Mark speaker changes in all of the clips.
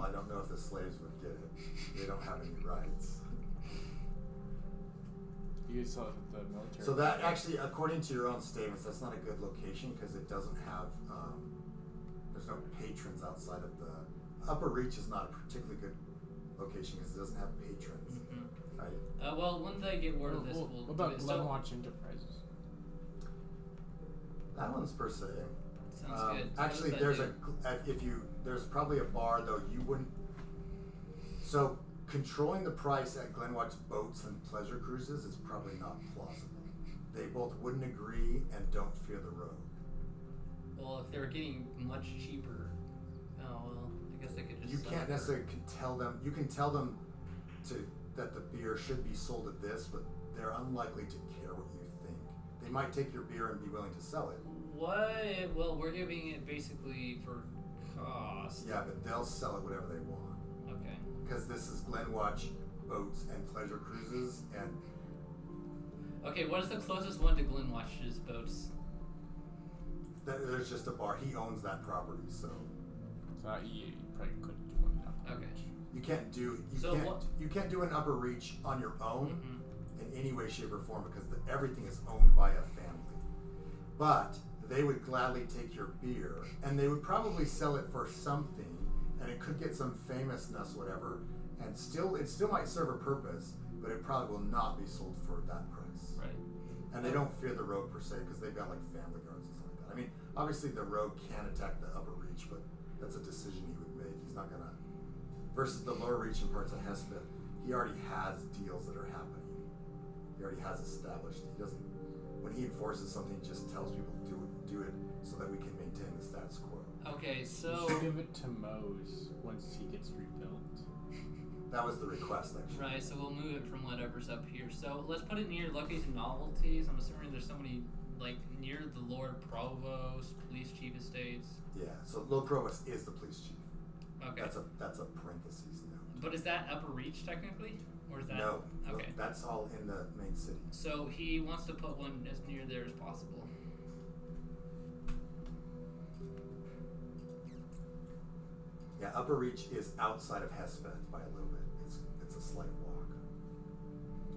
Speaker 1: I don't know if the slaves would get it. They don't have any rights.
Speaker 2: You guys saw that the military.
Speaker 1: So that actually, according to your own statements, that's not a good location because it doesn't have. Um, there's no patrons outside of the upper reach is not a particularly good location because it doesn't have patrons.
Speaker 3: hmm
Speaker 1: Right?
Speaker 3: Uh, well, once I get word of this, we'll,
Speaker 2: what
Speaker 3: do
Speaker 2: about
Speaker 3: it.
Speaker 2: Blood
Speaker 3: So,
Speaker 2: Watch Enterprises?
Speaker 1: That one's per se.
Speaker 3: sounds
Speaker 1: Um,
Speaker 3: good. What does
Speaker 1: Actually,
Speaker 3: that
Speaker 1: there's
Speaker 3: do?
Speaker 1: a gl- if you there's probably a bar though you wouldn't. So controlling the price at Glenwatch boats and pleasure cruises is probably not plausible. They both wouldn't agree and don't fear the road.
Speaker 3: Well, if they were getting much cheaper, oh well, I guess I could just.
Speaker 1: You
Speaker 3: sell it
Speaker 1: can't
Speaker 3: for-
Speaker 1: necessarily can tell them. You can tell them to that the beer should be sold at this, but they're unlikely to care what you think. They might take your beer and be willing to sell it.
Speaker 3: What? Well, we're giving it basically for cost.
Speaker 1: Yeah, but they'll sell it whatever they want.
Speaker 3: Okay.
Speaker 1: because this is Glenwatch boats and pleasure cruises, and
Speaker 3: Okay. What is the closest one to Glenwatch's boats?
Speaker 1: th- there's just a bar. He owns that property, so
Speaker 2: So you, you probably couldn't do one now.
Speaker 3: Okay.
Speaker 1: you can't do you
Speaker 3: So
Speaker 1: can't
Speaker 3: what-
Speaker 1: you can't do an upper reach on your own
Speaker 3: hmm
Speaker 1: in any way, shape, or form because the, everything is owned by a family. But they would gladly take your beer, and they would probably sell it for something, and it could get some famousness, whatever, and still it still might serve a purpose, but it probably will not be sold for that price.
Speaker 3: Mm-hmm. Right.
Speaker 1: And they don't fear the rogue per se because they've got like family guards and stuff like that. I mean, obviously the rogue can attack the upper reach, but that's a decision he would make. He's not gonna. Versus the lower reach in parts of Hespeth, he already has deals that are happening. He already has established. He doesn't. When he enforces something, he just tells people do it, do it, so that we can maintain the status quo.
Speaker 3: Okay.
Speaker 2: You
Speaker 3: So.
Speaker 2: should give it to Mose once he gets rebuilt.
Speaker 1: That was the request, actually.
Speaker 3: Right, so we'll move it from whatever's up here. So let's put it near Lucky's Novelties. I'm assuming there's somebody like near the Lord Provost, Police Chief Estates.
Speaker 1: Yeah. So Lil Provost is the police chief.
Speaker 3: Okay.
Speaker 1: That's a that's a parentheses note.
Speaker 3: But is that Upper Reach technically? Or is that.
Speaker 1: No.
Speaker 3: Okay.
Speaker 1: That's all in the main city.
Speaker 3: So he wants to put one as near there as possible.
Speaker 1: Yeah, Upper Reach is outside of Hespeth by a little bit. It's it's a slight walk.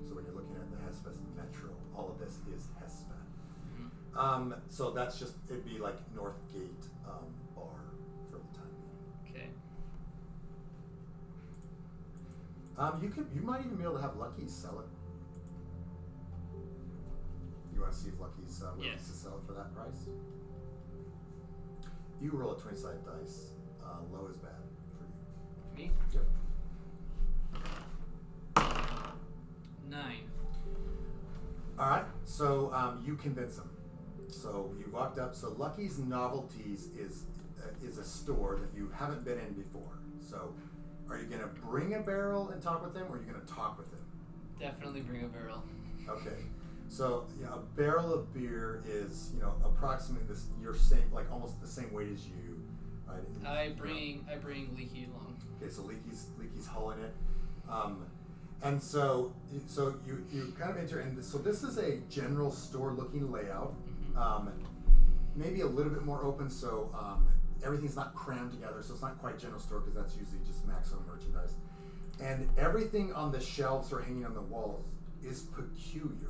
Speaker 1: So when you're looking at the Hespeth Metro, all of this is Hespeth.
Speaker 3: Mhm.
Speaker 1: Um, so that's just it'd be like Northgate um, Bar for the time being.
Speaker 3: Okay.
Speaker 1: Um, you could you might even be able to have Lucky sell it. You want to see if Lucky's uh, willing
Speaker 3: Yes.
Speaker 1: to sell it for that price? You roll a twenty-sided dice. Uh, low is bad for you.
Speaker 3: Me?
Speaker 1: Yep.
Speaker 3: Nine.
Speaker 1: All right, so um, you convince him. So you walked up. So Lucky's Novelties is uh, is a store that you haven't been in before. So are you gonna bring a barrel and talk with him, or are you gonna talk with him?
Speaker 3: Definitely bring a barrel.
Speaker 1: Okay. So you know, a barrel of beer is you know approximately this your same like almost the same weight as you. Right? And,
Speaker 3: I
Speaker 1: you know,
Speaker 3: bring I bring Leaky along.
Speaker 1: Okay, so Leaky's Leaky's hauling it, um, and so so you you kind of enter in. This, so this is a general store looking layout,
Speaker 3: Mhm.
Speaker 1: um, maybe a little bit more open. So um, everything's not crammed together. So it's not quite general store because that's usually just maximum merchandise. And everything on the shelves or hanging on the walls is peculiar.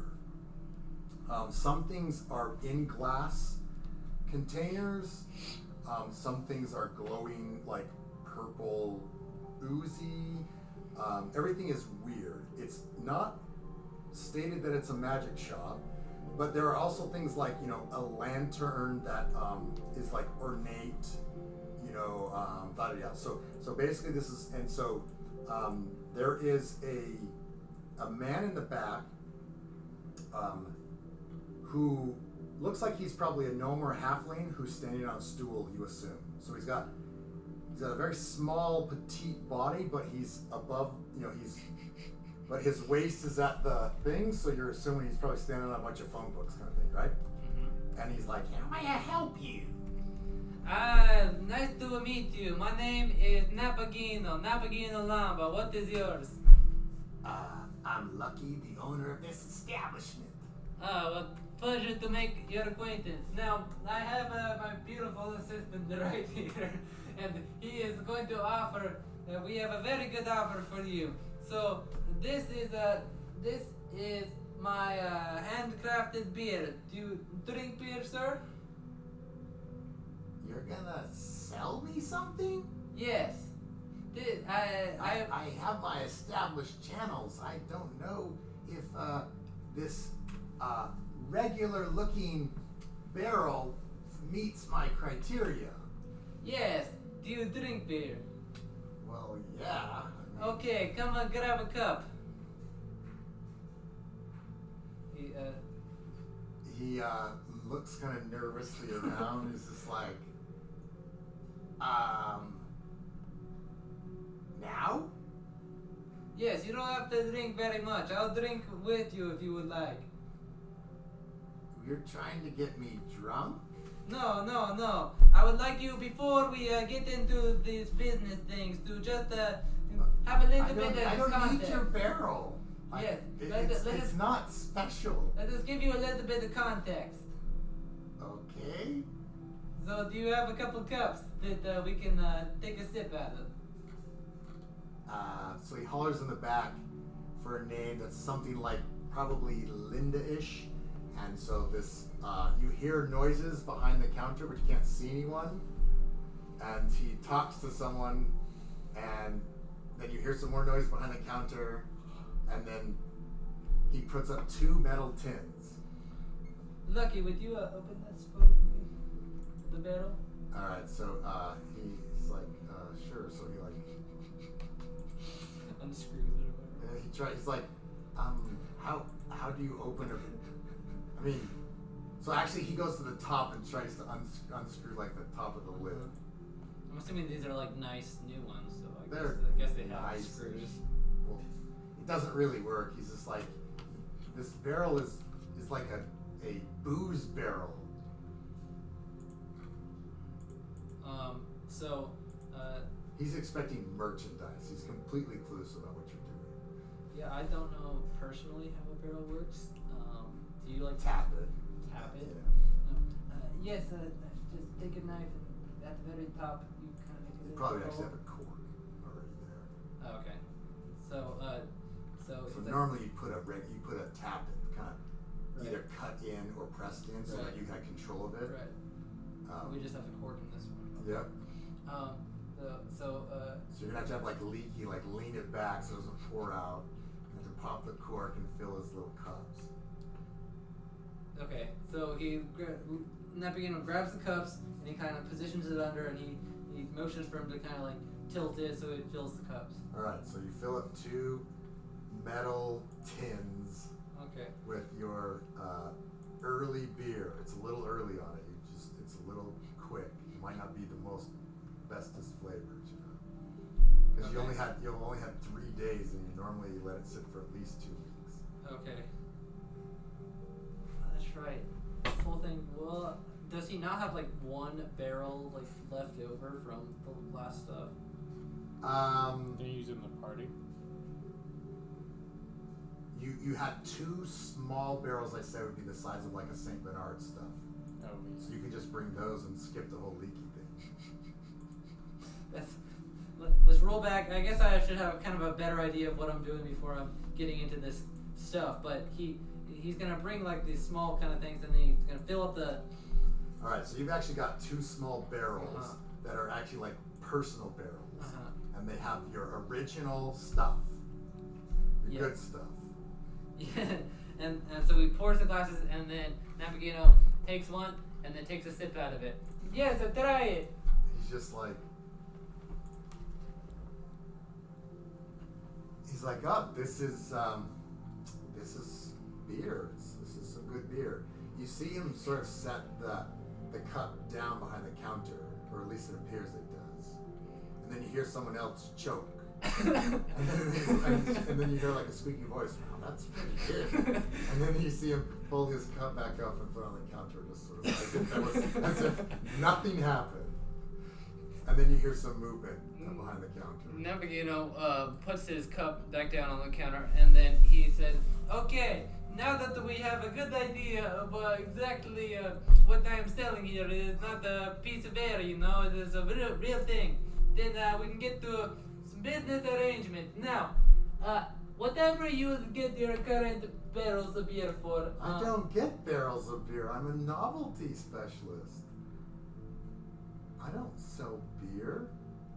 Speaker 1: Um, some things are in glass containers. Um, some things are glowing like purple, oozy. Um, everything is weird. It's not stated that it's a magic shop, but there are also things like you know a lantern that um, is like ornate. You know, um, da da da. So so basically this is and so um, there is a a man in the back. Um, who looks like he's probably a gnome or a halfling who's standing on a stool, you assume. So he's got he's got a very small, petite body, but he's above you know, he's but his waist is at the thing, so you're assuming he's probably standing on a bunch of phone books kind of thing, right?
Speaker 3: Mm-hmm.
Speaker 1: And he's like, How may I help you?
Speaker 3: Ah, nice to meet you. My name is Napagino. Napagino Lamba. What is yours?
Speaker 1: Uh, I'm lucky the owner of this establishment.
Speaker 3: Ah, well, pleasure to make your acquaintance. Now, I have uh, my beautiful assistant right here, and he is going to offer Uh, we have a very good offer for you. So this is uh, this is my uh, handcrafted beer. Do you drink beer, sir?
Speaker 1: You're gonna sell me something?
Speaker 3: Yes. This, I, I,
Speaker 1: I have my established channels. I don't know if uh, this uh, regular looking barrel meets my criteria.
Speaker 3: yes. Do you drink beer?
Speaker 1: Well, yeah.
Speaker 3: Okay, come on, grab a cup. He, uh,
Speaker 1: He uh, looks kind of nervously around. He's just like, um, now?
Speaker 3: yes, you don't have to drink very much. I'll drink with you if you would like.
Speaker 1: You're trying to get me drunk?
Speaker 3: No, no, no. I would like you before we uh, get into these business things to just uh, have a little
Speaker 1: I
Speaker 3: bit
Speaker 1: don't,
Speaker 3: of
Speaker 1: I don't
Speaker 3: context.
Speaker 1: need your barrel. Like,
Speaker 3: Yes,
Speaker 1: it-
Speaker 3: let-
Speaker 1: it's,
Speaker 3: let
Speaker 1: it's
Speaker 3: us-
Speaker 1: not special.
Speaker 3: Let us give you a little bit of context.
Speaker 1: Okay.
Speaker 3: So, do you have a couple cups that uh, we can uh, take a sip out of?
Speaker 1: Uh, so he hollers in the back for a name that's something like probably Linda-ish, and so this uh, you hear noises behind the counter, but you can't see anyone. And he talks to someone, and then you hear some more noise behind the counter, and then he puts up two metal tins.
Speaker 3: Lucky, would you uh, open that for me? The barrel?
Speaker 1: All right, so uh, he's like, uh, sure. So he like
Speaker 3: Unscrews it or whatever.
Speaker 1: Uh, he tries. He's like, um, how how do you open a? I mean, so actually, he goes to the top and tries to uns- unscrew like the top of the lid.
Speaker 4: Uh-huh. I'm assuming these are like nice new ones, so I
Speaker 1: They're
Speaker 4: guess, I guess they have
Speaker 1: nice.
Speaker 4: screws.
Speaker 1: Well, it doesn't really work. He's just like, this barrel is is like a a booze barrel.
Speaker 4: Um, so, uh,
Speaker 1: He's expecting merchandise. He's completely clueless about what you're doing.
Speaker 4: yeah, I don't know personally how a barrel works. Um, do you like
Speaker 1: Tap it.
Speaker 4: Tap it? Oh,
Speaker 1: Yeah.
Speaker 3: Uh, yes, uh, just take a knife and at the very top, you kind of make a
Speaker 1: You
Speaker 3: little
Speaker 1: probably
Speaker 3: hole.
Speaker 1: actually have a cork already there.
Speaker 4: Oh, okay. So, uh, so,
Speaker 1: So
Speaker 4: it's like-
Speaker 1: normally you put a reg- you put a tap that kind of
Speaker 4: Right.
Speaker 1: either cut in or pressed in, so
Speaker 4: Right.
Speaker 1: that you had control of it.
Speaker 4: right,
Speaker 1: Um,
Speaker 4: we just have a cork in this one.
Speaker 1: Yep.
Speaker 4: Um, so, so uh,
Speaker 1: So you're gonna have to have like leaky, like lean it back so it doesn't pour out, and then pop the cork and fill his little cups.
Speaker 3: Okay, so he gra- Nepigano grabs the cups and he kind of positions it under and he, he motions for him to kind of like tilt it so it fills the cups.
Speaker 1: All right. So you fill up two metal tins
Speaker 3: Okay.
Speaker 1: with your uh, early beer. It's a little early on it. You just it's a little quick. It might not be the most bestest flavors, you know, because you
Speaker 3: Okay.
Speaker 1: only had you only had three days, and you normally let it sit for at least two weeks.
Speaker 3: Okay. Oh, That's right. This whole thing. Well, does he not have like one barrel like left over from the last stuff?
Speaker 1: Um,
Speaker 2: They're using the party.
Speaker 1: You you had two small barrels I said would be the size of like a Saint Bernard stuff.
Speaker 2: Oh,
Speaker 1: So
Speaker 2: we
Speaker 1: you can just bring those and skip the whole leaky thing.
Speaker 3: That's. Let, let's roll back. I guess I should have kind of a better idea of what I'm doing before I'm getting into this stuff. But he he's gonna bring like these small kind of things and then he's gonna fill up the
Speaker 1: Alright, so you've actually got two small barrels
Speaker 3: Uh-huh.
Speaker 1: that are actually like personal barrels.
Speaker 3: Uh-huh.
Speaker 1: And they have your original stuff. Your
Speaker 3: Yeah.
Speaker 1: good stuff.
Speaker 3: yeah.
Speaker 4: and, and so he pours the glasses, and then Navigino takes one, and then takes a sip out of it.
Speaker 3: Yes, I try it.
Speaker 1: He's just like He's like, oh, this is um, this is beer. It's- This is some good beer. You see him sort of set the the cup down behind the counter, or at least it appears it does. And then you hear someone else choke. And then, and then you hear like a squeaky voice. Wow, that's pretty good. And then you see him pull his cup back up and put it on the counter, just sort of as if, that was, as if nothing happened. And then you hear some movement uh, behind the counter.
Speaker 4: Navigino uh, puts his cup back down on the counter, and then he says,
Speaker 3: Okay, now that we have a good idea of uh, exactly uh, what I am selling here, it is not a piece of air, you know, it is a real, real thing. Then uh, we can get to some Business arrangement. Now, uh, whatever you get your current barrels of beer for.
Speaker 1: I
Speaker 3: um,
Speaker 1: don't get barrels of beer. I'm a novelty specialist. I don't sell beer.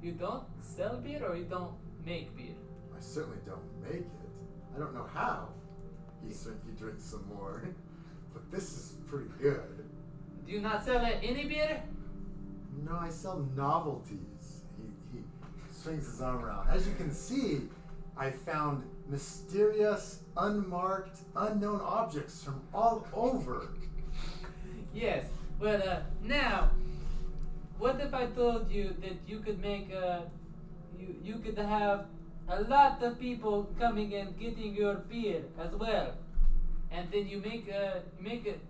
Speaker 3: You don't sell beer or you don't make beer?
Speaker 1: I certainly don't make it. I don't know how. He said he drinks some more. But this is pretty good.
Speaker 3: Do you not sell uh, any beer?
Speaker 1: No, I sell novelties. He, he swings his arm around. As you can see, I found mysterious, unmarked, unknown objects from all over.
Speaker 3: Yes. Well, uh, now, what if I told you that you could make uh, you you could have a lot of people coming and getting your beer as well, and then you make uh, make it,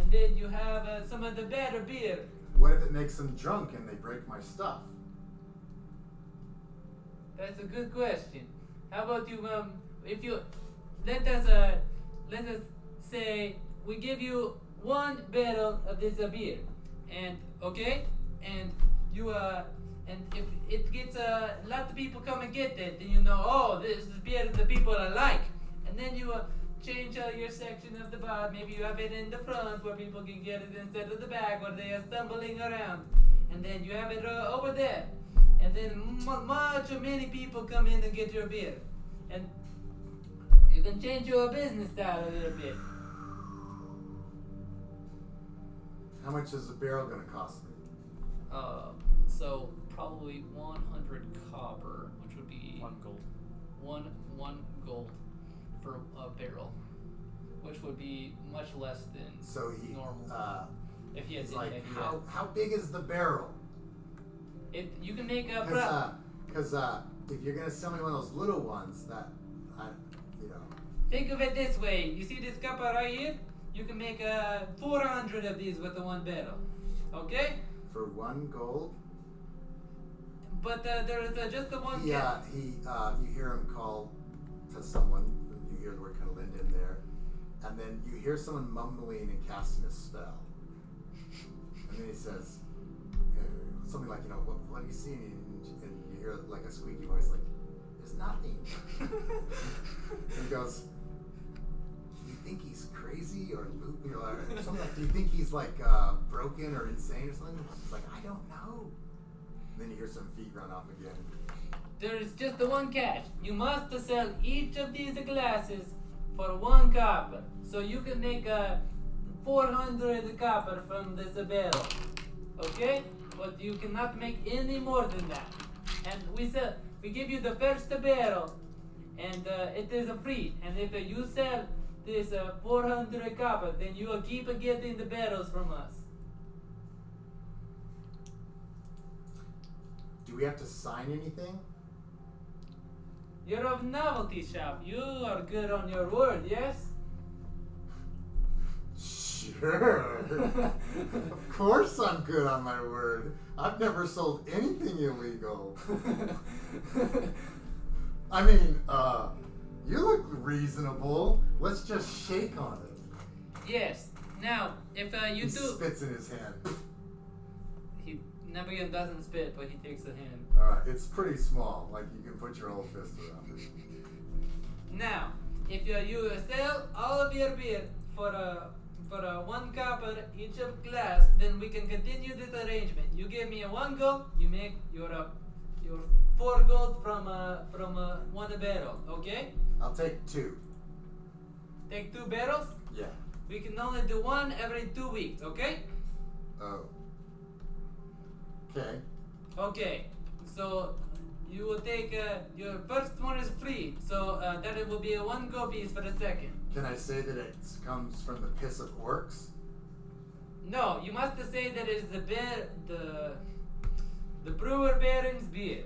Speaker 3: and then you have uh, some of the better beer.
Speaker 1: What if it makes them drunk and they break my stuff?
Speaker 3: That's a good question. How about you, um, if you let us, uh, let us say we give you one barrel of this uh, beer, and okay, and you uh, and if it gets a uh, lot of people come and get that, then you know, oh, this is beer the people I like, and then you uh, change uh, your section of the bar. Maybe you have it in the front where people can get it instead of the back where they are stumbling around, and then you have it uh, over there, and then m- much or many people come in and get your beer, and you can change your business style a little bit.
Speaker 1: How much is a barrel gonna cost me?
Speaker 5: Uh, so probably 100 copper, which would be
Speaker 2: One gold.
Speaker 5: one one gold for a barrel, which would be much less than
Speaker 1: So he,
Speaker 5: normal.
Speaker 1: uh,
Speaker 5: if he had
Speaker 1: he's
Speaker 5: didn't
Speaker 1: like,
Speaker 5: have
Speaker 1: how, how big is the barrel?
Speaker 5: that. If you can make a
Speaker 1: Because
Speaker 5: pro-
Speaker 1: uh, 'cause, uh, if you're gonna sell me one of those little ones, that I, you know,
Speaker 3: Think of it this way. You see this copper right here? You can make uh, 400 of these with the one barrel. Okay?
Speaker 1: for one gold.
Speaker 3: But uh, there is uh, just the one
Speaker 1: He, uh,
Speaker 3: cap.
Speaker 1: he, uh, you hear him call to someone. You hear the word kind of Linda in there, and then you hear someone mumbling and casting a spell. And then he says uh, something like, you know, what, what do you see? And, and you hear like a squeaky voice, like, "There's nothing." and he goes, "Do you think he's crazy or loopy or something? Like, do you think he's like uh, broken or insane or something?" He's like, "I don't know." And then you hear some feet run off again.
Speaker 3: There is just the one catch. You must sell each of these glasses for one copper. So you can make uh, 400 copper from this barrel. Okay? But you cannot make any more than that. And we sell, we give you the first barrel, and uh, it is a free. And if uh, you sell this uh, 400 copper, then you will keep getting the barrels from us.
Speaker 1: Do we have to sign anything?
Speaker 3: You're a novelty shop. You are good on your word, yes?
Speaker 1: Sure. of course I'm good on my word. I've never sold anything illegal. I mean, uh, you look reasonable. Let's just shake on it.
Speaker 3: Yes. Now, if uh, you
Speaker 1: he
Speaker 3: do,
Speaker 1: spits in his hand.
Speaker 3: he Napoleon doesn't spit, but he takes the hand.
Speaker 1: Alright, it's pretty small. Like, you can put your whole fist around it.
Speaker 3: Now, if you you uh, sell all of your beer for uh, for uh, one copper each of glass, then we can continue this arrangement. You give me a one gold, you make your uh, your four gold from uh, from uh, one barrel. Okay,
Speaker 1: I'll take two.
Speaker 3: take two barrels.
Speaker 1: Yeah.
Speaker 3: We can only do one every two weeks. Okay.
Speaker 1: Oh. Okay.
Speaker 3: Okay, so you will take uh, your first one is free, so uh, that it will be a one gold piece for the second.
Speaker 1: Can I say that it comes from the piss of orcs?
Speaker 3: No, you must say that it is the bear, the the brewer Baron's beer.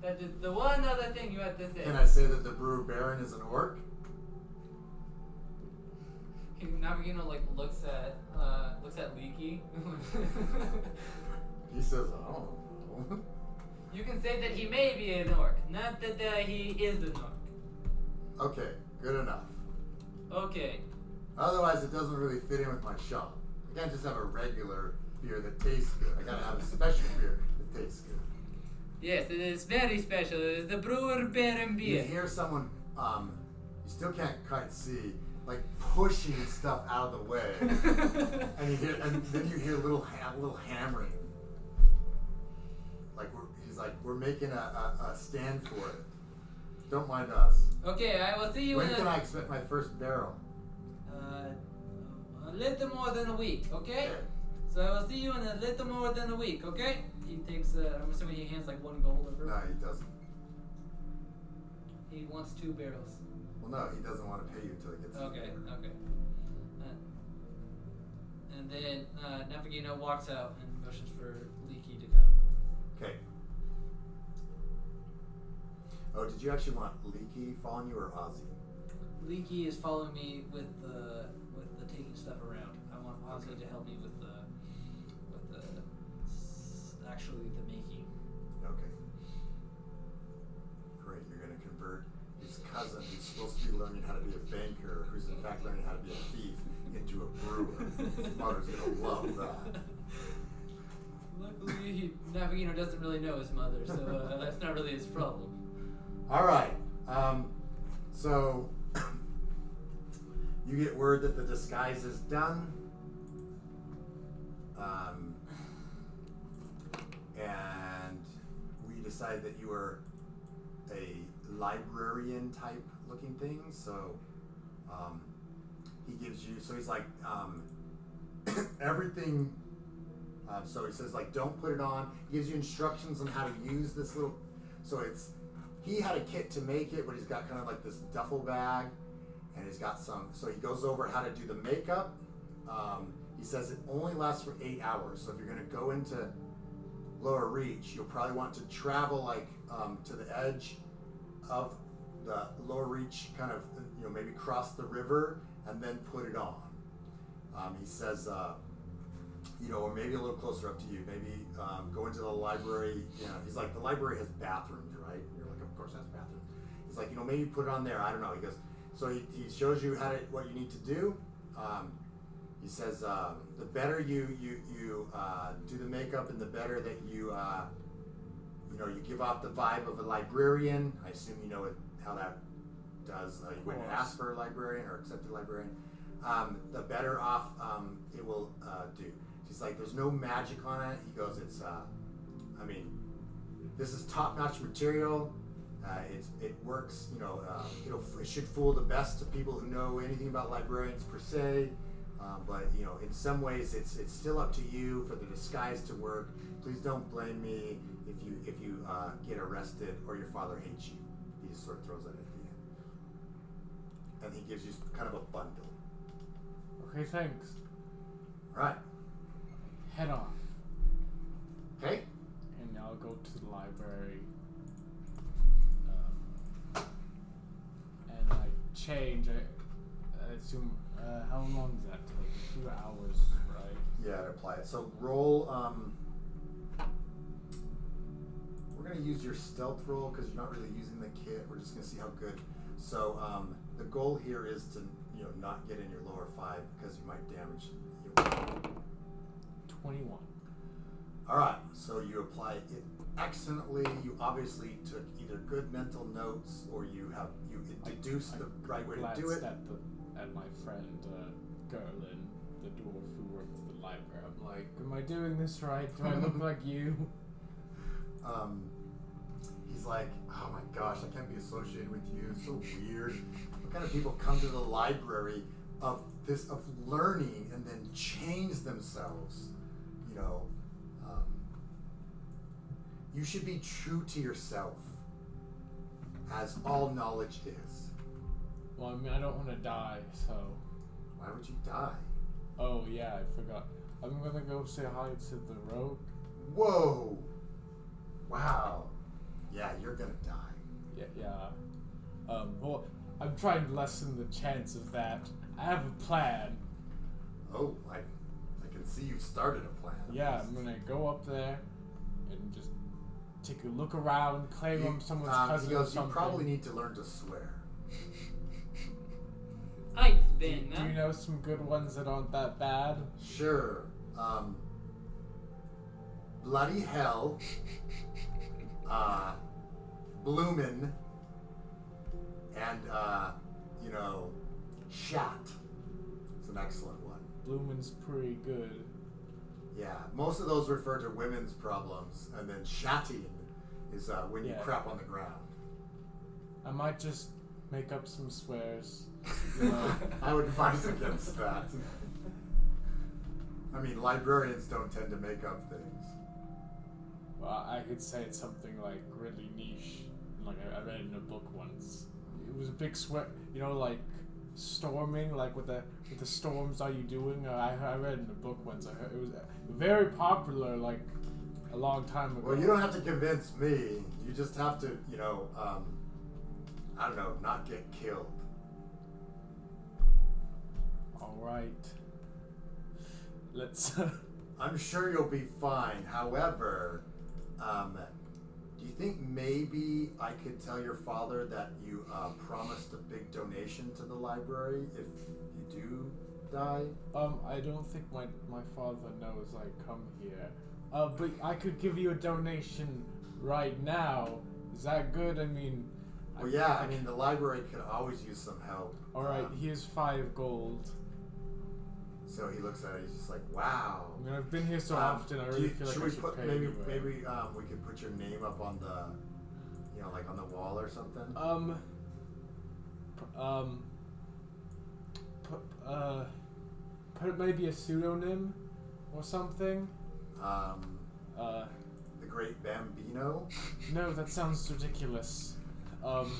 Speaker 3: That is the one other thing you have to say.
Speaker 1: Can I say that the brewer baron is an orc?
Speaker 5: He- Navigino like looks at uh, looks at Leaky.
Speaker 1: He says, I don't know.
Speaker 3: you can say that he may be an orc, not that uh, he is an orc.
Speaker 1: okay, good enough.
Speaker 3: Okay.
Speaker 1: Otherwise, it doesn't really fit in with my shop. I can't just have a regular beer that tastes good. I gotta have a special beer that tastes good.
Speaker 3: Yes, it is very special. It is the Brewer Beer and
Speaker 1: You
Speaker 3: Beer.
Speaker 1: hear someone, um, you still can't quite see, like pushing stuff out of the way, and you hear, and then you hear little ha- little hammering. Like we're, he's like, we're making a, a, a stand for it. Don't mind us.
Speaker 6: Okay, I will see you
Speaker 1: when
Speaker 6: in
Speaker 1: can
Speaker 6: a,
Speaker 1: I expect my first barrel?
Speaker 6: uh, a little more than a week, okay?
Speaker 1: Okay.
Speaker 6: So I will see you in a little more than a week, okay? He takes, uh, I'm assuming he hands like one gold over.
Speaker 1: No, he doesn't.
Speaker 6: He wants two barrels.
Speaker 1: Well, no, he doesn't want to pay you until he gets. his
Speaker 6: Okay,
Speaker 1: barrel.
Speaker 6: okay. Uh, and then uh, Nefagino walks out and motions for Leaky to come.
Speaker 1: Okay. Oh, did you actually want Leaky following you or Ozzy?
Speaker 6: Leaky is following me with the with the taking stuff around. I want Ozzy
Speaker 1: Okay.
Speaker 6: to help me with the with the s- actually the making.
Speaker 1: Okay. Great, you're gonna convert his cousin who's supposed to be learning how to be a banker, who's in fact learning how to be a thief, into a brewer. His mother's gonna love that.
Speaker 6: Luckily, he, Navigino doesn't really know his mother, so uh, that's not really his problem.
Speaker 1: All right. Um, so you get word that the disguise is done. Um, and we decide that you are a librarian type looking thing. So um, he gives you, so he's like, um, everything. Um, so he says, like, don't put it on. He gives you instructions on how to use this little. So it's he had a kit to make it, but he's got kind of like this duffel bag, and he's got some. So he goes over how to do the makeup. Um, he says it only lasts for eight hours. So if you're gonna go into Lower Reach, you'll probably want to travel like um, to the edge of the Lower Reach, kind of you know maybe cross the river and then put it on. Um, he says. Uh, you know, or maybe a little closer up to you. Maybe um, go into the library. You know, he's like, the library has bathrooms, right? And you're like, of course it has bathrooms. He's like, you know, maybe put it on there. I don't know. He goes, so he, he shows you how to what you need to do. Um, he says, um, the better you you you uh, do the makeup, and the better that you uh, you know you give off the vibe of a librarian. I assume you know it, how that does. Uh, you wouldn't
Speaker 2: course.
Speaker 1: ask for a librarian or accept a librarian. Um, the better off um, it will uh, do. He's like, there's no magic on it. He goes, it's, uh, I mean, this is top-notch material. Uh, it's, it works, you know, uh, it'll, it should fool the best of people who know anything about librarians per se. Um, but you know, in some ways, it's it's still up to you for the disguise to work. Please don't blame me if you if you uh, get arrested or your father hates you. He just sort of throws that at the end, and he gives you kind of a bundle.
Speaker 2: Okay, thanks.
Speaker 1: All right,
Speaker 2: Head off,
Speaker 1: okay.
Speaker 2: and I'll go to the library. Um, and I change. I, I assume. Uh, how long does that take? Two hours, right?
Speaker 1: Yeah, to apply it. So roll. Um, we're gonna use your stealth roll because you're not really using the kit. We're just gonna see how good. So um, the goal here is to you know not get in your lower five because you might damage. Your...
Speaker 2: Twenty-one.
Speaker 1: All right. So you apply it excellently. You obviously took either good mental notes or you have you
Speaker 2: I-
Speaker 1: deduced
Speaker 2: I
Speaker 1: the right way to
Speaker 2: glanced
Speaker 1: do it.
Speaker 2: At, the, at my friend uh, Gerlin, the dwarf who works at the library. I'm like, am I doing this right? Do I look like you?
Speaker 1: um, he's like, "Oh my gosh, I can't be associated with you. It's so weird. What kind of people come to the library of this of learning and then change themselves? You know, um, you should be true to yourself, as all knowledge is.
Speaker 2: Well, I mean, I don't want to die, so.
Speaker 1: Why would you die?
Speaker 2: Oh yeah, I forgot. I'm gonna go say hi to the rogue.
Speaker 1: Whoa, wow, yeah, you're gonna die."
Speaker 2: Yeah, yeah. Um, well, I'm trying to lessen the chance of that. I have a plan.
Speaker 1: Oh, I, I can see you've started a plan.
Speaker 2: Yeah, I'm gonna go up there and just take a look around, claim I'm someone's
Speaker 1: um,
Speaker 2: cousin
Speaker 1: he
Speaker 2: or
Speaker 1: goes,
Speaker 2: something.
Speaker 1: You probably need to learn to swear.
Speaker 3: I've
Speaker 2: do,
Speaker 3: been.
Speaker 2: do you know some good ones that aren't that bad?
Speaker 1: Sure. Um, bloody hell. Bloomin, and uh, you know, Chat. It's an excellent one.
Speaker 2: Bloomin's pretty good.
Speaker 1: Yeah, most of those refer to women's problems, and then chatting is uh, when you
Speaker 2: Yeah.
Speaker 1: crap on the ground.
Speaker 2: I might just make up some swears.
Speaker 1: I would advise against that. I mean, librarians don't tend to make up things.
Speaker 2: Well, I could say it's something like really niche. Like I, I read it in a book once. It was a big sweat. You know, like storming. Like with the with the storms, are you doing? Uh, I I read it in a book once. I heard, it was uh, very popular. Like a long time ago.
Speaker 1: Well, you don't have to convince me. You just have to, you know, um, I don't know, not get killed.
Speaker 2: All right. Let's.
Speaker 1: I'm sure you'll be fine. However, um, do you think maybe I could tell your father that you uh, promised a big donation to the library if you do die?
Speaker 2: Um, I don't think my my father knows I come here. Uh, but I could give you a donation right now. Is that good? I mean, I-
Speaker 1: Well, yeah. I mean, the library could always use some help.
Speaker 2: all right.
Speaker 1: Um,
Speaker 2: Here's five gold.
Speaker 1: so he looks at it. He's just like, "Wow."
Speaker 2: I mean, I've been here so
Speaker 1: Um,
Speaker 2: often. I
Speaker 1: do
Speaker 2: really
Speaker 1: you-
Speaker 2: feel like
Speaker 1: should
Speaker 2: I
Speaker 1: we
Speaker 2: should
Speaker 1: put
Speaker 2: pay
Speaker 1: maybe
Speaker 2: anyway.
Speaker 1: maybe um, we could put your name up on the, you know, like on the wall or something?
Speaker 2: Um. p- Um. Put uh. Put maybe a pseudonym, or something.
Speaker 1: Um,
Speaker 2: Uh.
Speaker 1: the Great Bambino.
Speaker 2: No, that sounds ridiculous. Um.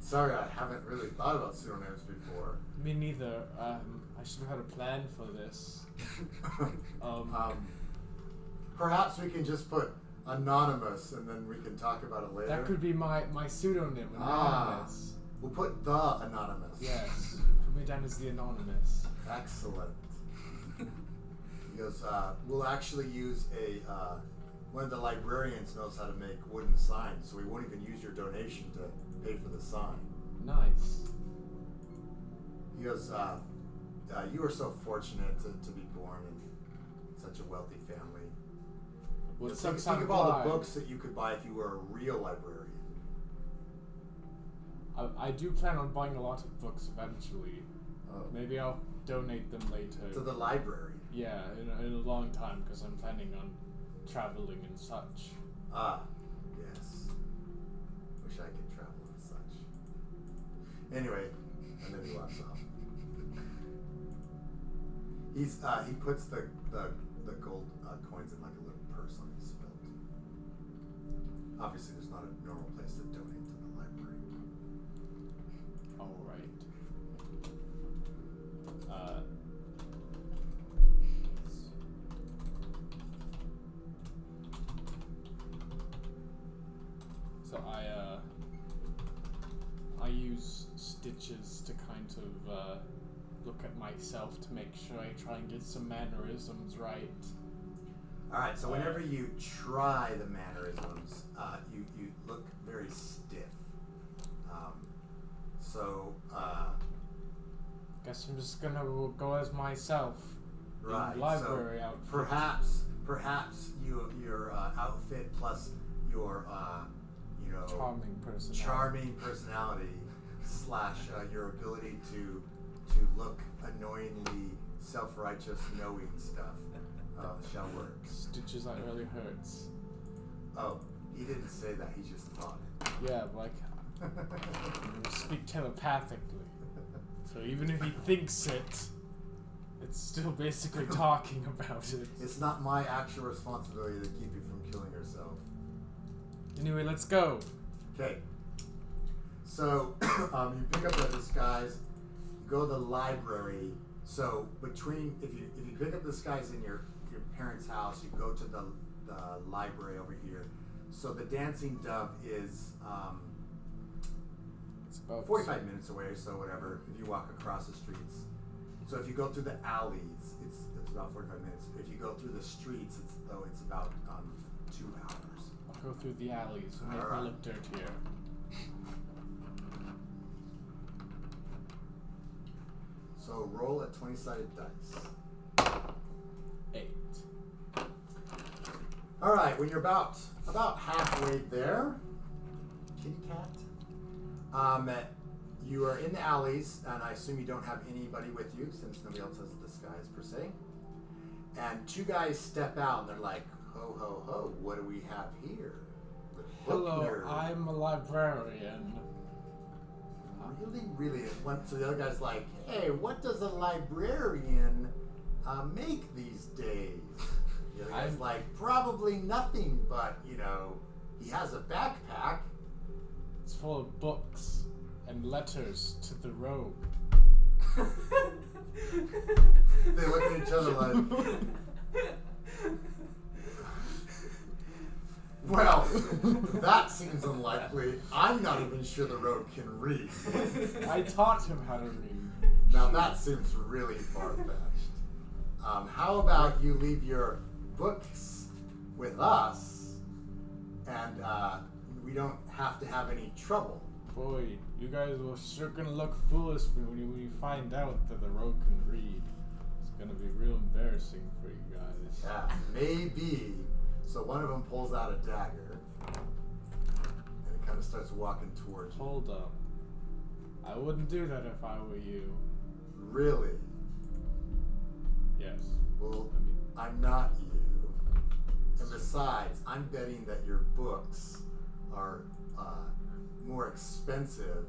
Speaker 1: Sorry, I haven't really thought about pseudonyms before.
Speaker 2: Me neither. Um, I should have had a plan for this. Um,
Speaker 1: Um, perhaps we can just put anonymous, and then we can talk about it later.
Speaker 2: that could be my, my pseudonym,
Speaker 1: Ah.
Speaker 2: Anonymous.
Speaker 1: We'll put the anonymous.
Speaker 2: Yes. Put me down as the Anonymous.
Speaker 1: Excellent. He goes, uh, we'll actually use a, uh, one of the librarians knows how to make wooden signs, so we won't even use your donation to pay for the sign.
Speaker 2: Nice.
Speaker 1: He goes, uh, uh, you are so fortunate to, to be born in such a wealthy family.
Speaker 2: Well,
Speaker 1: Just think,
Speaker 2: sometimes
Speaker 1: think of all
Speaker 2: I-
Speaker 1: the books that you could buy if you were a real librarian.
Speaker 2: I, I do plan on buying a lot of books eventually.
Speaker 1: Oh.
Speaker 2: Maybe I'll donate them later.
Speaker 1: To the library.
Speaker 2: yeah, in a, in a long time because I'm planning on traveling and such.
Speaker 1: Ah, yes. Wish I could travel and such. Anyway, and then he walks off. He's uh, he puts the the, the gold uh, coins in like a little purse on his belt. Obviously, there's not a normal place to donate to the library.
Speaker 2: All right. Uh, so I uh, I use stitches to kind of uh, look at myself to make sure I try and get some mannerisms right.
Speaker 1: All right, so whenever you try the mannerisms, uh, you you look very stiff. Um, so uh,
Speaker 2: Guess I'm just gonna go as myself. in
Speaker 1: right, so-
Speaker 2: library outfit.
Speaker 1: Perhaps, perhaps you, your uh, outfit plus your, uh, you know,
Speaker 2: Charming person.
Speaker 1: charming personality slash uh, your ability to to look annoyingly self-righteous, knowing stuff uh, shall work.
Speaker 2: Stitches that really hurts.
Speaker 1: Oh, he didn't say that. He just thought
Speaker 2: Yeah, like
Speaker 1: it.
Speaker 2: I speak telepathically. So even if he thinks it, it's still basically talking about it.
Speaker 1: it's not my actual responsibility to keep you from killing yourself.
Speaker 2: Anyway, let's go.
Speaker 1: Okay. So um, you pick up the disguise, you go to the library. So between if you if you pick up the disguise in your your parents' house, you go to the, the library over here. So the dancing dove is um,
Speaker 2: It's about
Speaker 1: forty five minutes away, so whatever. If you walk across the streets, so if you go through the alleys, it's it's about forty five minutes. If you go through the streets, it's though it's about um, two hours.
Speaker 2: I'll go through the alleys and make me
Speaker 1: Alright.
Speaker 2: look dirtier.
Speaker 1: So roll a twenty sided dice.
Speaker 2: Eight.
Speaker 1: All right, when you're about about halfway there, kitty cat. Um, you are in the alleys, and I assume you don't have anybody with you since nobody else has a disguise per se. And two guys step out, and they're like, "Ho ho ho! What do we have here?" The book
Speaker 2: Hello,
Speaker 1: nerd.
Speaker 2: I'm a librarian.
Speaker 1: Uh, Really, really. it went- So the other guy's like, "Hey, what does a librarian uh, make these days?" The other guy's
Speaker 2: I'm-
Speaker 1: like, "Probably nothing, but you know, he has a backpack."
Speaker 2: It's full of books and letters to the road.
Speaker 1: They look at each other like, "Well, that seems unlikely. I'm not even sure the road can read.
Speaker 2: I taught him how to read.
Speaker 1: Now that seems really far fetched. Um, how about you leave your books with us, and uh, we don't have to have any trouble."
Speaker 2: Boy, you guys will sure gonna look foolish when you, when you find out that the road can read. It's gonna be real embarrassing for you guys.
Speaker 1: Yeah, maybe. So one of them pulls out a dagger, and it kind of starts walking towards you.
Speaker 2: Hold up. I wouldn't do that if I were you.
Speaker 1: Really?
Speaker 2: Yes.
Speaker 1: Well,
Speaker 2: I mean,
Speaker 1: I'm not you. And besides, I'm betting that your books are uh, more expensive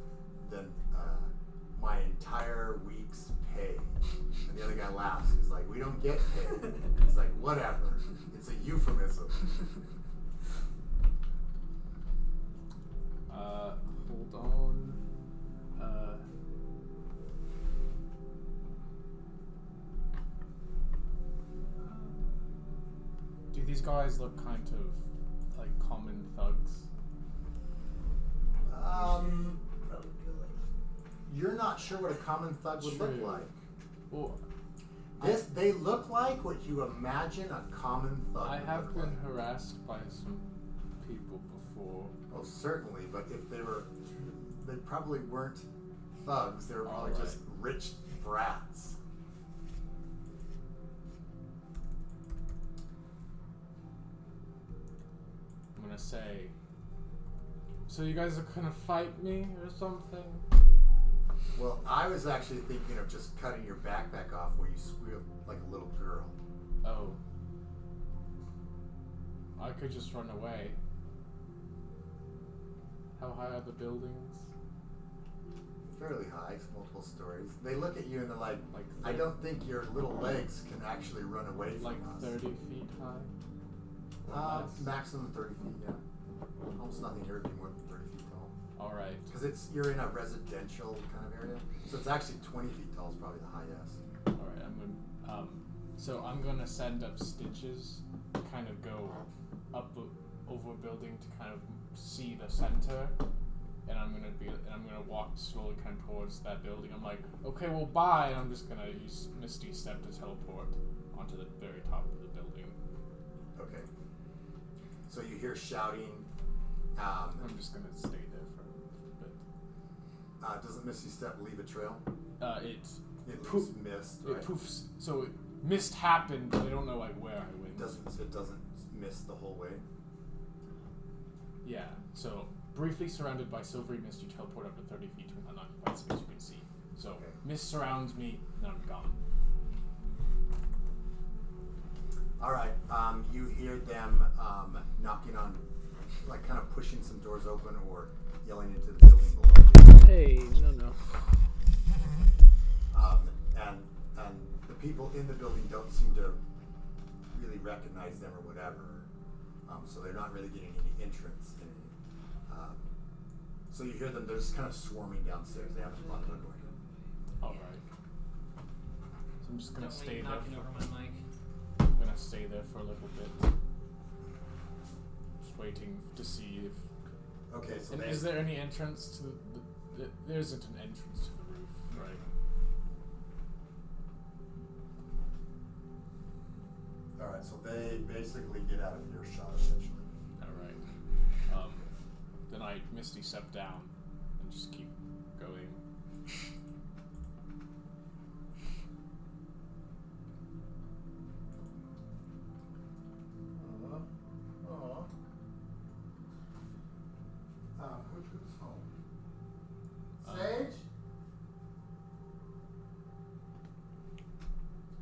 Speaker 1: than uh, my entire week's pay. And the other guy laughs. He's like, "We don't get paid." He's like, "Whatever. It's a euphemism."
Speaker 2: uh, hold on. Uh. Do these guys look kind of like common thugs?
Speaker 1: Um, you're not sure what a common thug would look
Speaker 2: True.
Speaker 1: like.
Speaker 2: Well,
Speaker 1: This they look like what you imagine a common thug.
Speaker 2: I
Speaker 1: would
Speaker 2: have
Speaker 1: look
Speaker 2: been
Speaker 1: like.
Speaker 2: harassed by some people before.
Speaker 1: Oh, certainly, but if they were, they probably weren't thugs. They were probably
Speaker 2: Alright.
Speaker 1: just rich brats.
Speaker 2: I'm gonna say. So you guys are gonna fight me or something?
Speaker 1: Well, I was actually thinking of just cutting your backpack off where you squeal like a little girl.
Speaker 2: Oh. I could just run away. How high are the buildings?
Speaker 1: Fairly high, it's multiple stories. They look at you and they're like,
Speaker 2: Like
Speaker 1: "I
Speaker 2: thir-
Speaker 1: don't think your little legs can actually run away from
Speaker 2: Like
Speaker 1: us."
Speaker 2: 30 feet high? or
Speaker 1: Uh,
Speaker 2: less?
Speaker 1: maximum 30 feet, yeah. Almost nothing here would be more than 30 feet tall.
Speaker 2: Alright.
Speaker 1: Because it's you're in a residential kind of area. So it's actually 20 feet tall is probably the highest.
Speaker 2: Alright, I'm gonna. Um, so I'm gonna send up stitches, to kind of go up o- over a building to kind of see the center, and I'm gonna be and I'm gonna walk slowly kind of towards that building. I'm like, okay, well, bye, and I'm just gonna use Misty Step to teleport onto the very top of the building.
Speaker 1: Okay. So you hear shouting. Um,
Speaker 2: I'm just gonna stay there for a bit.
Speaker 1: uh, doesn't Misty Step leave a trail?
Speaker 2: Uh, it
Speaker 1: It
Speaker 2: Poof.
Speaker 1: leaves mist,
Speaker 2: it
Speaker 1: right?
Speaker 2: poofs. So it, mist happened, but I don't know like where I
Speaker 1: It
Speaker 2: went.
Speaker 1: doesn't, it doesn't mist the whole way.
Speaker 2: Yeah, so briefly surrounded by silvery mist, you teleport up to 30 feet to an unoccupied space you can see. So
Speaker 1: Okay.
Speaker 2: mist surrounds me, then I'm gone.
Speaker 1: All right. Um, you hear them um, knocking on, like kind of pushing some doors open or yelling into the building below.
Speaker 7: Hey, no, no.
Speaker 1: um, and and the people in the building don't seem to really recognize them or whatever, um, so they're not really getting any entrance. In it. Um, so you hear them; they're just kind of swarming downstairs. They haven't thought about going. in.
Speaker 2: Alright. So I'm just gonna
Speaker 3: Don't wait,
Speaker 2: stay there.
Speaker 3: knocking
Speaker 2: For,
Speaker 3: over my mic.
Speaker 2: I'm gonna stay there for a little bit. Just waiting to see if.
Speaker 1: Okay, so
Speaker 2: and
Speaker 1: they,
Speaker 2: is there any entrance to the, the, There isn't an entrance to the roof, right?
Speaker 1: all right, so they basically get out of earshot essentially.
Speaker 2: Alright. Um, then I misty step down and just keep going.
Speaker 1: Um, which was home?
Speaker 2: Uh,
Speaker 1: Sage?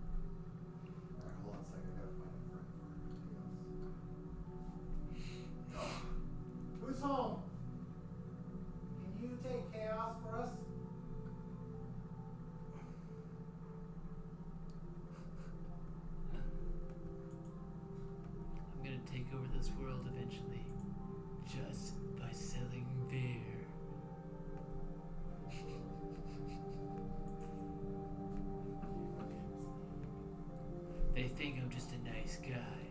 Speaker 1: Alright, hold on a second. I gotta find it for everything else. Ugh. Who's home? Can you take chaos for us?
Speaker 3: I'm gonna take over this world eventually, just by selling beer. They think I'm just a nice guy,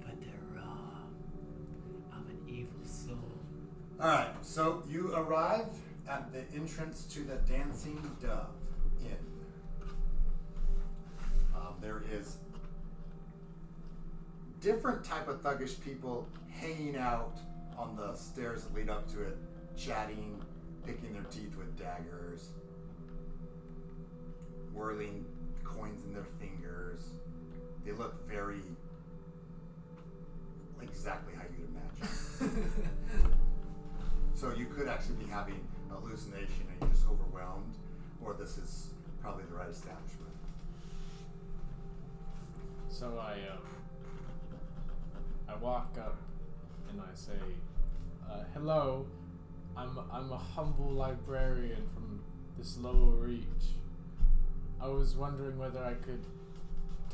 Speaker 3: but they're wrong. I'm an evil soul.
Speaker 1: All right, so you arrive at the entrance to the Dancing Dove Inn. Um, there is different type of thuggish people hanging out on the stairs that lead up to it, chatting, picking their teeth with daggers, whirling coins in their fingers. They look very exactly how you'd imagine. So you could actually be having a hallucination and you're just overwhelmed, or this is probably the right establishment.
Speaker 2: So I um, I walk up and I say, uh, "Hello, I'm I'm a humble librarian from this lower reach. I was wondering whether I could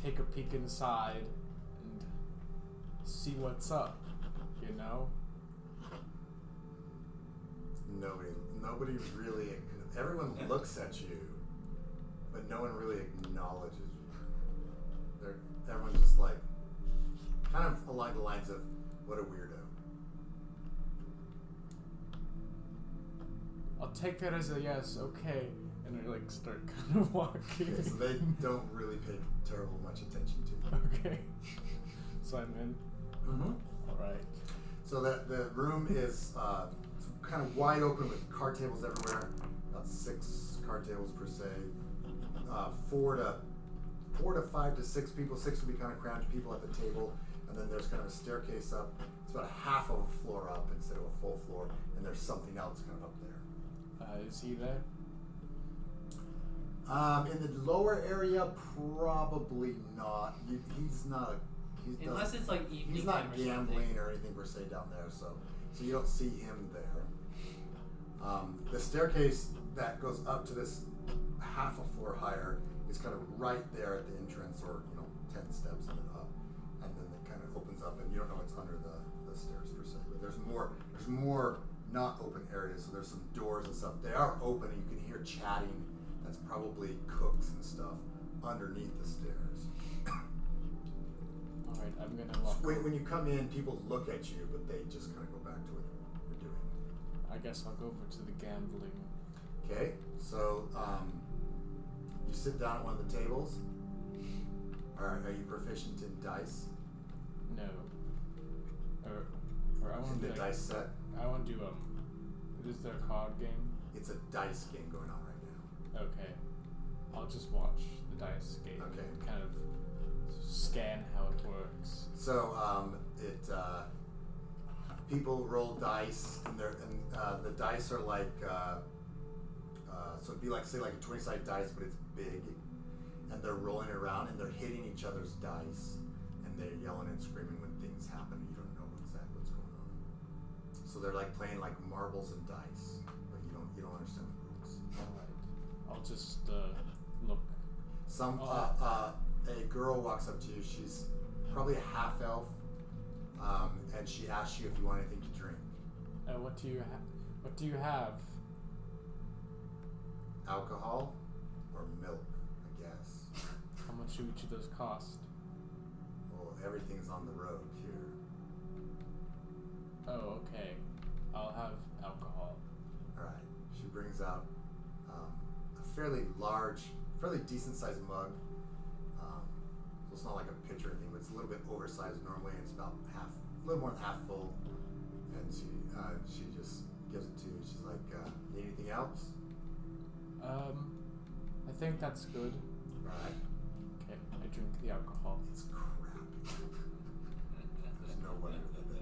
Speaker 2: take a peek inside and see what's up. You know,
Speaker 1: Nobody, nobody really. Everyone looks at you, but no one really acknowledges you. They're, everyone's just like, kind of along the lines of, "What a weirdo."
Speaker 2: I'll take that as a yes. Okay." And I like start kind of walking.
Speaker 1: Okay, so they don't really pay terrible much attention to you.
Speaker 2: okay. So I'm in.
Speaker 1: Mm-hmm.
Speaker 2: All right.
Speaker 1: So that the room is uh, kind of wide open with card tables everywhere. About six card tables per se. Uh, four to four to five to six people. Six would be kind of cramped people at the table, and then there's kind of a staircase up. It's about a half of a floor up instead of a full floor, and there's something else kind of up there.
Speaker 2: Uh, is he there?
Speaker 1: Um, in the lower area, probably not. You, he's not. A, he's
Speaker 3: Unless it's like evening
Speaker 1: He's not
Speaker 3: time or
Speaker 1: gambling
Speaker 3: something.
Speaker 1: or anything per se down there, so so you don't see him there. Um, the staircase that goes up to this half a floor higher is kind of right there at the entrance, or you know, ten steps and then up, and then it kind of opens up, and you don't know what's under the, the stairs per se. But there's more. There's more not open areas, so there's some doors and stuff. They are open, and you can hear chatting. That's probably cooks and stuff underneath the stairs.
Speaker 2: All right. I'm gonna walk.
Speaker 1: When, when you come in, people look at you, but they just kind of go back to what they're doing.
Speaker 2: I guess I'll go over to the gambling.
Speaker 1: Okay, so um, you sit down at one of the tables. All right, are you proficient in dice?
Speaker 2: No. Or, or I want
Speaker 1: In
Speaker 2: to
Speaker 1: the
Speaker 2: do. Like,
Speaker 1: dice set?
Speaker 2: I want to do um. Is there a card game?
Speaker 1: It's a dice game going on right
Speaker 2: Okay. I'll just watch the dice game.
Speaker 1: Okay.
Speaker 2: And kind of scan how it works.
Speaker 1: now. So um, it uh, people roll dice, and they're and uh, the dice are like uh, uh, so it'd be like say like a twenty sided dice, but it's big, and they're rolling around and they're hitting each other's dice, and they're yelling and screaming when things happen. and You don't know exactly what's going on. So they're like playing like marbles and dice, but you don't you don't understand the rules.
Speaker 2: All right. I'll just uh, look.
Speaker 1: Some
Speaker 2: Oh.
Speaker 1: uh, uh, a girl walks up to you. She's probably a half elf, um, and she asks you if you want anything to drink.
Speaker 2: Uh, what do you have? What do you have?
Speaker 1: Alcohol or milk, I guess.
Speaker 2: How much do each of those cost?
Speaker 1: Well, everything's on the road here.
Speaker 2: Oh, okay. I'll have alcohol.
Speaker 1: All right. She brings out um, a fairly large, fairly decent-sized mug. Um, so it's not like a pitcher or anything, but it's a little bit oversized normally. and It's about half, a little more than half full. And she, uh, she just gives it to you. She's like, uh, "Need anything else?"
Speaker 2: Um, I think that's good.
Speaker 1: All right.
Speaker 2: Okay, I drink the alcohol.
Speaker 1: It's crap. There's no wonder that they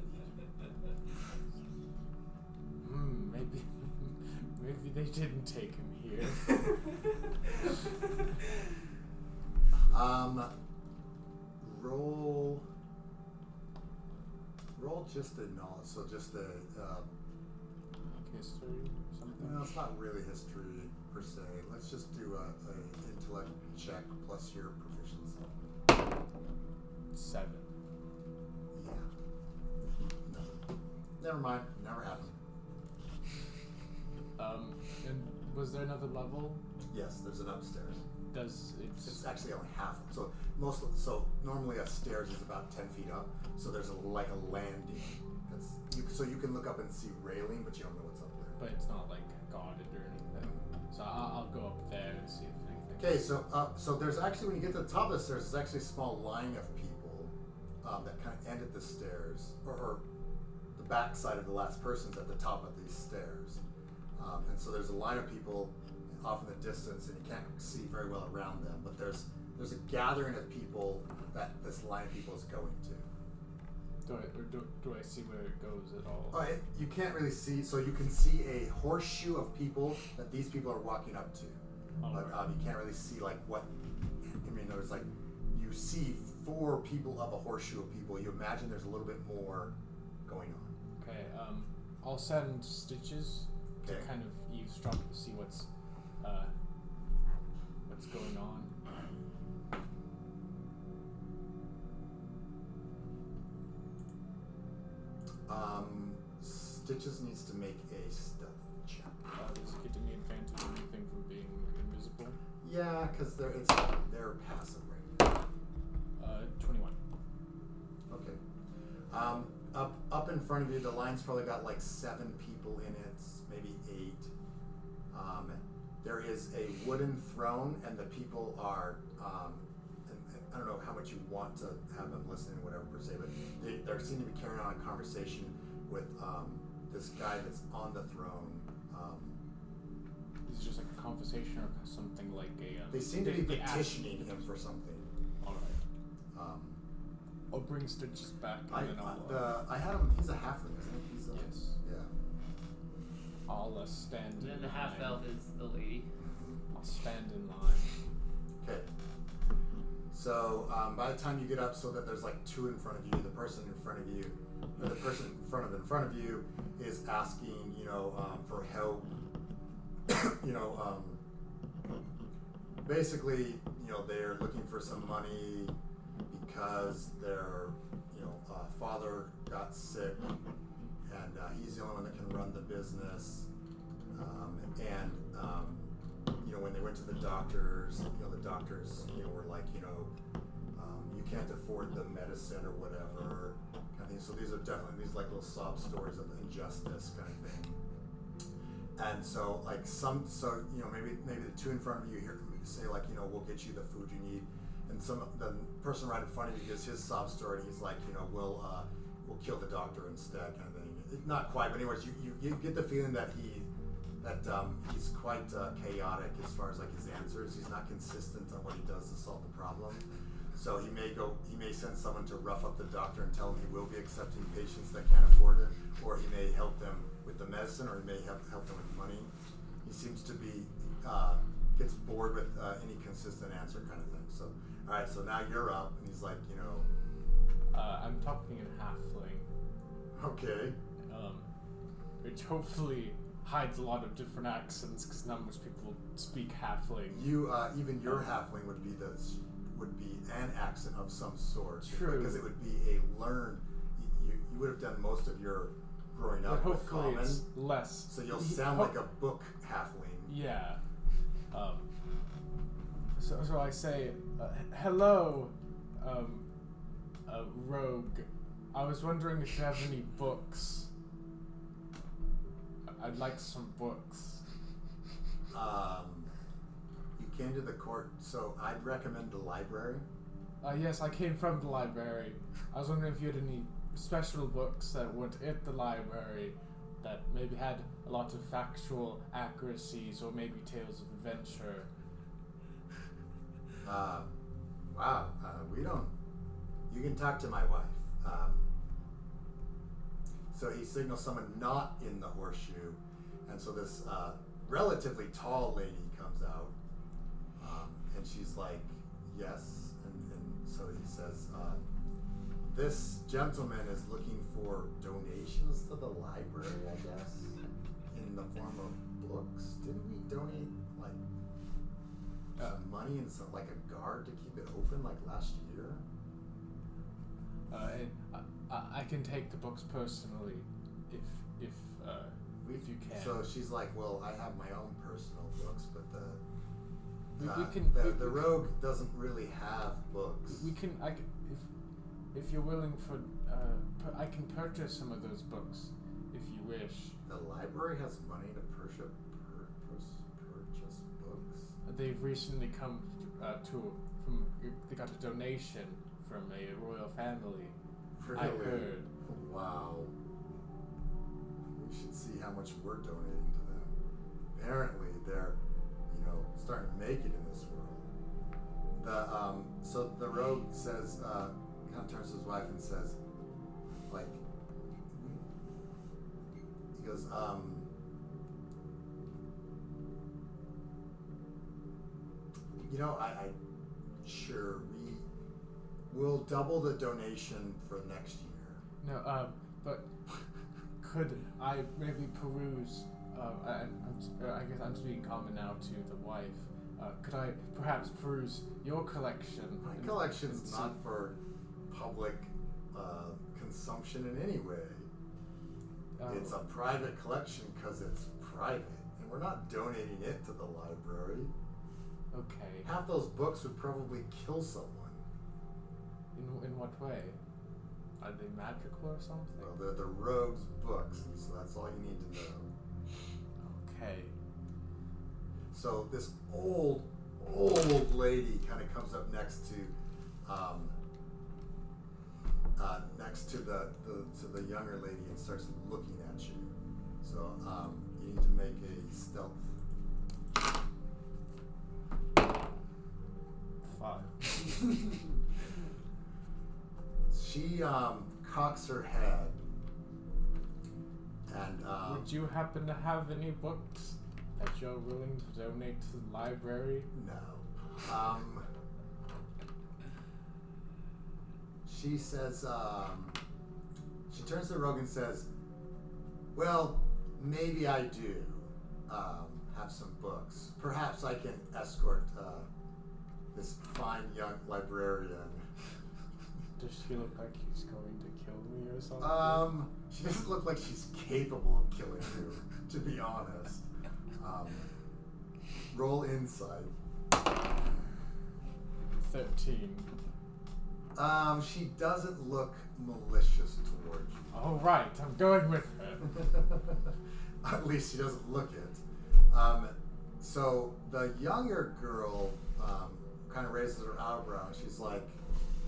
Speaker 2: Hmm, They didn't take him here.
Speaker 1: Um, roll. Roll just the knowledge. So just the. Uh,
Speaker 2: History, something.
Speaker 1: no, it's not really history per se. Let's just do a, a intellect check plus your proficiency.
Speaker 2: Seven.
Speaker 1: Yeah. Nothing. Never mind. Never happened.
Speaker 2: Um, and was there another level?
Speaker 1: Yes, there's an upstairs.
Speaker 2: Does it's
Speaker 1: It's actually only half. So most. Of, so normally a stairs is about ten feet up. So there's a, like a landing. That's you, so you can look up and see railing, but you don't know what's up there.
Speaker 2: but it's not like guarded or anything. So I'll, I'll go up there and see if anything.
Speaker 1: Okay, so uh, so there's actually when you get to the top of the stairs, there's actually a small line of people um, that kind of end at the stairs, or, or the back side of the last person's at the top of these stairs, um, and so there's a line of people off in the distance, and you can't see very well around them, but there's there's a gathering of people that this line of people is going to.
Speaker 2: Do I or do, do I see where it goes at all?
Speaker 1: Uh, it- you can't really see, so you can see a horseshoe of people that these people are walking up to. but
Speaker 2: Alright.
Speaker 1: um, you can't really see like what. I mean, there's like you see four people of a horseshoe of people. You imagine there's a little bit more going on.
Speaker 2: Okay. Um, I'll send stitches to
Speaker 1: Okay.
Speaker 2: kind of eavesdrop to see what's uh what's going on.
Speaker 1: Um, Stitches needs to make a stealth check.
Speaker 2: Uh, is it getting me advantage or anything from being invisible?
Speaker 1: Yeah, because they're it's they're passive right now.
Speaker 2: Uh, twenty-one.
Speaker 1: Okay. Um, up up in front of you, the line's probably got like seven people in it, maybe eight. Um, there is a wooden throne, and the people are. Um, and, and I don't know how much you want to have them listening, whatever per se, but they, they seem to be carrying on a conversation with um, this guy that's on the throne. Um,
Speaker 2: Is it just like a conversation or something like a? Um,
Speaker 1: they seem to be
Speaker 2: they ask-
Speaker 1: petitioning him for something.
Speaker 2: All right.
Speaker 1: Um,
Speaker 2: I'll bring stitches back and
Speaker 1: I,
Speaker 2: then
Speaker 1: I,
Speaker 2: I'll. uh,
Speaker 1: the, I had him. He's a halfling, isn't he? He's a,
Speaker 2: Yes.
Speaker 1: Yeah.
Speaker 2: I'll uh, stand.
Speaker 3: And then
Speaker 2: in
Speaker 3: the half
Speaker 2: line.
Speaker 3: elf is the lady.
Speaker 2: I'll stand in line.
Speaker 1: Okay. So um, by the time you get up, so that there's like two in front of you, the person in front of you, or the person in front of in front of you is asking, you know, um, for help. you know, um, basically, you know, they're looking for some money because their, you know, uh, father got sick, and uh, he's the only one that can run the business. Um, and um, you know, when they went to the doctors, you know, the doctors, you know, were like, you know, um, you can't afford the medicine or whatever kind of thing. So these are definitely these like little sob stories of injustice kind of thing. And so like some, so you know, maybe maybe the two in front of you here say like, you know, we'll get you the food you need, and some the person right in front of you gives his sob story, and he's like, you know, we'll uh, we'll kill the doctor instead kind of thing. It- Not quite, but anyways, you, you, you get the feeling that he that um, he's quite uh, chaotic as far as like his answers. He's not consistent on what he does to solve the problem. So he may go, he may send someone to rough up the doctor and tell him he will be accepting patients that can't afford it, or he may help them with the medicine, or he may help help them with money. He seems to be uh, gets bored with uh, any consistent answer kind of thing. So all right, so now you're up, and he's like, you know,
Speaker 2: Uh, I'm talking in halfling,
Speaker 1: okay,
Speaker 2: um, which hopefully hides a lot of different accents because not most people speak halfling.
Speaker 1: you uh, even your halfling would be the would be an accent of some sort.
Speaker 2: True.
Speaker 1: because it would be a learned. You, you, you would have done most of your growing
Speaker 2: but
Speaker 1: up with
Speaker 2: hopefully
Speaker 1: common,
Speaker 2: it's less.
Speaker 1: so you'll
Speaker 2: y-
Speaker 1: sound
Speaker 2: ho-
Speaker 1: like a book halfling.
Speaker 2: Yeah. Um, so, so I say, uh, h- hello, um, uh, rogue. I was wondering if you have any books. I- I'd like some books.
Speaker 1: Um, you came to the court, so I'd recommend the library.
Speaker 2: Uh, yes, I came from the library. I was wondering if you had any special books that weren't at the library that maybe had a lot of factual accuracies or maybe tales of adventure.
Speaker 1: Uh, wow, uh, we don't. You can talk to my wife. Um, so he signals someone not in the horseshoe, and so this uh, relatively tall lady comes out, um, and she's like, "Yes," and, and so he says, uh, "This gentleman is looking for donations to the library, I guess, in the form of books. Didn't we donate like
Speaker 2: Uh.
Speaker 1: some money and some like a guard to keep it open like last year?"
Speaker 2: Uh, and I- I, I can take the books personally if if uh, if you can.
Speaker 1: So she's like, "Well, I have my own personal books, but the
Speaker 2: We- we
Speaker 1: uh,
Speaker 2: can-
Speaker 1: the,
Speaker 2: we-
Speaker 1: the
Speaker 2: we can-
Speaker 1: rogue doesn't really have books."
Speaker 2: we can. I can, if if you're willing for. Uh, pur- I can purchase some of those books if you wish.
Speaker 1: The library has money to purchase pur- pur- purchase books.
Speaker 2: They've recently come uh, to from. They got a donation from a royal family. I heard.
Speaker 1: Wow. We should see how much we're donating to them. Apparently, they're, you know, starting to make it in this world. The um, so the rogue says, uh, kind of turns to his wife and says, like, he goes, um. You know, I, I sure we will double the donation for next year.
Speaker 2: No, um, but could I maybe peruse? Um, I, I'm- I'm, s- uh, I guess I'm speaking common now to the wife. Uh, could I perhaps peruse your collection?
Speaker 1: My
Speaker 2: and- and
Speaker 1: collection's
Speaker 2: see-
Speaker 1: not for public uh, consumption in any way.
Speaker 2: oh,
Speaker 1: It's a private collection because it's private, and we're not donating it to the library.
Speaker 2: oh, okay.
Speaker 1: Half those books would probably kill someone.
Speaker 2: In in what way? Are they magical or something?
Speaker 1: Well, they're the rogue's books, and so that's all you need to know.
Speaker 2: Okay.
Speaker 1: So this old, old lady kind of comes up next to, um, uh, next to the, the to the younger lady and starts looking at you. So um, you need to make a stealth.
Speaker 2: Five.
Speaker 1: She um, cocks her head, and um,
Speaker 2: Would you happen to have any books that you're willing to donate to the library?
Speaker 1: no. Um, she says, um, she turns to Rogan and says, Well, maybe I do um, have some books. Perhaps I can escort uh, this fine young librarian.
Speaker 2: Does she look like she's going to kill me or something?
Speaker 1: Um, she doesn't look like she's capable of killing you, to be honest. Um, roll inside.
Speaker 2: Thirteen.
Speaker 1: Um, she doesn't look malicious toward you.
Speaker 2: All right, I'm going with her.
Speaker 1: At least she doesn't look it. Um, so the younger girl um, kind of raises her eyebrow and she's like,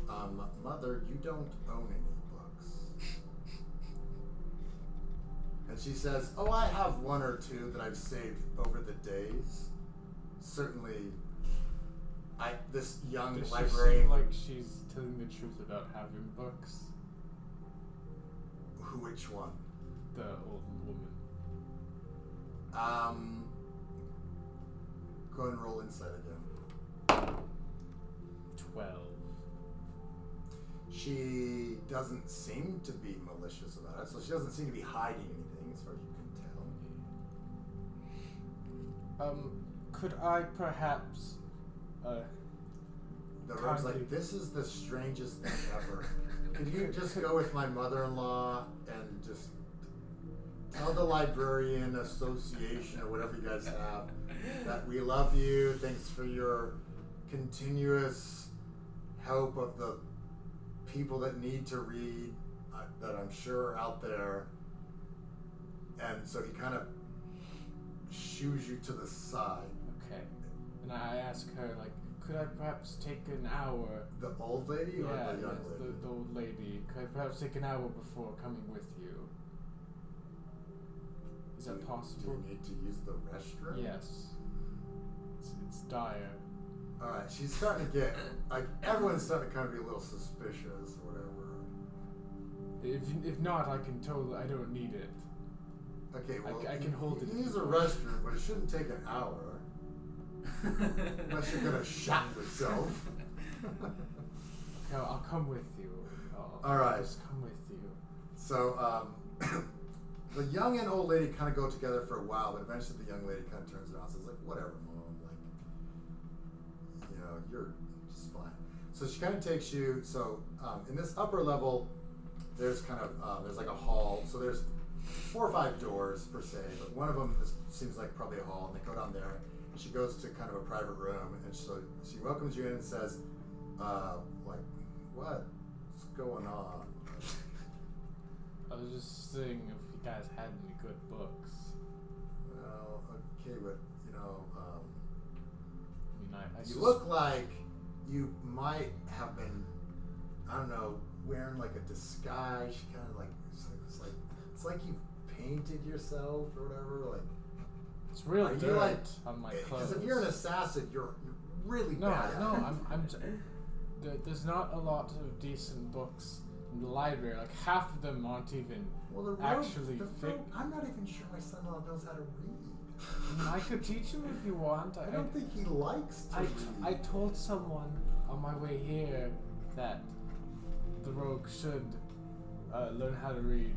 Speaker 1: um, Mother, you don't own any books. And she says, Oh, I have one or two that I've saved over the days. Certainly, I this young
Speaker 2: Does she
Speaker 1: librarian
Speaker 2: seem like she's telling the truth about having books?
Speaker 1: who which one?
Speaker 2: The old woman.
Speaker 1: Um, go ahead and roll inside again.
Speaker 2: Twelve.
Speaker 1: She doesn't seem to be malicious about it, so she doesn't seem to be hiding anything as far as you can tell.
Speaker 2: Um, could I perhaps? Uh,
Speaker 1: The rogue's like,
Speaker 2: Kindly.
Speaker 1: this is the strangest thing ever. Could you just go with my mother in law and just tell the librarian association or whatever you guys have that we love you? Thanks for your continuous help of the people that need to read uh, that I'm sure are out there. And so he kind of shoos you to the side.
Speaker 2: okay. And I ask her like, could I perhaps take an hour?
Speaker 1: The old lady or
Speaker 2: yeah,
Speaker 1: the young
Speaker 2: yes,
Speaker 1: lady?
Speaker 2: The, the old lady. Could I perhaps take an hour before coming with you? Is
Speaker 1: Do-
Speaker 2: that possible?
Speaker 1: Do you need to use the restroom?
Speaker 2: Yes. It's, it's dire.
Speaker 1: All right, she's starting to get like everyone's starting to kind of be a little suspicious or whatever.
Speaker 2: If if not, I can totally. I don't need it.
Speaker 1: Okay, well,
Speaker 2: I can hold it.
Speaker 1: You use a restroom, but it shouldn't take an hour. Unless you're gonna shot yourself.
Speaker 2: No, I'll come with you. I'll,
Speaker 1: All right.
Speaker 2: Just come with you.
Speaker 1: so, um, the young and old lady kind of go together for a while, but eventually the young lady kind of turns around and says, like, whatever, mom. Like, you know, you're just fine. So she kind of takes you. So um, in this upper level, there's kind of um, there's like a hall. So there's four or five doors per se, but one of them is, seems like probably a hall, and they go down there. And she goes to kind of a private room, and so she welcomes you in and says, uh, like, what's going on?
Speaker 2: I was just seeing if you guys had any good books.
Speaker 1: Well, okay, but you know, um,
Speaker 2: I mean, I, I
Speaker 1: you
Speaker 2: sus-
Speaker 1: look like you might have been, I don't know, wearing like a disguise. She kind of like it's like it's like it's like you painted yourself or whatever. Like,
Speaker 2: It's real
Speaker 1: are
Speaker 2: dirt
Speaker 1: you like
Speaker 2: on my clothes.
Speaker 1: Because if you're an assassin, you're, you're really
Speaker 2: no,
Speaker 1: bad. at
Speaker 2: no,
Speaker 1: it.
Speaker 2: I'm, I'm. T- there, there's not a lot of decent books in the library. Like half of them aren't even.
Speaker 1: well, the rope,
Speaker 2: actually
Speaker 1: the
Speaker 2: thick.
Speaker 1: rope- I'm not even sure my son-in-law knows how to read.
Speaker 2: I mean, I could teach them if you want.
Speaker 1: I don't think he likes to
Speaker 2: I,
Speaker 1: read.
Speaker 2: I told someone on my way here that the rogue should uh, learn how to read,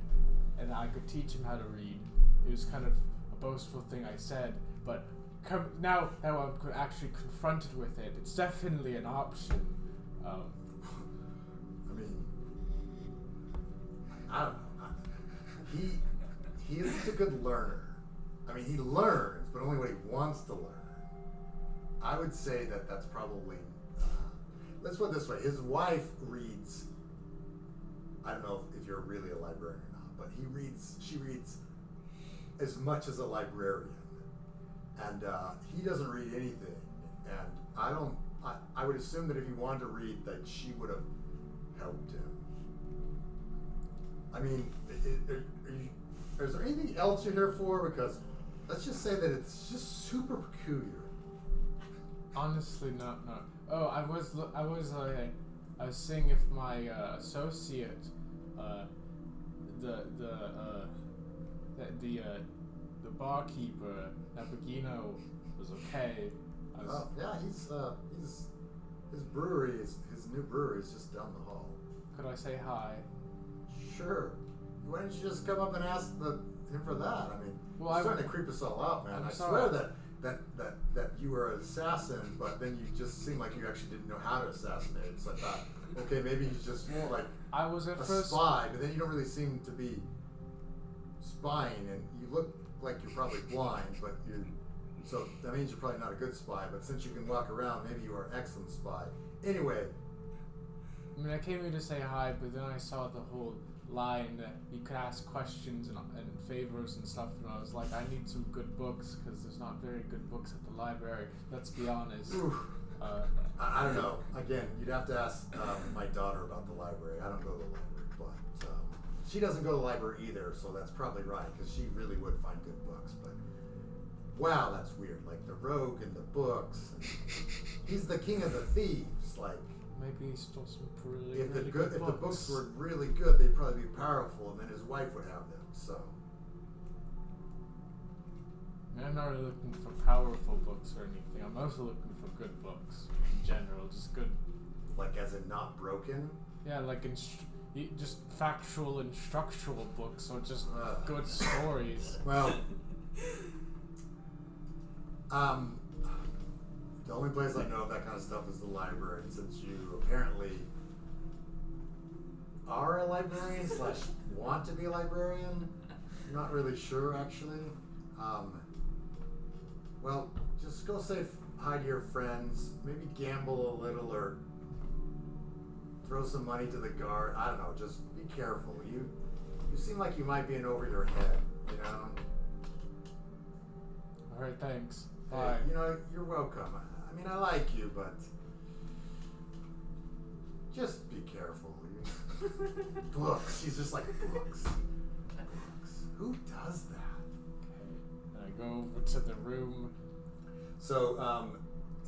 Speaker 2: and I could teach him how to read. It was kind of a boastful thing I said, but com- now that I'm co- actually confronted with it, it's definitely an option. Um,
Speaker 1: I mean, I don't know. I- He he isn't a good learner. I mean, he learns, but only what he wants to learn. I would say that that's probably. Uh, let's put it this way: his wife reads. I don't know if you're really a librarian or not, but he reads. She reads as much as a librarian, and uh, he doesn't read anything. And I don't. I, I would assume that if he wanted to read, that she would have helped him. I mean, i- i- are, are you, is there anything else you're here for? Because let's just say that it's just super peculiar.
Speaker 2: honestly, not no. Oh, I was lo- I was uh, I was seeing if my uh, associate, uh, the the uh, the the, uh, the barkeeper Napagino was okay. I was,
Speaker 1: Oh, yeah, he's uh, he's his brewery is his new brewery is just down the hall.
Speaker 2: Could I say hi?
Speaker 1: Sure. Why didn't you just come up and ask the, him for that? I mean,
Speaker 2: Well,
Speaker 1: it's
Speaker 2: I-
Speaker 1: starting to creep us all out, man.
Speaker 2: I'm
Speaker 1: I
Speaker 2: sorry.
Speaker 1: swear that, that that that you were an assassin, but then you just seemed like you actually didn't know how to assassinate. So I thought, okay, maybe he's just more like
Speaker 2: I was at
Speaker 1: a
Speaker 2: first.
Speaker 1: spy, but then you don't really seem to be spying, and you look like you're probably blind, but you're. So that means you're probably not a good spy, but since you can walk around, maybe you are an excellent spy. Anyway,
Speaker 2: I mean, I came here to say hi, but then I saw the whole line that you could ask questions and, and favors and stuff, and I was like, I need some good books because there's not very good books at the library. Let's be honest.
Speaker 1: oof,
Speaker 2: Uh,
Speaker 1: I, I don't know. Again, you'd have to ask um, my daughter about the library. I don't go to the library, but um, she doesn't go to the library either, so that's probably right, because she really would find good books. But wow, that's weird. Like the rogue and the books. And he's the king of the thieves. Like,
Speaker 2: Maybe he stole some really,
Speaker 1: if the
Speaker 2: really
Speaker 1: good,
Speaker 2: good,
Speaker 1: if the books
Speaker 2: books.
Speaker 1: were really good, they'd probably be powerful, and then his wife would have them. So
Speaker 2: I mean, I'm not really looking for powerful books or anything. I'm also looking for good books in general, just good,
Speaker 1: like as in not broken.
Speaker 2: yeah, like inst- y- just factual and structural books, or just
Speaker 1: Ugh.
Speaker 2: good stories.
Speaker 1: Uh. Well, um, the only place I know of that kind of stuff is the library. and Since you apparently are a librarian slash want to be a librarian, I'm not really sure actually. Um, well, just go say f- hi to your friends. Maybe gamble a little or throw some money to the guard. I don't know. Just be careful. You you seem like you might be in over your head. You know.
Speaker 2: All right, thanks.
Speaker 1: Hey,
Speaker 2: Bye.
Speaker 1: uh, you know, you're welcome. I- I mean, I like you, but just be careful. You- books. He's just like books. Books. Who does that?
Speaker 2: And I go over to the room.
Speaker 1: So, um,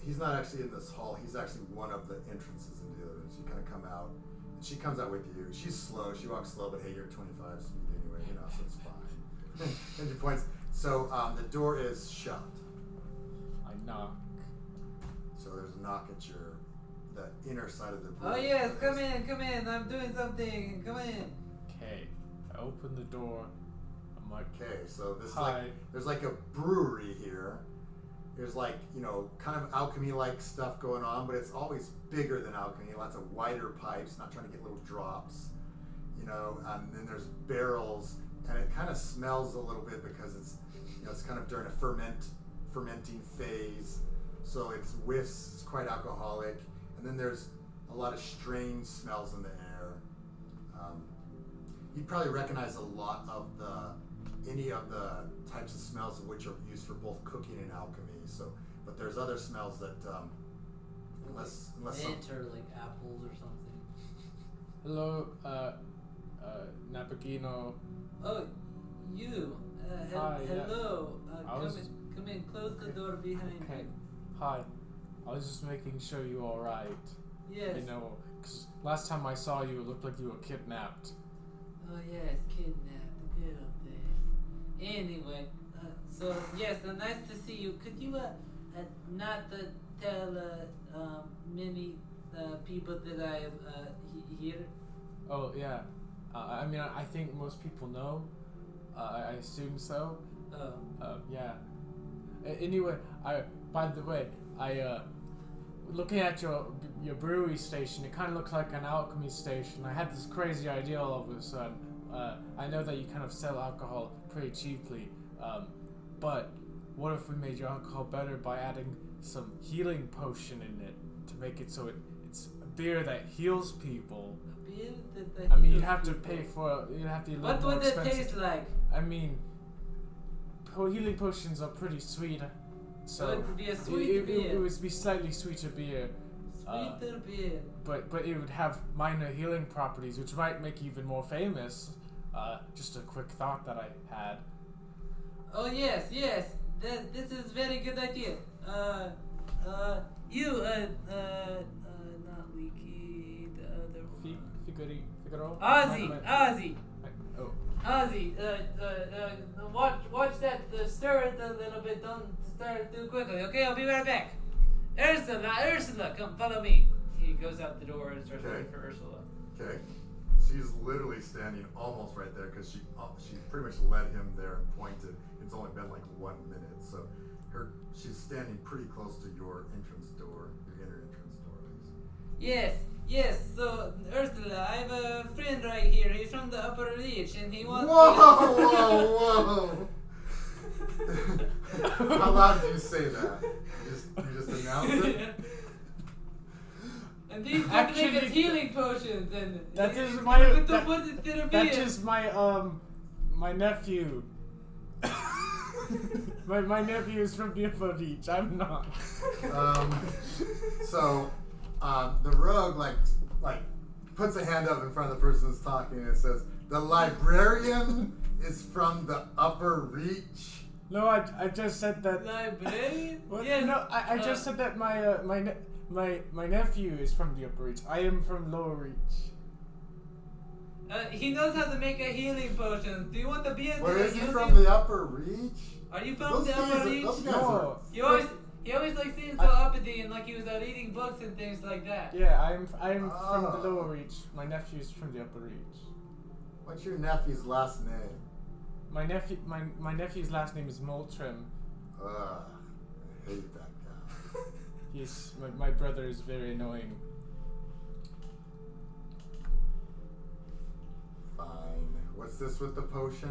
Speaker 1: he's not actually in this hall. He's actually one of the entrances into the other room. So you kind of come out, and she comes out with you. She's slow. She walks slow, but hey, you're 25 speed anyway, you know, so it's fine. Ninja points. So um, the door is shut.
Speaker 2: I knock.
Speaker 1: So there's a knock at your the inner side of the.
Speaker 3: Oh
Speaker 1: room.
Speaker 3: yes, come in, come in. I'm doing something. Come in.
Speaker 2: Okay. I open the door. I'm like,
Speaker 1: Okay, so this is
Speaker 2: hi.
Speaker 1: like there's like a brewery here. There's like you know kind of alchemy like stuff going on, but it's always bigger than alchemy. Lots of wider pipes, not trying to get little drops. You know, and then there's barrels, and it kind of smells a little bit because it's you know it's kind of during a ferment fermenting phase, so it's whiffs. It's quite alcoholic, and then there's a lot of strange smells in the air. Um, you'd probably recognize a lot of the any of the types of smells of which are used for both cooking and alchemy. So, but there's other smells that um, unless unless some,
Speaker 3: Mint or like apples or something.
Speaker 2: hello, uh, uh, Napagino.
Speaker 3: Oh, you. Uh, he-
Speaker 2: Hi, yeah.
Speaker 3: hello. Uh,
Speaker 2: I
Speaker 3: come
Speaker 2: was-
Speaker 3: in. Come in. Close the
Speaker 2: Okay.
Speaker 3: door behind
Speaker 2: Okay.
Speaker 3: you.
Speaker 2: Hi. I was just making sure you were alright.
Speaker 3: Yes.
Speaker 2: You know, 'cause last time I saw you, it looked like you were kidnapped.
Speaker 3: Oh yes, kidnapped. The good old days. Anyway, uh, so yes, uh, nice to see you. Could you uh, uh not uh, tell uh, um, many uh, people that I am uh, he- here?
Speaker 2: Oh yeah. Uh, I I mean, I I think most people know. Uh, I- I assume so.
Speaker 3: Oh,
Speaker 2: Uh, yeah. A- Anyway, I by the way, I uh, looking at your your brewery station, it kind of looks like an alchemy station. I had this crazy idea all of a sudden. Uh, I know that you kind of sell alcohol pretty cheaply, um, but what if we made your alcohol better by adding some healing potion in it to make it so it, it's a beer that heals people?
Speaker 3: a beer that
Speaker 2: I mean,
Speaker 3: you
Speaker 2: you'd have to pay for you'd have to be a little
Speaker 3: What
Speaker 2: more
Speaker 3: would it
Speaker 2: expensive.
Speaker 3: taste like?
Speaker 2: I mean, po- healing potions are pretty sweet, uh, so
Speaker 3: it would be a
Speaker 2: it-
Speaker 3: sweet
Speaker 2: it,
Speaker 3: beer.
Speaker 2: it, it would be slightly sweeter beer, uh,
Speaker 3: Sweeter beer.
Speaker 2: but but it would have minor healing properties, which might make you even more famous. Uh, just a quick thought that I had.
Speaker 3: Oh yes, yes. Th- this is very good idea. Uh, uh, you, uh, uh, uh not leaky. The other
Speaker 2: Fi-
Speaker 3: one.
Speaker 2: Figuri, Figaro.
Speaker 3: Ozzy, Uh,
Speaker 2: Might- might-
Speaker 3: Ozzy,
Speaker 2: might- Oh,
Speaker 3: Ozzy. Uh, uh, uh, watch, watch that. Uh, stir it a little bit. Don't stir it too quickly. Okay, I'll be right back. Ursula, Ursula, come follow me. He goes out the door and starts
Speaker 1: Okay.
Speaker 3: looking for Ursula.
Speaker 1: okay, she's literally standing almost right there because she uh, she pretty much led him there and pointed. It's only been like one minute, so her she's standing pretty close to your entrance door, your inner entrance door. at least.
Speaker 3: Yes, yes. So Ursula, I have a friend right here. He's from the Upper Reach, and he
Speaker 1: Whoa,
Speaker 3: wants.
Speaker 1: whoa, whoa! How loud do you say that? You just, you just announce it.
Speaker 3: And these
Speaker 2: Actually,
Speaker 3: Actually, make us healing potions and eh,
Speaker 2: that is
Speaker 3: It's
Speaker 2: my-
Speaker 3: good to
Speaker 2: that-
Speaker 3: put it in a
Speaker 2: that
Speaker 3: beer.
Speaker 2: is my um, my nephew. my my nephew is from Nippo Beach. I'm not.
Speaker 1: Um, so um, the rogue like like puts a hand up in front of the person that's talking and says, "The librarian is from the upper reach."
Speaker 2: No, I, I just said that.
Speaker 3: Librarian?
Speaker 2: What?
Speaker 3: Yes,
Speaker 2: No, I, I
Speaker 3: uh,
Speaker 2: just said that my uh, my ne- my my nephew is from the upper reach. I am from lower reach.
Speaker 3: Uh, he knows how to make a healing potion. Do you want the beer?
Speaker 1: Where
Speaker 3: that
Speaker 1: is he
Speaker 3: you're
Speaker 1: from?
Speaker 3: using?
Speaker 1: The upper reach?
Speaker 3: Are you from
Speaker 1: Those
Speaker 3: the
Speaker 1: guys
Speaker 3: upper
Speaker 1: are-
Speaker 3: reach?
Speaker 1: those guys are-
Speaker 2: No.
Speaker 3: He always he always like seems so
Speaker 2: I-
Speaker 3: uppity and like he was uh, reading books and things like that.
Speaker 2: Yeah, I'm I'm from
Speaker 1: Ah.
Speaker 2: the lower reach. My nephew is from the upper reach.
Speaker 1: What's your nephew's last name?
Speaker 2: My nephew my my nephew's last name is Moultrim.
Speaker 1: Ugh, I hate that guy.
Speaker 2: He's my, my brother is very annoying.
Speaker 1: Fine. What's this with the potion?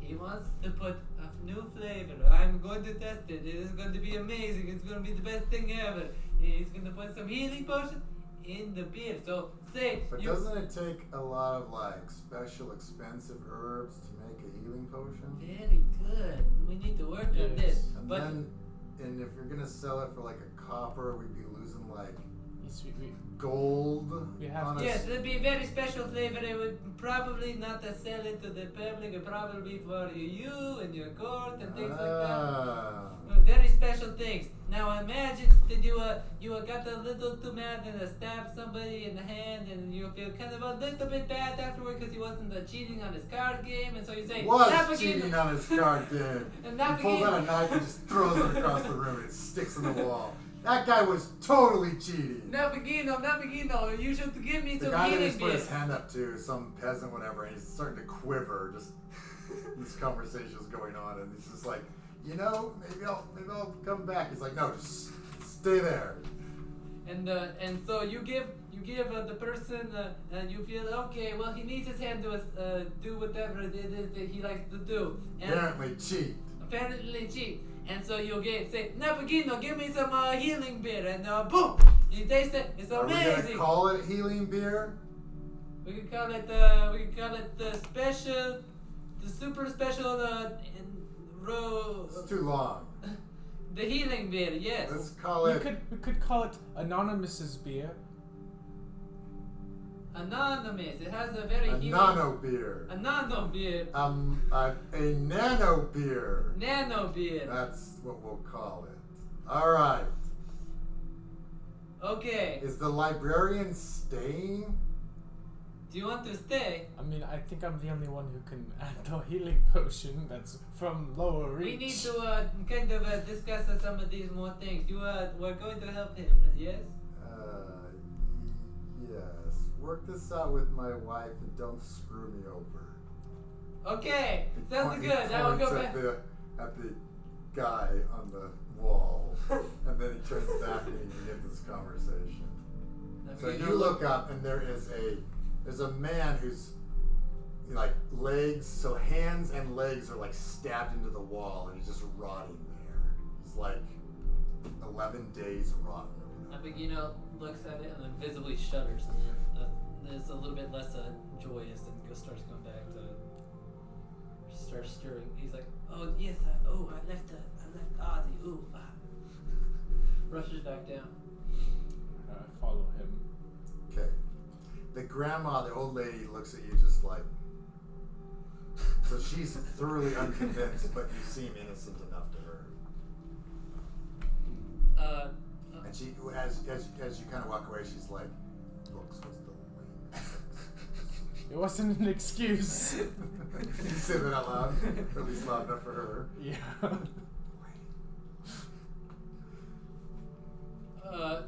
Speaker 3: He wants to put a new flavor. I'm going to test it. It is going to be amazing. It's going to be the best thing ever. He's going to put some healing potion in the beer. So say
Speaker 1: But
Speaker 3: you.
Speaker 1: doesn't it take a lot of like special expensive herbs to make a healing potion?
Speaker 3: Very good. We need to work on this.
Speaker 2: Yes.
Speaker 1: And
Speaker 3: But
Speaker 1: then, and if you're gonna sell it for like a copper, we'd be losing like
Speaker 2: He's, we, we,
Speaker 1: gold.
Speaker 2: We have
Speaker 1: on
Speaker 2: to-
Speaker 1: us.
Speaker 3: yes, it'd be a very special flavor. I would probably not uh, sell it to the public. It probably for you and your court and things like that.
Speaker 1: Ah.
Speaker 3: But very special things. Now imagine that you uh, you uh, got a little too mad and uh, stabbed somebody in the hand, and you feel kind of a little bit bad afterward because he wasn't uh, cheating on his card game, and so you say, "Snap
Speaker 1: was
Speaker 3: again."
Speaker 1: cheating on his card, dude.
Speaker 3: And
Speaker 1: he
Speaker 3: that
Speaker 1: pulls
Speaker 3: became-
Speaker 1: out a knife and just throws it across the room and it sticks in the wall. That guy was totally cheating.
Speaker 3: Navigino, Navigino, you should give me
Speaker 1: the
Speaker 3: some
Speaker 1: guy that
Speaker 3: healing
Speaker 1: just put
Speaker 3: beer.
Speaker 1: his hand up to, some peasant, whatever, and he's starting to quiver. Just this conversation's going on, and he's just like, you know, maybe I'll maybe I'll come back. He's like, no, just stay there.
Speaker 3: And uh, and so you give you give uh, the person uh, and you feel okay. Well, he needs his hand to uh, do whatever it is that he likes to do. And
Speaker 1: Apparently, cheat.
Speaker 3: apparently cheap. And so you get say Napagino, give me some uh, healing beer, and uh, boom, you taste it. It's
Speaker 1: Are we gonna
Speaker 3: amazing.
Speaker 1: call it healing beer?
Speaker 3: We can call it uh, we can call it the special, the super special uh, in- ro-
Speaker 1: It's too long.
Speaker 3: the healing beer. Yes.
Speaker 1: Let's call
Speaker 2: We
Speaker 1: it.
Speaker 2: could we could call it Anonymous's beer.
Speaker 3: Anonymous. It has a very
Speaker 1: a
Speaker 3: healing.
Speaker 1: nano beer.
Speaker 3: Anano beer.
Speaker 1: Um, a, a nano beer.
Speaker 3: Nano beer.
Speaker 1: That's what we'll call it. All right.
Speaker 3: Okay.
Speaker 1: Uh, Is the librarian staying?
Speaker 3: Do you want to stay?
Speaker 2: I mean, I think I'm the only one who can add the healing potion that's from lower reach.
Speaker 3: We need to uh, kind of uh, discuss uh, some of these more things. You uh, we're going to help him. Yes.
Speaker 1: Uh, yes. Work this out with my wife and don't screw me over.
Speaker 3: Okay.
Speaker 1: He
Speaker 3: Sounds
Speaker 1: point- he
Speaker 3: good. Now we'll
Speaker 1: points
Speaker 3: go
Speaker 1: at
Speaker 3: back.
Speaker 1: the, at the guy on the wall, and then he turns back and he begins this conversation. So you look up, and there is a there's a man who's like legs, so hands and legs are like stabbed into the wall, and he's just rotting there. He's like eleven days rotten.
Speaker 3: Nabigino looks at it and then visibly shudders. Uh, There's a little bit less uh, joyous and go- starts going back to starts stirring. He's like, "Oh yes, I, oh I left uh, I left Ozzy. Ooh." Ah. Rushes back down.
Speaker 2: Uh, follow him.
Speaker 1: Okay. The grandma, the old lady, looks at you just like. So she's thoroughly unconvinced, but you seem innocent enough to
Speaker 3: Uh,
Speaker 1: her.
Speaker 3: uh,
Speaker 1: And she, as as as you kind of walk away, she's like, "Looks was the
Speaker 2: It wasn't an excuse.
Speaker 1: lame." you say that out loud, or at least loud enough for her.
Speaker 2: yeah.
Speaker 3: uh,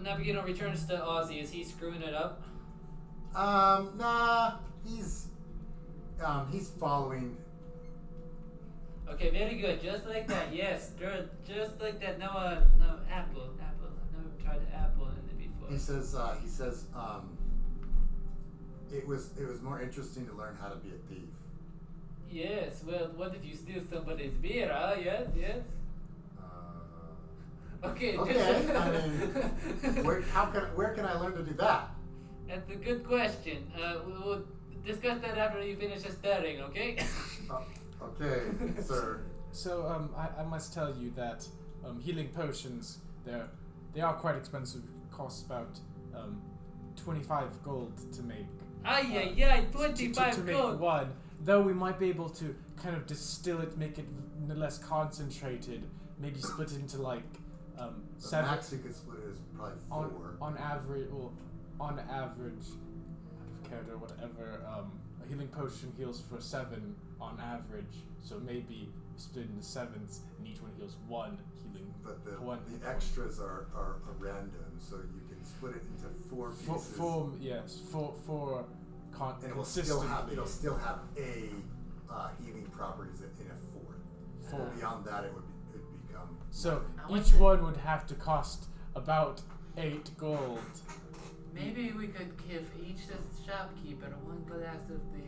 Speaker 3: Nabigino returns to Ozzy. Is he screwing it up?
Speaker 1: Um, nah, he's um he's following.
Speaker 3: Okay, very good. Just like that. Yes, good. Just like that. No, uh, no apple, apple. I've never tried an apple in it before.
Speaker 1: He says uh, he says um. It was it was more interesting to learn how to be a thief.
Speaker 3: Yes, well, what if you steal somebody's beer, huh? Yes, yes.
Speaker 1: Uh,
Speaker 3: Okay,
Speaker 1: okay, I mean, where, how can where can I learn to do that?
Speaker 3: That's a good question. Uh, we- we'll discuss that after you finish the stirring, okay?
Speaker 1: Uh, okay, sir.
Speaker 2: So um, I, I must tell you that um, healing potions they're they are quite expensive. Costs about um, twenty five gold to make.
Speaker 3: Ay, ay, ay,
Speaker 2: to,
Speaker 3: 25
Speaker 2: to, to make
Speaker 3: gold.
Speaker 2: one. Though we might be able to kind of distill it, make it n- less concentrated, maybe split it into like um,
Speaker 1: The
Speaker 2: seven
Speaker 1: max you could split it is probably four.
Speaker 2: on on average or on average out of character whatever um, a healing potion heals for seven on average so maybe split into sevens and each one heals one healing
Speaker 1: But the,
Speaker 2: One.
Speaker 1: the extras are, are, are random, so you can split it into four pieces,
Speaker 2: for, for yes for for con-
Speaker 1: and it will still
Speaker 2: consistently
Speaker 1: have it'll still have a uh, healing properties in, in a fourth.
Speaker 2: for,
Speaker 1: Beyond that, it would be, it'd become
Speaker 2: so
Speaker 3: I want
Speaker 2: each
Speaker 3: to-
Speaker 2: one would have to cost about eight gold
Speaker 3: Maybe we could give each shopkeeper one glass of the,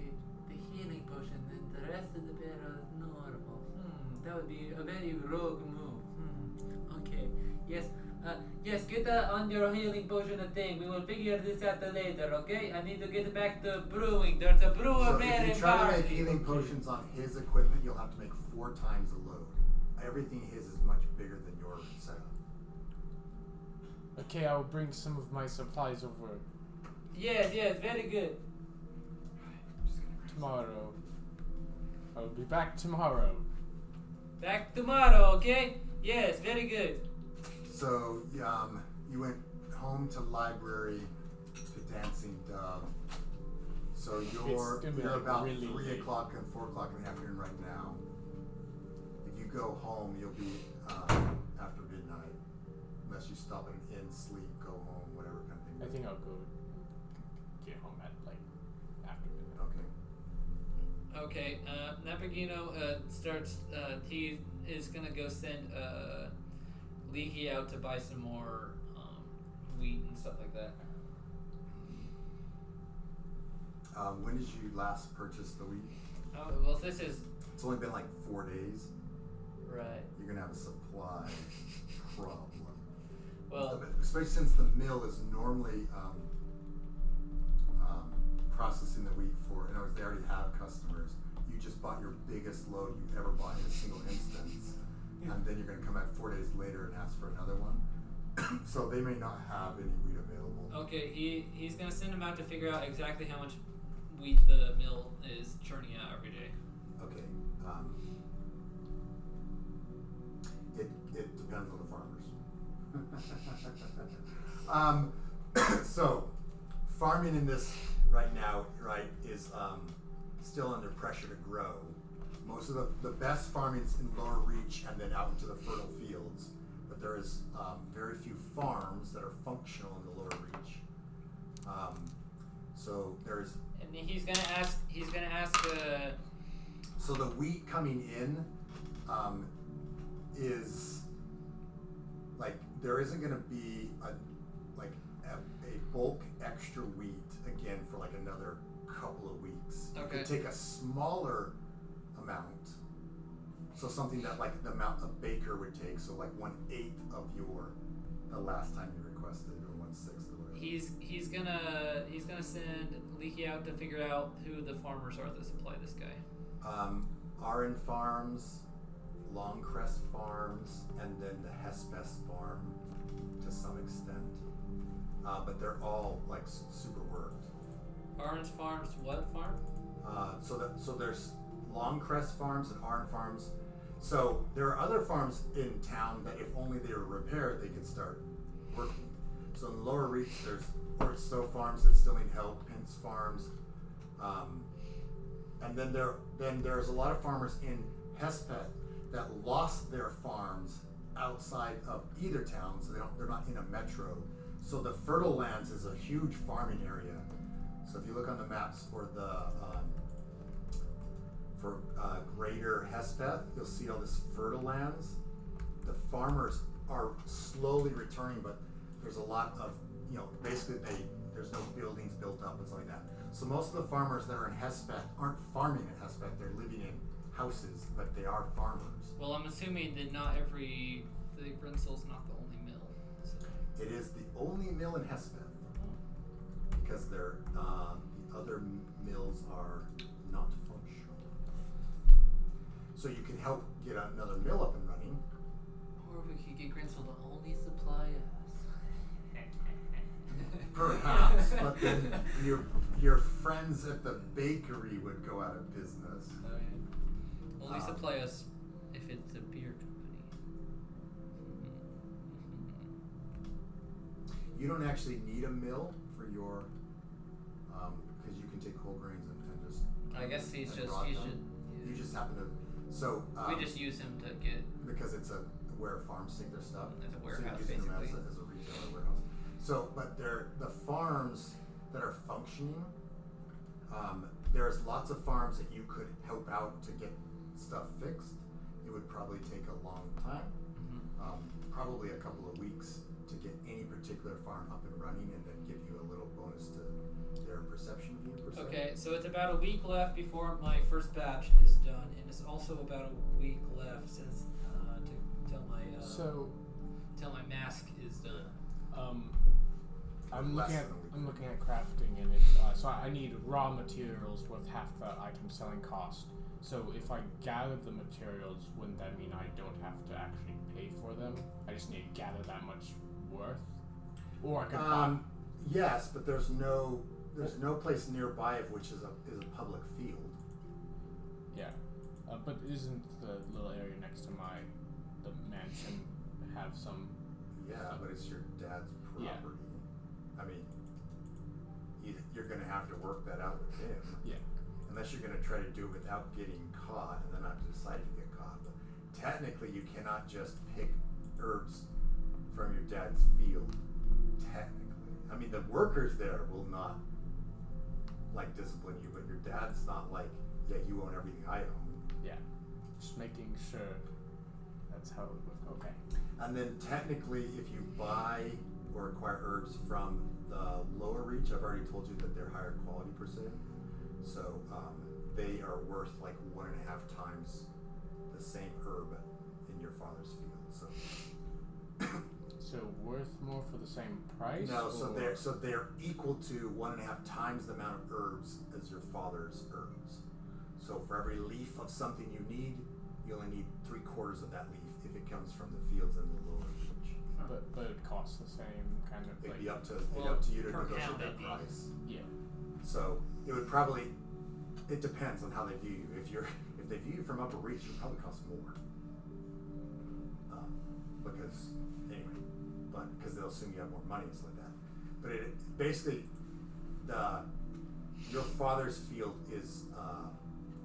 Speaker 3: the healing potion and the rest of the barrel is normal. Hmm, that would be a very rogue move. Hmm. Okay, yes. Uh, yes, get uh, on your healing potion and thing. We will figure this out later, okay? I need to get back to brewing. There's a brewer
Speaker 1: So
Speaker 3: Oh, man
Speaker 1: if
Speaker 3: in
Speaker 1: you try to
Speaker 3: Barney.
Speaker 1: make healing potions on his equipment, you'll have to make four times a load. Everything his is much bigger than your setup.
Speaker 2: okay i'll bring some of my supplies over
Speaker 3: Yes, yes, very good.
Speaker 2: tomorrow i'll be back tomorrow
Speaker 3: Back tomorrow, okay? Yes, very good.
Speaker 1: So um, you went home to library to Dancing Dove. So you're
Speaker 2: gonna be,
Speaker 1: you're
Speaker 2: like,
Speaker 1: about
Speaker 2: really
Speaker 1: three
Speaker 2: late.
Speaker 1: o'clock and four o'clock in the afternoon right now. If you go home, you'll be uh, after midnight, unless you stop at an inn, sleep, go home, whatever kind of
Speaker 2: I
Speaker 1: thing.
Speaker 2: think I'll go get home at like after midnight.
Speaker 1: Okay.
Speaker 3: Okay, uh, Napagino uh, starts. Uh, he is gonna go send uh, Leaky out to buy some more um, wheat and stuff like that.
Speaker 1: Um, when did you last purchase the wheat?
Speaker 3: Oh, well, this is
Speaker 1: It's only been like four days.
Speaker 3: right.
Speaker 1: You're gonna have a supply problem.
Speaker 3: Well,
Speaker 1: especially since the mill is normally um, um, processing the wheat for, in other words, they already have customers. You just bought your biggest load you ever bought in a single instance, and then you're going to come back four days later and ask for another one. so they may not have any wheat available.
Speaker 3: okay. He he's gonna send him out to figure out exactly how much wheat the mill is churning out every day.
Speaker 1: Okay. Um, it, it depends on the farmers. um, so, farming in this right now, right, is um, still under pressure to grow. Most of the, the best farming is in lower reach and then out into the fertile fields, but there is um, very few farms that are functional in the lower reach. Um, so there's
Speaker 3: And he's gonna ask. He's gonna ask uh, the.
Speaker 1: so the wheat coming in um, is like there isn't going to be a like a, a bulk extra wheat again for like another couple of weeks. You
Speaker 3: Okay.
Speaker 1: could take a smaller amount. So something that like the amount a baker would take, so like one eighth of your the last time you requested, or one sixth or whatever.
Speaker 3: He's he's gonna he's gonna send Leaky out to figure out who the farmers are that supply this guy.
Speaker 1: um, Aran Farms, Longcrest Farms, and then the Hespes Farm to some extent. Uh, but they're all like s- super worked.
Speaker 3: Orange Farms, what farm?
Speaker 1: Uh, so that so there's Longcrest Farms and Aran Farms. So there are other farms in town that if only they were repaired, they could start working. So in the lower reach, there's Ortso Farms that still need help, Pence Farms, um, and then there then there's a lot of farmers in Hespeth that lost their farms outside of either town, so they don't they're not in a metro. So the fertile lands is a huge farming area. So if you look on the maps for the um, for uh, Greater Hespeth, you'll see all this fertile lands. The farmers are slowly returning, but there's a lot of you know basically they there's no buildings built up and stuff like that. So most of the farmers that are in Hespeth aren't farming in Hespeth; they're living in houses, but they are farmers.
Speaker 3: Well, I'm assuming that not every the Brinsel's not the only mill. So.
Speaker 1: It is the only mill in Hespeth because they're um, the other m- mills are not functional. So you can help get another mill up and running.
Speaker 3: Or we could get Grinsel to only supply us.
Speaker 1: Perhaps, but then your your friends at the bakery would go out of business.
Speaker 3: Oh, Only
Speaker 1: Ah.
Speaker 3: supply us if it's a beer company.
Speaker 1: You don't actually need a mill for your because you can take whole grains and, and just
Speaker 3: I guess he's
Speaker 1: And
Speaker 3: just
Speaker 1: brought
Speaker 3: he's
Speaker 1: them?
Speaker 3: just,
Speaker 1: you just happen to so um,
Speaker 3: we just use him to get
Speaker 1: because it's a where farms take their stuff.
Speaker 3: It's a
Speaker 1: So you're
Speaker 3: warehouse,
Speaker 1: using them
Speaker 3: basically.
Speaker 1: As a, as a retailer warehouse. So, but they're the farms that are functioning. Um, there's lots of farms that you could help out to get stuff fixed. It would probably take a long time,
Speaker 3: mm-hmm.
Speaker 1: um, probably a couple of weeks, to get any particular farm up and running, and then give you a little bonus to their perception view. Per se.
Speaker 3: Okay, so it's about a week left before my first batch is done, and it's also about a week left since uh, to, till my uh,
Speaker 2: So,
Speaker 3: till my mask is done.
Speaker 2: um,
Speaker 1: Or
Speaker 2: I'm
Speaker 1: less
Speaker 2: looking at
Speaker 1: than a week.
Speaker 2: I'm looking at crafting, and it's uh, so I need raw materials worth half the item selling cost. So if I gather the materials, wouldn't that mean I don't have to actually pay for them? I just need to gather that much worth, or I could buy.
Speaker 1: Um, yes, but there's no there's no place nearby of which is a is a public field.
Speaker 2: Yeah, uh, but isn't the little area next to my the mansion have some.
Speaker 1: Yeah, but it's your dad's property.
Speaker 2: Yeah.
Speaker 1: I mean, you, you're going to have to work that out with him.
Speaker 2: Yeah.
Speaker 1: Unless you're going to try to do it without getting caught, and then have to decide if you get caught. But technically, you cannot just pick herbs from your dad's field. Technically, I mean, the workers there will not like discipline you, but your dad's not like, yeah, you own everything I own.
Speaker 2: Yeah. Just making sure that's how it would. Okay.
Speaker 1: And then technically, if you buy or acquire herbs from the lower reach, I've already told you that they're higher quality per se. So um, they are worth like one and a half times the same herb in your father's field. So
Speaker 2: So worth more for the same price?
Speaker 1: no, so
Speaker 2: or-
Speaker 1: they're so they're equal to one and a half times the amount of herbs as your father's herbs. So for every leaf of something you need, you only need three quarters of that leaf if it comes from the fields in the lower reach.
Speaker 2: But but it costs the same kind of
Speaker 1: It'd
Speaker 2: like
Speaker 1: be up to it'd be
Speaker 3: Well,
Speaker 1: up to you to
Speaker 3: per
Speaker 1: negotiate
Speaker 3: pound,
Speaker 1: that
Speaker 3: it'd be.
Speaker 1: price.
Speaker 2: yeah
Speaker 1: So it would probably it depends on how they view you. If you're if they view you from upper reach, it would probably cost more. Um, because anyway, but because they'll assume you have more money and stuff like that. But it basically the your father's field is uh,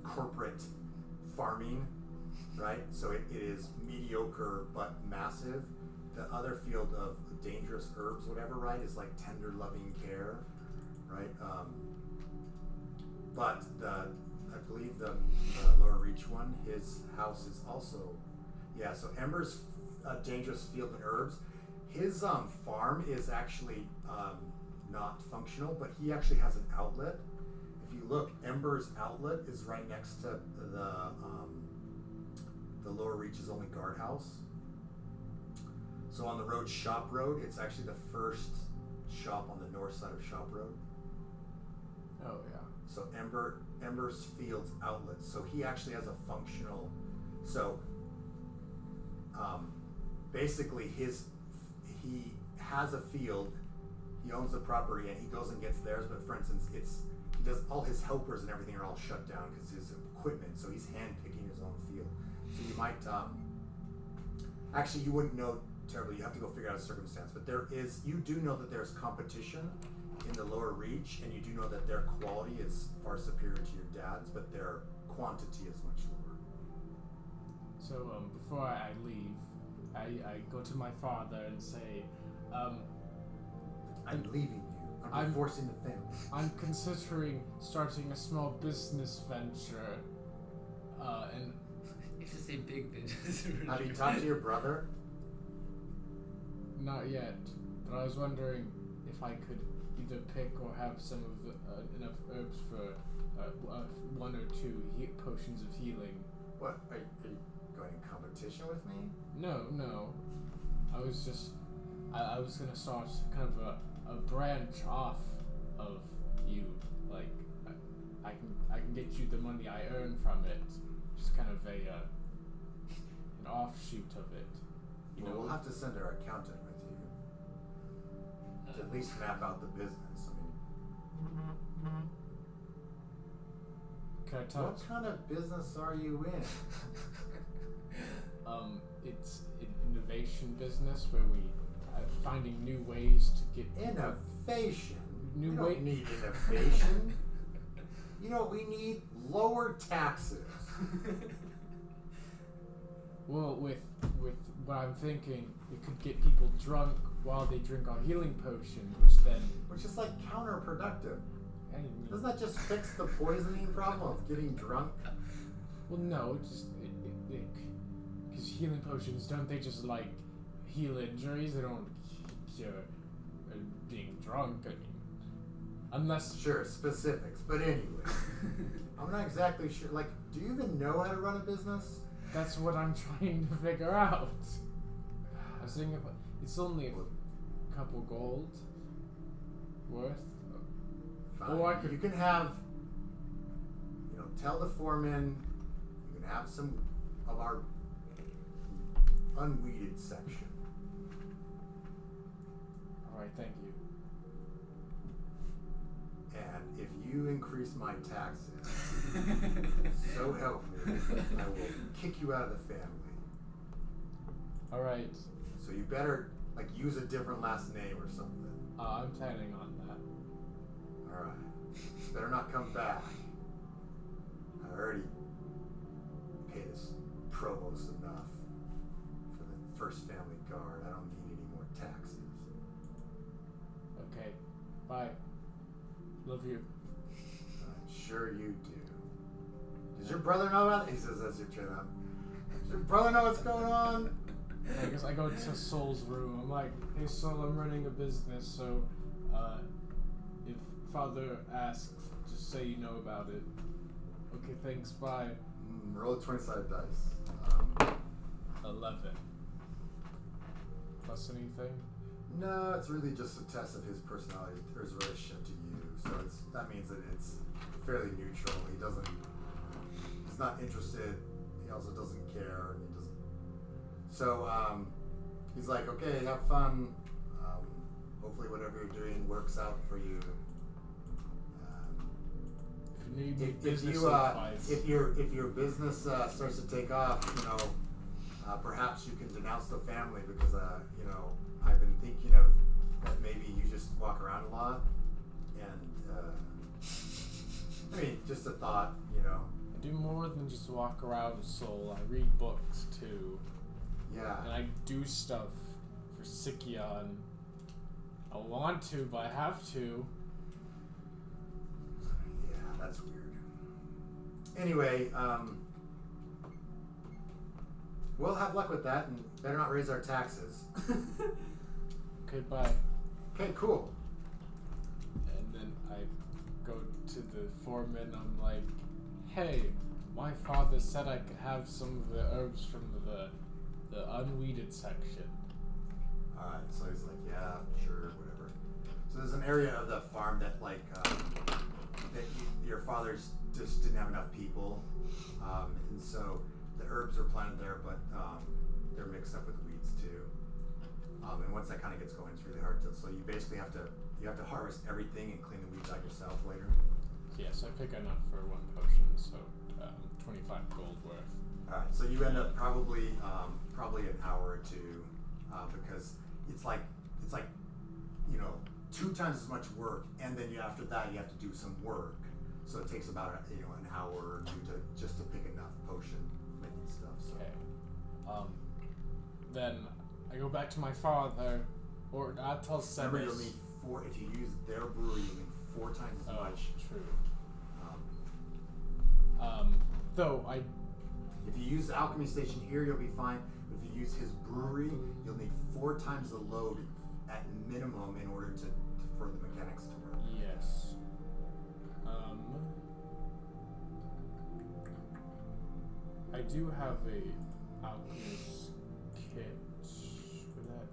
Speaker 1: corporate farming, right? So it, it is mediocre but massive. The other field of dangerous herbs, whatever, right, is like tender loving care, right? Um, but the I believe the, the lower reach one, his house is also, yeah. So Ember's uh, dangerous field and herbs. His um, farm is actually um, not functional, but he actually has an outlet. If you look, Ember's outlet is right next to the um, the lower reaches only guardhouse. So on the road, Shop Road, it's actually the first shop on the north side of Shop Road.
Speaker 2: oh yeah
Speaker 1: So Ember Ember's Fields outlet. So he actually has a functional. So um, basically, his he has a field. He owns the property and he goes and gets theirs. But for instance, it's he does all his helpers and everything are all shut down because his equipment. So he's hand picking his own field. So you might um, actually you wouldn't know terribly. You have to go figure out a circumstance. But there is you do know that there's competition in the lower reach, and you do know that their quality is far superior to your dad's, but their quantity is much lower.
Speaker 2: so um, before I leave I, I go to my father and say um,
Speaker 1: I'm leaving you. I'm,
Speaker 2: I'm-
Speaker 1: divorcing the family.
Speaker 2: I'm considering starting a small business venture uh, and
Speaker 3: You should say big business.
Speaker 1: Have you talked to your brother?
Speaker 2: not yet but I was wondering if I could either pick or have some of the, uh, enough herbs for uh, w- uh, one or two he- potions of healing
Speaker 1: What are you, are you going in competition with me?
Speaker 2: No, no. I was just, I, I was gonna start kind of a, a branch off of you. Like, I, I can I can get you the money I earn from it. Just kind of a uh, an offshoot of it. You
Speaker 1: well,
Speaker 2: know,
Speaker 1: we'll have to send our accountant with you
Speaker 3: Uh,
Speaker 1: to at least map out the business. I mean,
Speaker 2: can I tell?
Speaker 1: what kind of business are you in?
Speaker 2: Um, it's an innovation business where we uh, finding new ways to get people-
Speaker 1: Innovation.
Speaker 2: New
Speaker 1: we
Speaker 2: way-
Speaker 1: don't need innovation. you know what we need? Lower taxes.
Speaker 2: Well, with with what I'm thinking, we could get people drunk while they drink our healing potion, which then
Speaker 1: Which is like counterproductive.
Speaker 2: I mean,
Speaker 1: Doesn't that just fix the poisoning problem of getting drunk?
Speaker 2: well, no, it just it because it, 'cause healing potions don't they just like heal injuries? They don't cure uh, being drunk. I mean, unless
Speaker 1: Sure, specifics, but anyway, I'm not exactly sure. Like, do you even know how to run a business?
Speaker 2: that's what I'm trying to figure out. I was thinking if, it's only a couple gold worth.
Speaker 1: Fine.
Speaker 2: Oh, I could-
Speaker 1: You can have, you know, tell the foreman. You can have some of our unweeded section.
Speaker 2: All right, thank you.
Speaker 1: And if you increase my taxes, so help me, I will kick you out of the family.
Speaker 2: All right.
Speaker 1: So you better like use a different last name or something.
Speaker 2: Uh, I'm planning on that.
Speaker 1: All right. Better not come back. I already paid this provost enough for the first family guard. I don't need any more taxes.
Speaker 2: Okay. Bye. Love you.
Speaker 1: I'm sure you do. Does your brother know about it? He says that's your chin up. Does your brother know what's going on?
Speaker 2: I guess I go to Soul's room. I'm like, hey Soul, I'm running a business, so uh, if Father asks, just say you know about it. Okay, thanks. Bye.
Speaker 1: Mm, roll a 20 sided dice. Um,
Speaker 2: Eleven. Plus anything?
Speaker 1: no, it's really just a test of his personality or his relationship to you. So it's, that means that it's fairly neutral. He doesn't, he's not interested. He also doesn't care. and He doesn't. So um, he's like, okay, have fun. Um, hopefully, whatever you're doing works out for you. Um,
Speaker 2: If you need
Speaker 1: if, if
Speaker 2: business
Speaker 1: you uh,
Speaker 2: advice,
Speaker 1: if your if your business uh, starts to take off, you know, uh, perhaps you can denounce the family because uh, you know I've been thinking of that maybe you just walk around a lot, and uh, I mean just a thought, you know,
Speaker 2: I do more than just walk around Soul. I read books too, and
Speaker 1: yeah,
Speaker 2: I do stuff for Sikion. I want to, but I have to.
Speaker 1: yeah, that's weird. Anyway, um, we'll have luck with that, and better not raise our taxes.
Speaker 2: Okay, bye.
Speaker 1: Okay, cool.
Speaker 2: And then I go to the foreman. I'm like, hey, my father said I could have some of the herbs from the the unweeded section.
Speaker 1: Alright, Uh, so he's like, yeah, sure, whatever. So there's an area of the farm that like um, that y your father's just didn't have enough people, um, and so the herbs are planted there, but um, they're mixed up with weeds too. Um, and once that kind of gets going, it's really hard to. So you basically have to you have to harvest everything and clean the weeds out yourself later.
Speaker 2: Yeah, so I pick enough for one potion, so um, 25 gold worth.
Speaker 1: All right, Uh, so you end up probably um, probably an hour or two uh, because it's like it's like you know two times as much work, and then you after that you have to do some work. So it takes about you know an hour or two to just to pick enough potion making stuff. So
Speaker 2: Okay. Um, then I go back to my father, or I tell
Speaker 1: remember, you'll
Speaker 2: Sebas.
Speaker 1: need four if you use their brewery. You'll need four times as
Speaker 2: Oh,
Speaker 1: much.
Speaker 2: true.
Speaker 1: Um,
Speaker 2: Um, though I
Speaker 1: if you use the alchemy station here, you'll be fine. But if you use his brewery, you'll need four times the load at minimum in order to, to for the mechanics to work.
Speaker 2: Yes. Um. I do have a alchemist kit for that.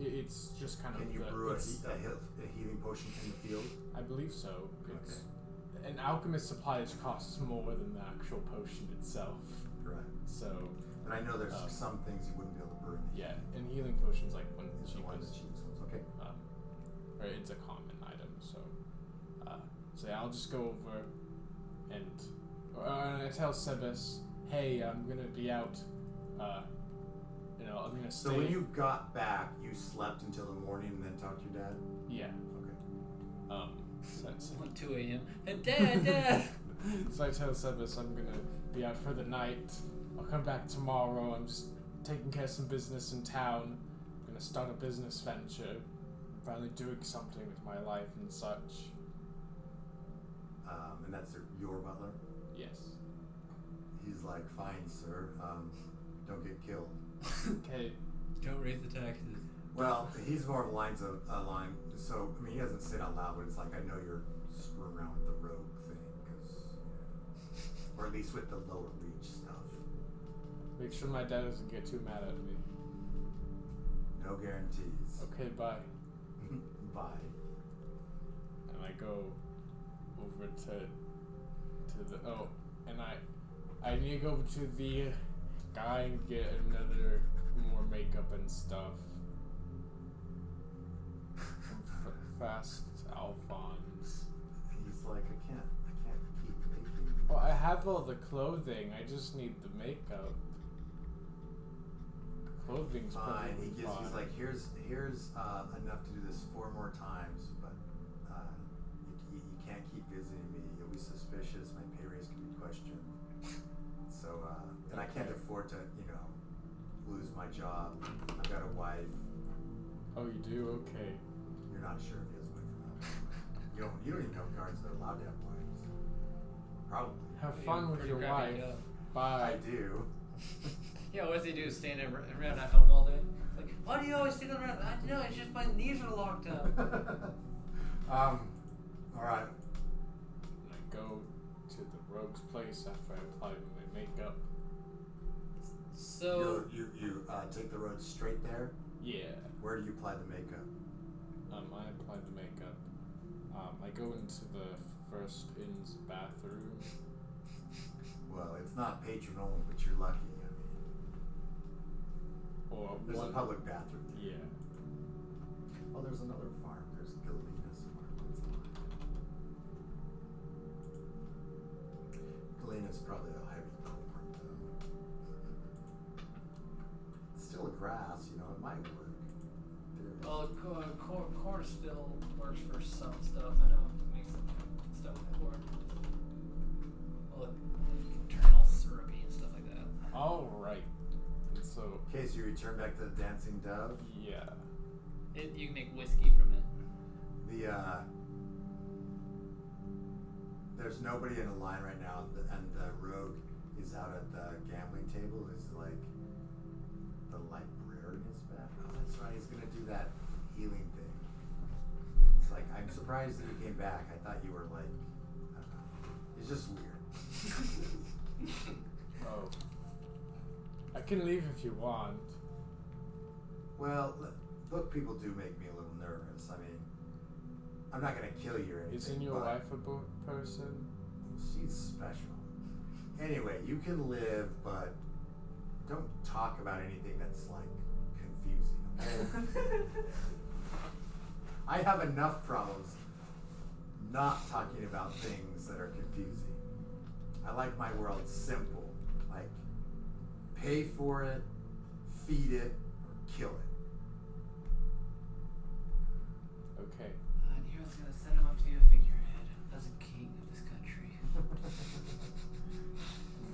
Speaker 2: I- It's just kind of.
Speaker 1: Can you
Speaker 2: the,
Speaker 1: brew a,
Speaker 2: it's-
Speaker 1: he- a, he- a healing potion in the field?
Speaker 2: I believe so. It's, An alchemist supplies costs more than the actual potion itself.
Speaker 1: Right.
Speaker 2: So
Speaker 1: But I know there's
Speaker 2: Um,
Speaker 1: some things you wouldn't be able to brew. in the-
Speaker 2: yeah, and healing potions like one of the
Speaker 1: Is one of the
Speaker 2: cheapest.
Speaker 1: cheapest ones. Okay.
Speaker 2: um, or it's a common item. So, uh, so yeah, I'll just go over and, or, uh, and I tell Sebas, hey, I'm gonna be out. Uh, you know, I'm gonna stay.
Speaker 1: So when you got back, you slept until the morning and then talked to your dad.
Speaker 2: yeah.
Speaker 1: Okay.
Speaker 2: Um, so, so,
Speaker 3: It's 2 a.m. Uh, Dad, Dad.
Speaker 2: so I tell Sebas I'm gonna be out for the night. I'll come back tomorrow. I'm just taking care of some business in town. I'm gonna start a business venture. Finally doing something with my life and such.
Speaker 1: Um, and that's your, your butler.
Speaker 2: Yes.
Speaker 1: He's like, fine, sir. Um, don't get killed.
Speaker 2: Okay.
Speaker 3: Don't raise the taxes.
Speaker 1: Well, he's more of lines of a line. So I mean, he doesn't say it out loud, but it's like I know you're screwing around with the rogue thing, 'cause, yeah. or at least with the lower reach stuff.
Speaker 2: Make sure my dad doesn't get too mad at me.
Speaker 1: No guarantees.
Speaker 2: Okay, bye.
Speaker 1: Bye.
Speaker 2: And I go over to to the oh, and I I need to go over to the guy and get another more makeup and stuff. From F- Fast Alphonse.
Speaker 1: He's like, I can't, I can't keep making these.
Speaker 2: Well, I have all the clothing. I just need the makeup. Clothing's
Speaker 1: Fine.
Speaker 2: perfectly
Speaker 1: Ah, Uh, He gives.
Speaker 2: fine.
Speaker 1: He's like, here's here's uh, enough to do this four more times, but uh, you, you, you can't keep visiting me. You'll be suspicious. My pay raise can be questioned. So, uh, and I can't
Speaker 2: Okay.
Speaker 1: afford to, you know, lose my job. I've got a wife.
Speaker 2: oh, you do? Okay.
Speaker 1: You're not sure if he has a wife or not. You don't. You don't even know if guards are allowed to have wives. Probably.
Speaker 2: Have
Speaker 3: Yeah,
Speaker 2: fun with
Speaker 3: pretty
Speaker 2: your
Speaker 3: crappy
Speaker 2: wife.
Speaker 3: job.
Speaker 1: I
Speaker 2: Bye.
Speaker 1: do.
Speaker 3: Yeah, what does he do? Stand ar- around at home all day? Like, why do you always sit around? I don't know, it's just my knees are locked up.
Speaker 1: um. All right.
Speaker 2: And I go to the rogue's place after I apply my makeup.
Speaker 3: So,
Speaker 1: you you, you uh, take the road straight there.
Speaker 2: Yeah.
Speaker 1: Where do you apply the makeup?
Speaker 2: Um, I apply the makeup. Um, I go into the first inn's bathroom.
Speaker 1: Well, it's not patron only, but you're lucky. I mean,
Speaker 2: Or
Speaker 1: there's
Speaker 2: Oh,
Speaker 1: a
Speaker 2: one.
Speaker 1: public bathroom.
Speaker 2: yeah.
Speaker 1: Oh, there's another farm. There's Galena's farm. That's the one. Galena's probably a heavy corn, though. It's still grass, you know. It might work. There-
Speaker 3: well, cor- cor- corn still works for some stuff. I know it makes stuff with corn. Well, it can turn all syrupy and stuff like that.
Speaker 2: All right. And so,
Speaker 1: Okay, so you return back to the dancing dove.
Speaker 2: yeah.
Speaker 3: It, you can make whiskey from it.
Speaker 1: The uh, there's nobody in the line right now, and the, and the rogue is out at the gambling table. Is like the librarian is back. Oh, that's right. He's gonna do that healing thing. It's like I'm surprised that you came back. I thought you were like, I don't know. It's just weird.
Speaker 2: Oh. I can leave if you want.
Speaker 1: Well, l- book people do make me a little nervous. I mean, I'm not gonna kill you or anything.
Speaker 2: Isn't your
Speaker 1: but-
Speaker 2: wife a book person?
Speaker 1: She's special. Anyway, you can live, but don't talk about anything that's like confusing.
Speaker 3: Uh,
Speaker 1: Okay? I have enough problems not talking about things that are confusing. I like my world simple. Like, pay for it, feed it, or kill it.
Speaker 2: Okay.
Speaker 3: I knew I was gonna set him up to be a figurehead as a king of this country.
Speaker 2: I'm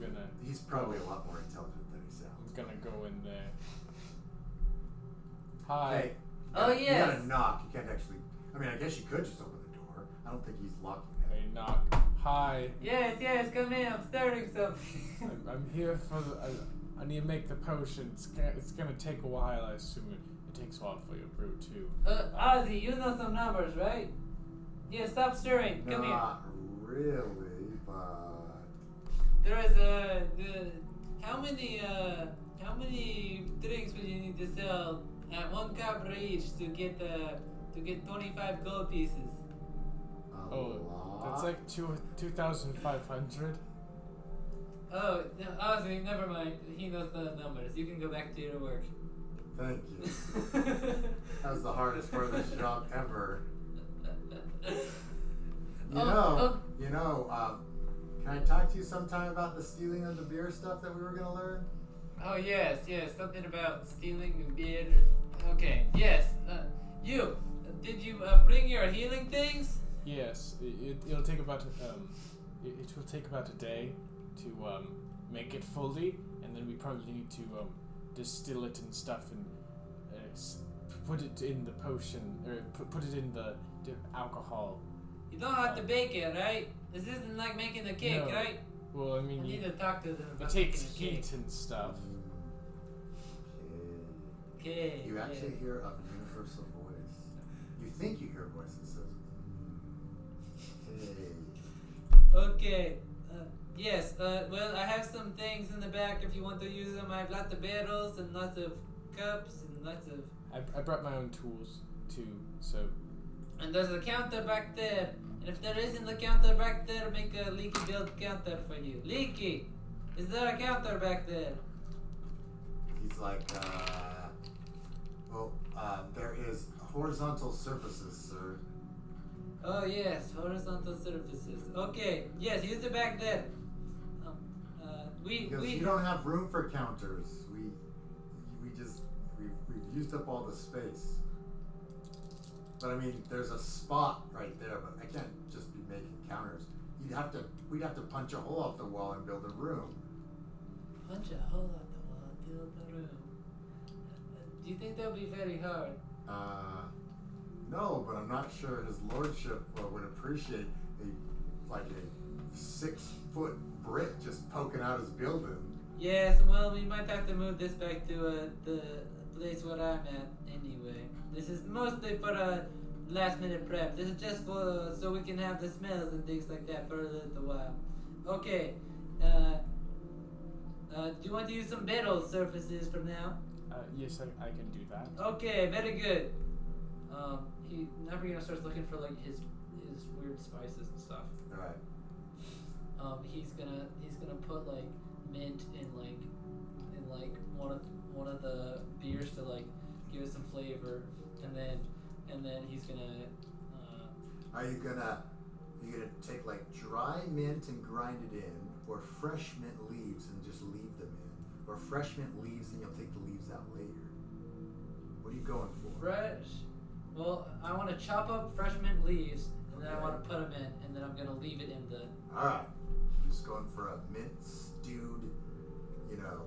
Speaker 2: gonna.
Speaker 1: He's probably a lot more intelligent than he sounds.
Speaker 2: I'm gonna go in there. Hi.
Speaker 1: Hey,
Speaker 3: Oh,
Speaker 1: you gotta- You
Speaker 3: yes.
Speaker 1: gotta knock. You can't actually. I mean, I guess you could just open the door. I don't think he's locking it.
Speaker 2: I knock. Hi.
Speaker 3: Yes, yes, come in. I'm starting something.
Speaker 2: I'm, I'm here for the. I, I need to make the potion. It's gonna, it's gonna take a while, I assume. It, it takes a while for your brew, too.
Speaker 3: Uh, Ozzy, you know some numbers, right? Yeah, stop stirring. Come here.
Speaker 1: Not really, but
Speaker 3: There is a. Uh, how many? Uh, how many drinks would you need to sell at one cup for each to get uh, to get twenty five gold pieces?
Speaker 1: a
Speaker 2: Oh,
Speaker 1: lot.
Speaker 2: that's like two, 2,500.
Speaker 3: Oh, no, Ozzy, never mind. He knows the numbers. You can go back to your work.
Speaker 1: Thank you. That was the hardest part of this job ever. You
Speaker 3: Oh,
Speaker 1: know, you know. Um, can I talk to you sometime about the stealing of the beer stuff that we were gonna learn?
Speaker 3: Oh yes, yes, something about stealing a beer. Okay, yes. Uh, you, did you uh, bring your healing things?
Speaker 2: Yes, it, it, will take about um, it, it will take about a day to um, make it fully, and then we probably need to um, distill it and stuff and uh, s- put it in the potion or put, put it in the, the alcohol.
Speaker 3: You don't have to bake it, right? This isn't like making a cake,
Speaker 2: No.
Speaker 3: right?
Speaker 2: Well, I
Speaker 3: I
Speaker 2: mean,
Speaker 3: need
Speaker 2: you,
Speaker 3: to talk to them.
Speaker 2: it
Speaker 3: about
Speaker 2: takes
Speaker 3: making a cake.
Speaker 2: heat and stuff.
Speaker 1: Okay.
Speaker 3: Okay.
Speaker 1: You
Speaker 3: yeah.
Speaker 1: actually hear a universal voice. You think you hear voices. Says, "Hey."
Speaker 3: Okay. Uh, yes. Uh, well, I have some things in the back if you want to use them. I have lots of barrels and lots of cups and lots of.
Speaker 2: I, I brought my own tools too, so
Speaker 3: And there's a counter back there. And if there isn't a counter back there, make a leaky build counter for you. Leaky! Is there a counter back there?
Speaker 1: He's like, uh, well, uh, there is horizontal surfaces, sir.
Speaker 3: Oh yes, horizontal surfaces. Okay, yes, use it back there. uh,
Speaker 6: We
Speaker 1: Because
Speaker 6: we
Speaker 1: you don't have room for counters. We we just we've, we've used up all the space. But I mean, there's a spot right there, but I can't just be making counters. You'd have to we'd have to punch a hole off the wall and build a room.
Speaker 6: punch a hole out the wall, build the room. Uh, Do you think that'll be very hard?
Speaker 1: Uh, no, but I'm not sure his lordship uh, would appreciate a like a six foot brick just poking out his building.
Speaker 6: Yes, well, we might have to move this back to uh, the place where I'm at anyway. This is mostly for uh, last minute prep. This is just for uh, so we can have the smells and things like that for a little while. Okay, uh, uh, do you want to use some metal surfaces from now?
Speaker 2: Uh, yes, I, I can do that.
Speaker 3: Oh.
Speaker 6: Okay, very good. Um, he Nabriano starts looking for like his his weird spices and stuff.
Speaker 1: All right.
Speaker 6: Um, he's gonna he's gonna put like mint in like in like one of one of the beers to like give it some flavor, and then and then he's gonna uh,
Speaker 1: Are you gonna you gonna take like dry mint and grind it in, or fresh mint leaves and just leave them in, or fresh mint leaves and you'll take the leaves out later? What are you going for?
Speaker 6: fresh. Well, I want to chop up fresh mint leaves, and then I want to put them in, and then I'm gonna leave it in the.
Speaker 1: All right, just going for a mint stewed. You know,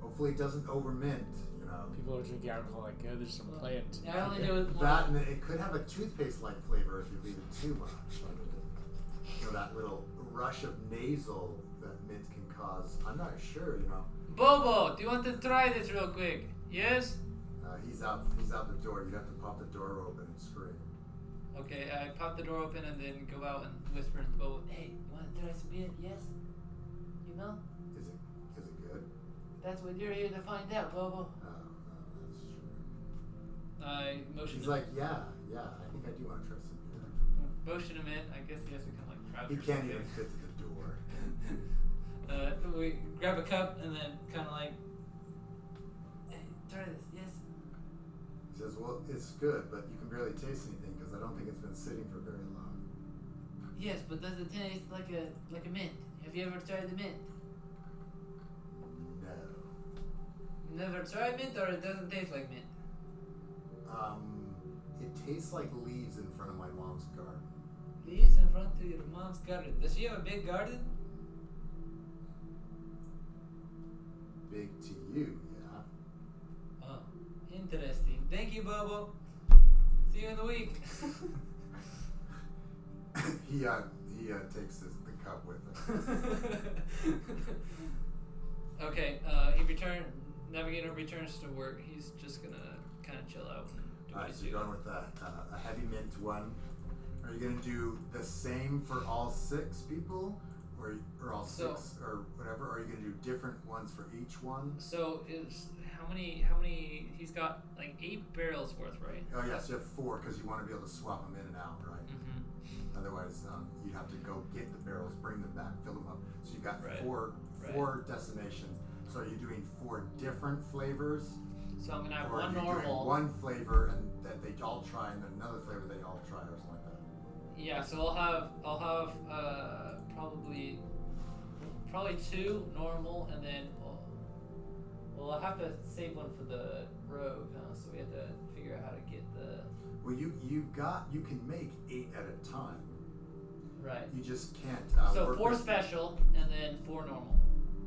Speaker 1: hopefully it doesn't over mint. You know,
Speaker 2: People are drinking alcohol like, oh, there's some plant.
Speaker 6: I only do it
Speaker 1: that
Speaker 6: one.
Speaker 1: and it could have a toothpaste like flavor if you leave it too much. Like, you know that little rush of nasal that mint can cause. I'm not sure. You know.
Speaker 3: Bobo, do you want to try this real quick? Yes?
Speaker 1: Uh, he's out. He's out the door. You have to pop the door open and scream.
Speaker 3: Okay, I pop the door open and then go out and whisper and Bobo, hey, you want to try some beer? Yes? You know?
Speaker 1: Is it? Is it good?
Speaker 3: That's what you're here to find out, Bobo.
Speaker 1: Uh, that's true.
Speaker 3: I motion
Speaker 1: He's
Speaker 3: him,
Speaker 1: like, yeah, yeah. I think I do want to try some beer.
Speaker 3: motion him in. I guess he has to kind of like crouch.
Speaker 1: He
Speaker 3: or
Speaker 1: can't
Speaker 3: something.
Speaker 1: even fit to the door.
Speaker 6: Uh, we grab a cup and then kind of like
Speaker 3: Hey, try this. Yes.
Speaker 1: He says, well, it's good, but you can barely taste anything because I don't think it's been sitting for very long.
Speaker 3: Yes, but does it taste like a like a mint? Have you ever tried the mint?
Speaker 1: No.
Speaker 3: Never tried mint, or it doesn't taste like mint.
Speaker 1: Um, it tastes like leaves in front of my mom's garden.
Speaker 6: leaves in front of your mom's garden. Does she have a big garden?
Speaker 1: Big to you, yeah.
Speaker 6: Oh, interesting. Thank you, Bobo. See you in the week.
Speaker 1: he uh, he uh, takes his, the cup with him.
Speaker 3: Okay. Uh, he return. Navigator returns to work. He's just gonna kind of chill out. and do what
Speaker 1: Alright,
Speaker 3: he's
Speaker 1: so you're
Speaker 3: doing.
Speaker 1: going with a, uh, a heavy mint one. Are you going to do the same for all six people? Or, or all
Speaker 3: So-
Speaker 1: six or whatever? Or are you going to do different ones for each one?
Speaker 3: So is how many? How many? He's got like eight barrels worth, right?
Speaker 1: Oh, yeah, so you have four because you want to be able to swap them in and out, right?
Speaker 3: Mm-hmm.
Speaker 1: Otherwise, um, you'd have to go get the barrels, bring them back, fill them up. So you've got
Speaker 3: Right.
Speaker 1: four
Speaker 3: Right.
Speaker 1: four destinations. So are you doing four different flavors?
Speaker 3: So I'm gonna have
Speaker 1: or
Speaker 3: one
Speaker 1: are you
Speaker 3: normal.
Speaker 1: doing one flavor and that they all try and then another flavor they all try or something like that?
Speaker 3: Yeah, so I'll have I'll have uh, probably probably two normal, and then well, well I'll have to save one for the rogue, huh? so we have to figure out how to get the
Speaker 1: Well, you you've got you can make eight at a time.
Speaker 3: right.
Speaker 1: You just can't. Uh,
Speaker 3: so
Speaker 1: work
Speaker 3: four
Speaker 1: with-
Speaker 3: special, and then four normal.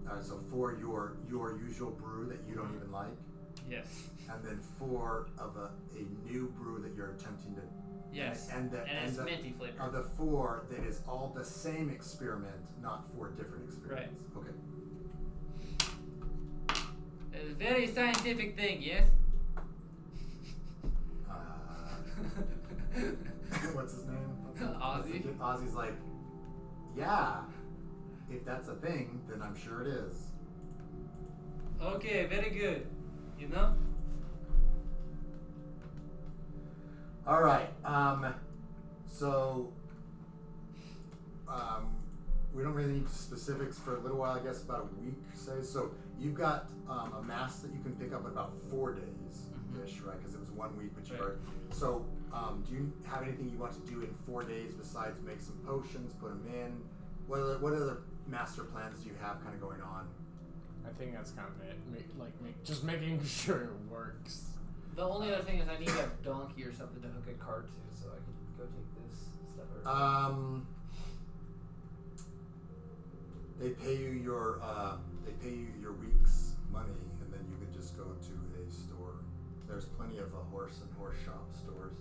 Speaker 1: uh, so for your your usual brew that you don't even like,
Speaker 3: Yes.
Speaker 1: and then four of a, a new brew that you're attempting to.
Speaker 3: Yes.
Speaker 1: And Uh, the,
Speaker 3: And, it's
Speaker 1: the,
Speaker 3: minty flavor.
Speaker 1: of the four that is all the same experiment, not four different experiments. Okay.
Speaker 3: It's a very scientific thing, yes.
Speaker 1: Uh, what's his name? What's the- what's the
Speaker 3: Ozzy.
Speaker 1: kid? Ozzy's like, yeah. If that's a thing, then I'm sure it is.
Speaker 6: okay, very good. You know?
Speaker 1: All right. Um, so um, we don't really need specifics for a little while, I guess, about a week, say. So you've got um, a mass that you can pick up in about four days ish, right? Because it was one week, but you
Speaker 3: Right.
Speaker 1: are. So um, do you have anything you want to do in four days besides make some potions, put them in? What other, what other master plans do you have kind of going on?
Speaker 2: I think that's kind of it. Make, like, make, just making sure it works.
Speaker 3: The only other thing is I need a donkey or something to hook a cart to, so I can go take this stuff. Or
Speaker 1: Um, they pay you your uh, they pay you your week's money, and then you can just go to a store. There's plenty of uh, horse and horse shop stores,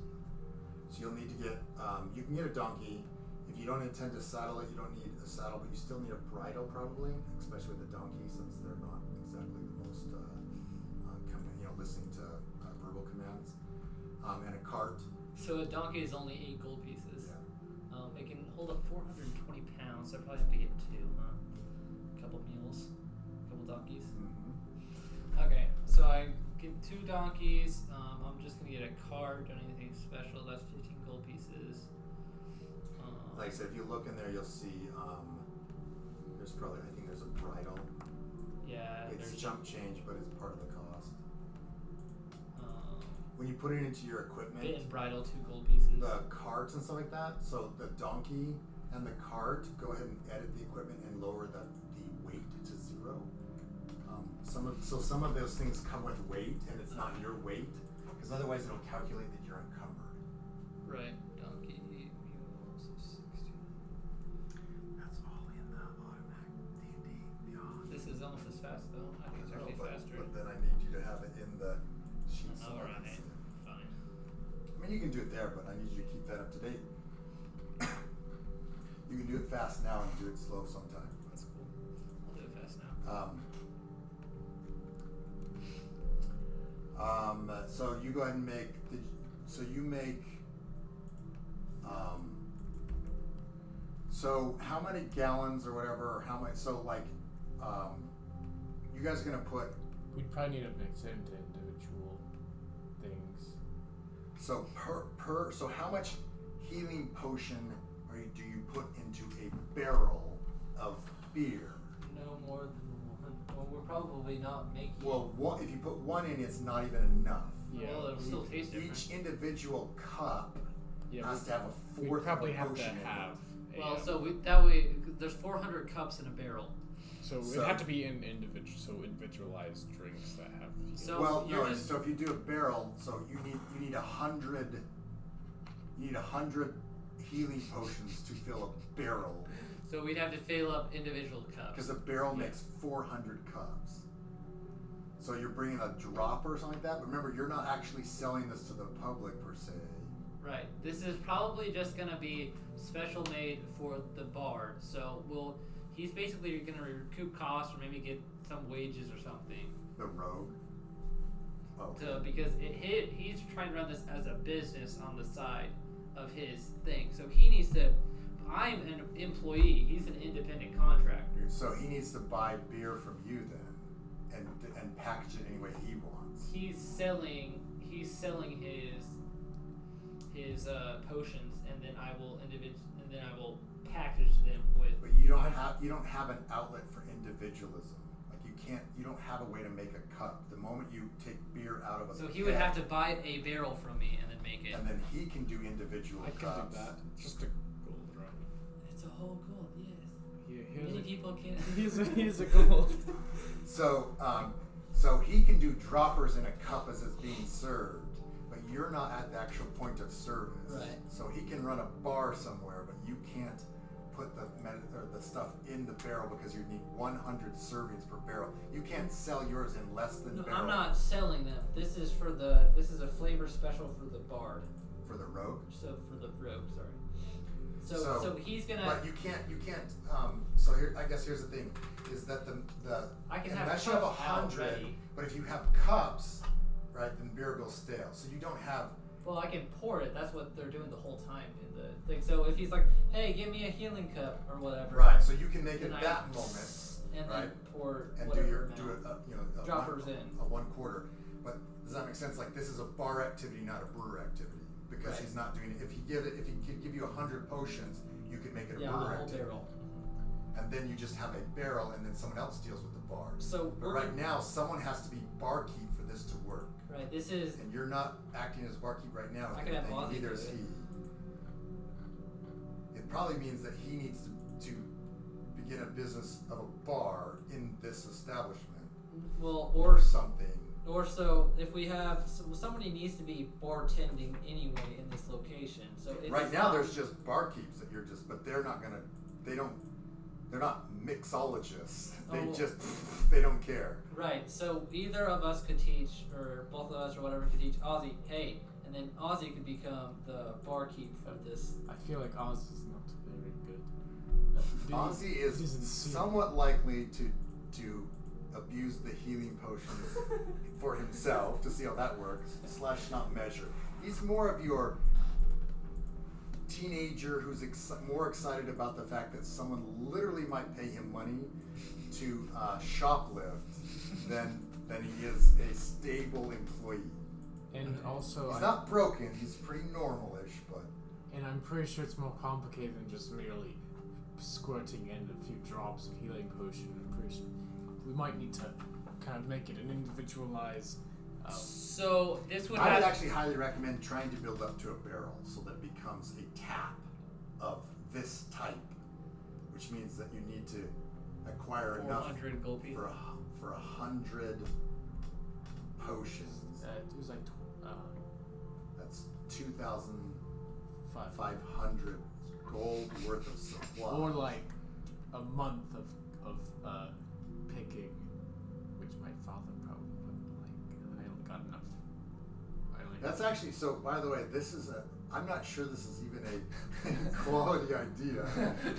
Speaker 1: so you'll need to get um, you can get a donkey. If you don't intend to saddle it, you don't need a saddle, but you still need a bridle probably, especially with a donkey since they're not exactly the most uh, uh, command, you know listening to uh, verbal commands, um, and a cart.
Speaker 3: so a donkey is only eight gold pieces.
Speaker 1: Yeah.
Speaker 3: Um, it can hold up 420 pounds, so I probably have to get two, huh? A couple mules, a couple donkeys.
Speaker 1: hmm
Speaker 3: Okay, so I get two donkeys. Um, I'm just gonna get a card. Don't need anything special. That's 15 gold pieces. Um,
Speaker 1: Like I said, if you look in there, you'll see um, there's probably, I think there's a bridle.
Speaker 3: yeah,
Speaker 1: It's
Speaker 3: there's
Speaker 1: jump change, but it's part of the cost.
Speaker 3: um,
Speaker 1: When you put it into your
Speaker 3: bit
Speaker 1: equipment,
Speaker 3: and bridle, two gold pieces.
Speaker 1: the carts and stuff like that, so the donkey and the cart, go ahead and edit the equipment and lower the, the weight to zero. Um, some of, so some of those things come with weight, and it's not your weight, because otherwise it'll calculate that you're encumbered.
Speaker 3: Right, donkey, mules, 16.
Speaker 1: That's all in the automatic D&D Beyond.
Speaker 3: This is almost as fast though. I think it's
Speaker 1: I know,
Speaker 3: actually
Speaker 1: but,
Speaker 3: faster.
Speaker 1: but then I need you to have it in the sheet. so I
Speaker 3: All
Speaker 1: can
Speaker 3: right.
Speaker 1: see it.
Speaker 3: Fine.
Speaker 1: I mean, you can do it there, but I need you to keep that up to date. you can do it fast now and do it slow sometime.
Speaker 3: That's cool. I'll do it fast now.
Speaker 1: Um, um, so you go ahead and make. The, so you make. Um, so how many gallons or whatever? Or how much? So like, um, you guys are gonna put
Speaker 2: We'd probably need to mix it into individual things.
Speaker 1: So per per so how much healing potion are you, do you put into a barrel of beer?
Speaker 3: No more than one. Well, we're probably not making.
Speaker 1: Well, one, if you put one in, it's not even enough.
Speaker 2: Yeah.
Speaker 3: well, it'll still taste different.
Speaker 1: Each individual cup
Speaker 2: Yeah,
Speaker 1: has to have a
Speaker 2: we
Speaker 1: fourth of
Speaker 2: probably
Speaker 1: the
Speaker 2: have to
Speaker 1: potion in
Speaker 2: have. a,
Speaker 3: Well,
Speaker 2: um,
Speaker 3: so we, that way, there's 400 cups in a barrel.
Speaker 2: so it
Speaker 1: so-
Speaker 2: would have to be in individual, so individualized drinks that have.
Speaker 1: it.
Speaker 3: So
Speaker 1: Well,
Speaker 3: you're
Speaker 1: no.
Speaker 3: just
Speaker 1: So if you do a barrel, so you need you need a hundred. You need a hundred healing potions to fill a barrel
Speaker 3: so we'd have to fill up individual cups.
Speaker 1: because a barrel makes 400 cups. So you're bringing a dropper or something like that. But remember, you're not actually selling this to the public per se.
Speaker 3: Right. This is probably just gonna be special made for the bard. So we'll. He's basically gonna recoup costs or maybe get some wages or something.
Speaker 1: The rogue. Oh,
Speaker 3: So because it hit, he's trying to run this as a business on the side of his thing. So he needs to. I'm an employee. He's an independent contractor.
Speaker 1: so he needs to buy beer from you then, and and package it any way he wants.
Speaker 3: He's selling. He's selling his his uh, potions, and then I will individ- and then I will package them with.
Speaker 1: But you don't have you don't have an outlet for individualism. Like you can't you don't have a way to make a cup. The moment you take beer out of a
Speaker 3: So he would
Speaker 1: can,
Speaker 3: have to buy a barrel from me and then make it.
Speaker 1: and then he can do individual
Speaker 2: I can
Speaker 1: cups.
Speaker 2: do that. Just a gold run.
Speaker 3: It's a whole goal. Yes.
Speaker 2: Here,
Speaker 3: Many
Speaker 2: here's
Speaker 3: people can.
Speaker 2: a, here's a here's a gold.
Speaker 1: So, um, so he can do droppers in a cup as it's being served, but you're not at the actual point of service.
Speaker 3: Right.
Speaker 1: So he can run a bar somewhere, but you can't put the med- or the stuff in the barrel because you need 100 servings per barrel. You can't sell yours in less than
Speaker 3: No,
Speaker 1: barrel
Speaker 3: I'm not selling them. This is for the. This is a flavor special for the bard.
Speaker 1: for the rogue.
Speaker 3: So for the rogue, sorry. So
Speaker 1: So-
Speaker 3: so, he's gonna.
Speaker 1: But you can't, you can't. Um, so here, I guess here's the thing: is that the the
Speaker 3: I can have
Speaker 1: unless
Speaker 3: cups
Speaker 1: you have a
Speaker 3: out
Speaker 1: hundred,
Speaker 3: ready.
Speaker 1: but if you have cups, right, then beer goes stale. So you don't have
Speaker 3: Well, I can pour it. That's what they're doing the whole time in the thing. So if he's like, "Hey, give me a healing cup or whatever,"
Speaker 1: right. So you can make it
Speaker 3: then I-
Speaker 1: that moment.
Speaker 3: and then
Speaker 1: right.
Speaker 3: pour
Speaker 1: and do
Speaker 3: whatever
Speaker 1: your do
Speaker 3: amount.
Speaker 1: it, uh, you know, a
Speaker 3: Droppers
Speaker 1: one,
Speaker 3: in.
Speaker 1: a one quarter. But does that make sense? Like this is a bar activity, not a brewer activity, because
Speaker 3: Right.
Speaker 1: he's not doing it. If he give it, if he could give you a hundred potions, you could make it a
Speaker 3: yeah, a
Speaker 1: brewer
Speaker 3: whole
Speaker 1: activity,
Speaker 3: barrel.
Speaker 1: and then you just have a barrel, and then someone else deals with the bars.
Speaker 3: So
Speaker 1: But
Speaker 3: we're
Speaker 1: right now, someone has to be barkeep for this to work,
Speaker 3: right. This is
Speaker 1: and you're not acting as barkeep right now.
Speaker 3: I
Speaker 1: and
Speaker 3: could have
Speaker 1: then
Speaker 3: Ozzy
Speaker 1: neither
Speaker 3: do
Speaker 1: is
Speaker 3: it.
Speaker 1: he. It probably means that he needs to, to begin in a business of a bar in this establishment
Speaker 3: Well,
Speaker 1: or
Speaker 3: or
Speaker 1: something.
Speaker 3: or so if we have so somebody needs to be bartending anyway in this location. So if
Speaker 1: right
Speaker 3: it's
Speaker 1: now,
Speaker 3: not-
Speaker 1: there's just barkeeps that you're just, but they're not gonna, they don't, they're not mixologists. They
Speaker 3: Oh.
Speaker 1: just, they don't care.
Speaker 3: Right, so either of us could teach, or both of us, or whatever, could teach Ozzy, hey, and then Ozzy could become the barkeep for this.
Speaker 2: I feel like Oz is not very good. Do you-
Speaker 1: Ozzy is
Speaker 2: he's insane.
Speaker 1: somewhat likely to to abuse the healing potions for himself to see how that works. Slash, not measure. He's more of your teenager who's ex- more excited about the fact that someone literally might pay him money to uh, shoplift than than he is a stable employee.
Speaker 2: And also,
Speaker 1: He's
Speaker 2: I,
Speaker 1: not broken. He's pretty normalish, but
Speaker 2: and I'm pretty sure it's more complicated than just merely squirting in a few drops of healing potion. I'm pretty sure we might need to kind of make it an individualized. Uh,
Speaker 8: So this would
Speaker 1: Oh. I
Speaker 8: have
Speaker 1: would actually highly recommend trying to build up to a barrel so that it becomes a tap of this type, which means that you need to acquire enough
Speaker 8: 400 gold pieces.
Speaker 1: for a, for a hundred potions.
Speaker 2: uh, it was like tw- uh,
Speaker 1: That's two thousand
Speaker 2: five.
Speaker 1: five hundred gold worth of supply.
Speaker 2: Or like a month of of uh, picking, which my father probably wouldn't like. I only got enough. I only
Speaker 1: That's actually so. By the way, this is a. I'm not sure this is even a quality idea.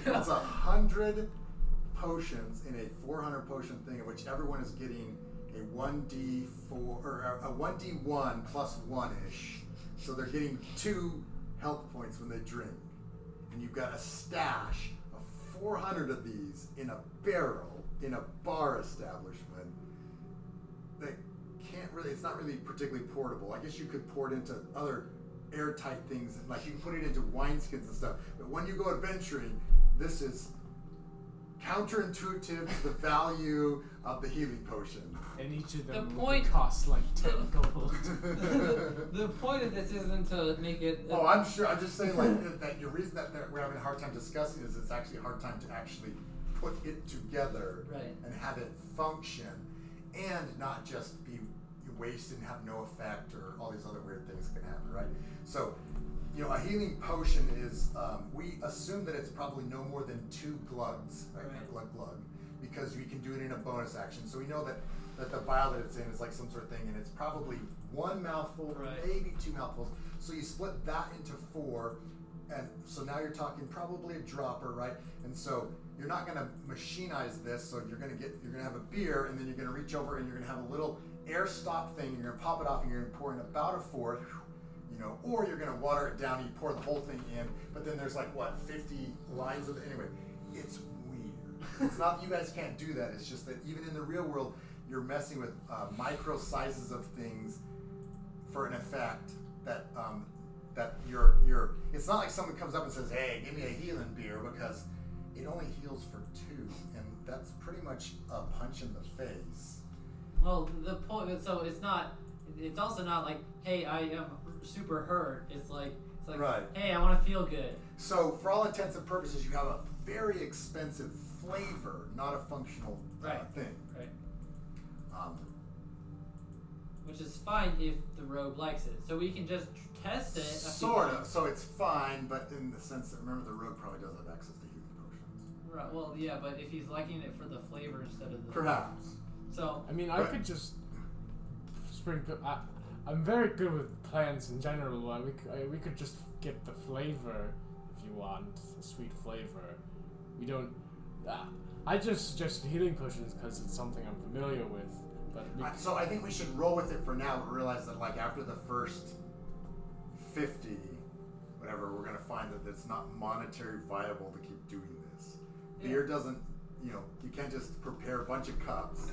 Speaker 1: That's a hundred potions in a 400 potion thing, of which everyone is getting a 1d4 or a 1d1 plus one ish. So they're getting two health points when they drink, and you've got a stash of 400 of these in a barrel in a bar establishment. That can't really. It's not really particularly portable. I guess you could pour it into other airtight things, like you can put it into wineskins and stuff. But when you go adventuring, this is counterintuitive to the value of the healing potion.
Speaker 2: and each of them
Speaker 8: point-
Speaker 2: costs like ten gold.
Speaker 3: the point of this isn't to make it.
Speaker 1: oh, I'm sure. I'm just saying, like that- that. The reason that that we're having a hard time discussing is it's actually a hard time to actually put it together
Speaker 3: Right.
Speaker 1: and have it function, and not just be wasted and have no effect or all these other weird things can happen, right? So. You know, a healing potion is, um, we assume that it's probably no more than two glugs, right?
Speaker 3: Right.
Speaker 1: A glug glug, because we can do it in a bonus action. So we know that, that the vial that it's in is like some sort of thing, and it's probably one mouthful,
Speaker 3: Right.
Speaker 1: maybe two mouthfuls. So you split that into four, and so now you're talking probably a dropper, right? And so you're not gonna machinize this. So you're gonna get, you're gonna have a beer, and then you're gonna reach over and you're gonna have a little air stop thing. And you're gonna pop it off, and you're gonna pour in about a fourth, you know, or you're gonna water it down and you pour the whole thing in. But then there's like what, 50 lines of anyway. It's weird. It's not that you guys can't do that. It's just that even in the real world, you're messing with uh, micro sizes of things for an effect that um, that you're you're. It's not like someone comes up and says, "Hey, give me a healing beer," because it only heals for two, and that's pretty much a punch in the face.
Speaker 3: Well, the point. So it's not. It's also not like, hey, I am super hurt. It's like, it's like,
Speaker 1: Right.
Speaker 3: hey, I want to feel good.
Speaker 1: So, for all intents and purposes, you have a very expensive flavor, not a functional uh,
Speaker 3: Right.
Speaker 1: thing.
Speaker 3: Right.
Speaker 1: Um,
Speaker 3: Which is fine if the rogue likes it. So we can just test it. a few
Speaker 1: sort
Speaker 3: times.
Speaker 1: of. So it's fine, but in the sense that remember, the rogue probably doesn't have access to healing potions.
Speaker 3: Right, well, yeah, but if he's liking it for the flavor instead of the.
Speaker 1: Perhaps.
Speaker 3: So
Speaker 2: I mean, I
Speaker 1: Right.
Speaker 2: could just sprinkle. I, I'm very good with plants in general. I, we, c- I, we could just get the flavor if you want a sweet flavor. We don't. Uh, I just suggest healing potions because it's something I'm familiar with. But we,
Speaker 1: I- So I think we should roll with it for now, but realize that like after the first fifty, whatever, we're gonna find that it's not monetary viable to keep doing this.
Speaker 3: Yeah.
Speaker 1: Beer doesn't, you know, you can't just prepare a bunch of cups,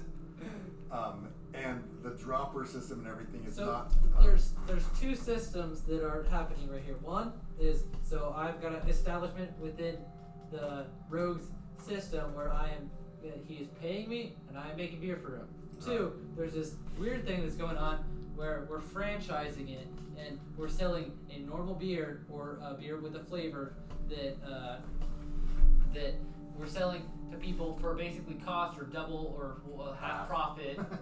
Speaker 1: um, and the dropper system and everything is
Speaker 3: So
Speaker 1: not. uh,
Speaker 3: there's there's two systems that are happening right here. One is so I've got an establishment within the rogues system where I am that he is paying me and I am making beer for him. Two, there's this weird thing that's going on where we're franchising it and we're selling a normal beer or a beer with a flavor that uh, that we're selling to people for basically cost or double or well, half profit. Uh,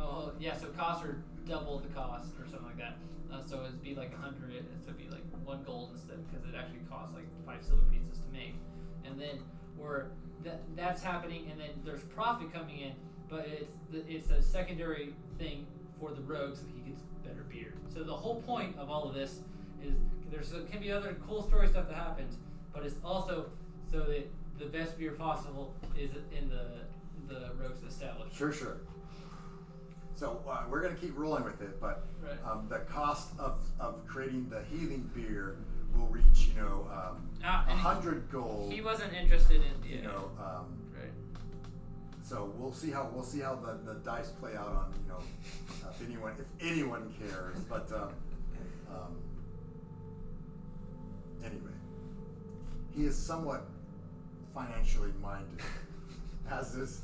Speaker 3: oh yeah, so costs are double the cost or something like that. Uh, so it'd be like a hundred. So it'd be like one gold instead because it actually costs like five silver pieces to make. And then we're that that's happening, and then there's profit coming in, but it's the, it's a secondary thing for the rogue so he gets better beard. So the whole point of all of this is there's can be other cool story stuff that happens, but it's also so that the best beer possible is in the the rogues established.
Speaker 1: Sure, sure. So uh, we're going to keep rolling with it, but
Speaker 3: Right.
Speaker 1: um, the cost of, of creating the healing beer will reach, you know, um,
Speaker 3: Ah, and he-
Speaker 1: 100 gold.
Speaker 3: He wasn't interested in
Speaker 1: you know, um,
Speaker 3: Right.
Speaker 1: So we'll see how we'll see how the, the dice play out on you know uh, if anyone if anyone cares. But um, um, anyway, he is somewhat financially minded, as is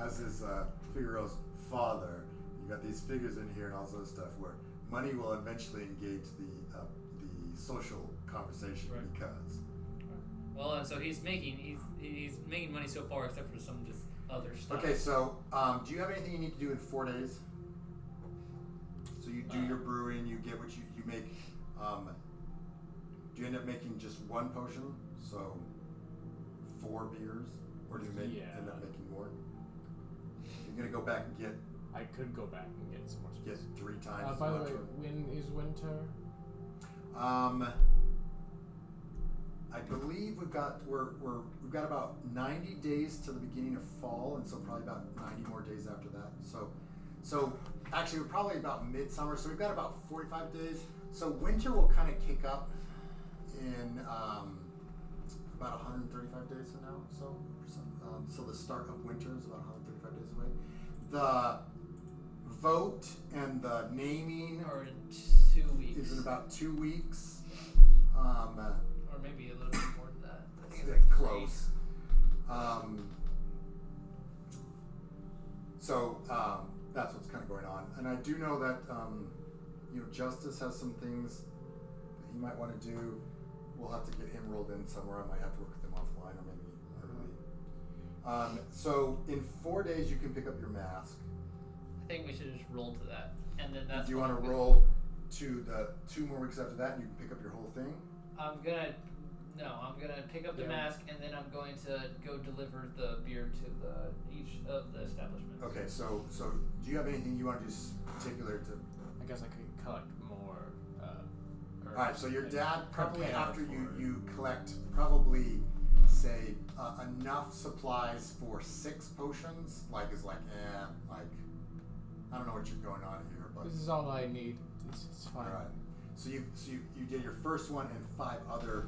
Speaker 1: as is uh, Figaro's father. You got these figures in here and all this stuff where money will eventually engage the uh, the social conversation
Speaker 3: Right.
Speaker 1: because
Speaker 3: Well, and so he's making he's he's making money so far, except for some of this other stuff.
Speaker 1: Okay, so um, do you have anything you need to do in four days? So you do
Speaker 3: Uh,
Speaker 1: your brewing, you get what you you make. Um, do you end up making just one potion? So four beers, or do you make,
Speaker 2: Yeah.
Speaker 1: end up making more? You're gonna go back and get
Speaker 2: I could go back and get some more
Speaker 1: get
Speaker 2: space.
Speaker 1: three times
Speaker 2: Uh,
Speaker 1: as
Speaker 2: by the
Speaker 1: much.
Speaker 2: way, when is winter?
Speaker 1: or- um, I believe we've got we're, we're we've got about ninety days to the beginning of fall, and so probably about ninety more days after that. So. So actually, we're probably about midsummer. So we've got about 45 days. So winter will kind of kick up in um, about 135 days from now. So or some- um, so the start of winter is about 135 days away. The vote and the naming
Speaker 3: Or in two weeks.
Speaker 1: is in about two weeks. Um, uh,
Speaker 3: or maybe a little bit more than that. I think it's
Speaker 1: it's
Speaker 3: like
Speaker 1: close. Um, so um, that's what's kind of going on, and I do know that um, you know Justice has some things that he might want to do. We'll have to get him rolled in somewhere. I might have to work with him offline or maybe early.
Speaker 3: Mm-hmm.
Speaker 1: Um, so in four days, you can pick up your mask.
Speaker 3: I think we should just roll to that, and then that's.
Speaker 1: do you
Speaker 3: when
Speaker 1: want to
Speaker 3: we-
Speaker 1: roll to the two more weeks after that, and you can pick up your whole thing?
Speaker 3: I'm gonna. No, I'm gonna pick up the
Speaker 2: Yeah.
Speaker 3: mask, and then I'm going to go deliver the beer to the each of the establishments.
Speaker 1: Okay. So so do you have anything you want to do s- particular to
Speaker 2: I guess I could collect more. Uh,
Speaker 1: All right, so your
Speaker 2: herbs
Speaker 1: dad
Speaker 2: and
Speaker 1: probably
Speaker 2: prepare
Speaker 1: after you
Speaker 2: for-
Speaker 1: you collect probably say uh, enough supplies for six potions. Like is like eh, like I don't know what you're going on here, but
Speaker 2: This is all I need. It's, it's
Speaker 1: all
Speaker 2: fine.
Speaker 1: right.
Speaker 2: Mm-hmm.
Speaker 1: So you so you, you did your first one and five other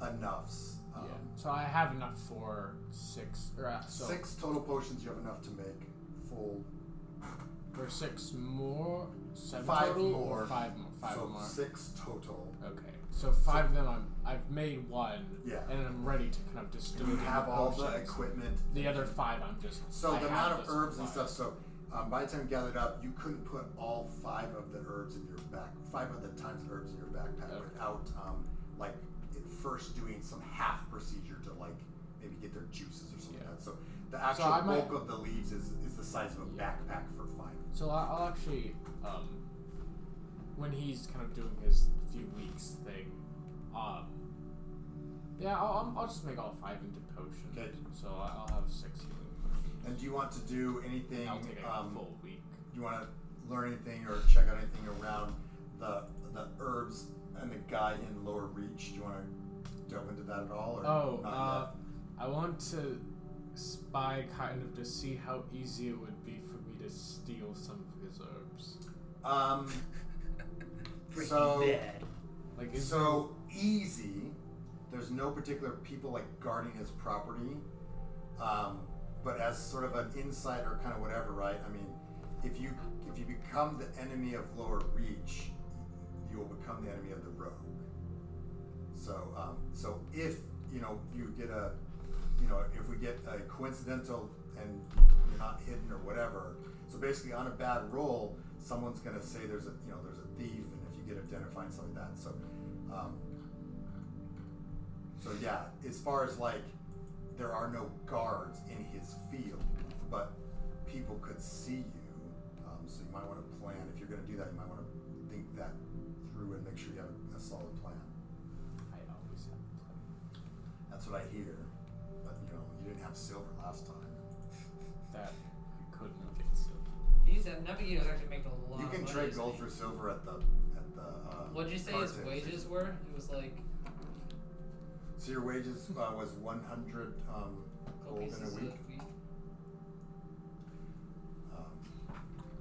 Speaker 1: enoughs. Um,
Speaker 2: yeah. So I have enough for six. Or uh, so
Speaker 1: Six total potions you have enough to make full.
Speaker 2: for six more. Seven
Speaker 1: Five
Speaker 2: total,
Speaker 1: more.
Speaker 2: Or five more. Five
Speaker 1: so
Speaker 2: more.
Speaker 1: six total.
Speaker 2: Okay. So five of them. I'm. I've made one.
Speaker 1: Yeah.
Speaker 2: And I'm ready to kind of just.
Speaker 1: You
Speaker 2: distribute
Speaker 1: have
Speaker 2: the
Speaker 1: all the
Speaker 2: potions.
Speaker 1: equipment.
Speaker 2: The other five, I'm just.
Speaker 1: So
Speaker 2: I
Speaker 1: the
Speaker 2: have
Speaker 1: amount of
Speaker 2: the
Speaker 1: herbs and stuff.
Speaker 2: supplies.
Speaker 1: So um, by the time you gathered up, you couldn't put all five of the herbs in your back, five of the times herbs in your backpack
Speaker 2: Okay.
Speaker 1: without um, like it first doing some half procedure to like maybe get their juices or something
Speaker 2: Yeah.
Speaker 1: like that. So the actual
Speaker 2: I might-
Speaker 1: bulk of the leaves is, is the size of a
Speaker 2: Yeah.
Speaker 1: backpack for five.
Speaker 2: So I- I'll actually, um, when he's kind of doing his few weeks thing, um, yeah, I'll, I'll- I'll just make all five into potions.
Speaker 1: Good.
Speaker 2: So I- I'll have six healing potions.
Speaker 1: And do you want to do anything?
Speaker 2: I'll take like a
Speaker 1: um,
Speaker 2: full week.
Speaker 1: you want to learn anything or check out anything around the the herbs and the guy in lower reach? Do you want to delve into that at all? Or
Speaker 2: Oh,
Speaker 1: not yet?
Speaker 2: uh, I want to spy kind of to see how easy it would be for me to steal some of his herbs.
Speaker 1: Um,
Speaker 3: Breaking
Speaker 1: so
Speaker 3: Bad.
Speaker 2: Like, is
Speaker 1: so easy. There's no particular people like guarding his property, um, but as sort of an insider, kind of whatever, right? I mean, if you if you become the enemy of lower reach, you will become the enemy of the rogue. So um, so if you know you get a you know if we get a coincidental and you're not hidden or whatever. So basically, on a bad roll, someone's gonna say there's a you know there's a thief, and if you get identified and stuff like that. So um, so yeah, as far as like there are no guards in his field, but people could see you. Um, so you might want to plan. If you're going to do that, you might want to think that through and make sure you have a, a solid plan.
Speaker 2: I always have a plan.
Speaker 1: That's what I hear. But you know, you didn't have silver last time.
Speaker 2: That I couldn't get so.
Speaker 3: These uh, navigators actually make a lot.
Speaker 1: You
Speaker 3: of
Speaker 1: can
Speaker 3: money,
Speaker 1: trade
Speaker 3: isn't
Speaker 1: gold
Speaker 3: it?
Speaker 1: for silver at the at the. Uh,
Speaker 3: What'd you say
Speaker 1: card
Speaker 3: his
Speaker 1: table.
Speaker 3: wages were? It was like
Speaker 1: So your wages uh, was 100 um,
Speaker 3: gold
Speaker 1: gold in a
Speaker 3: pieces
Speaker 1: week.
Speaker 3: a week.
Speaker 1: Um,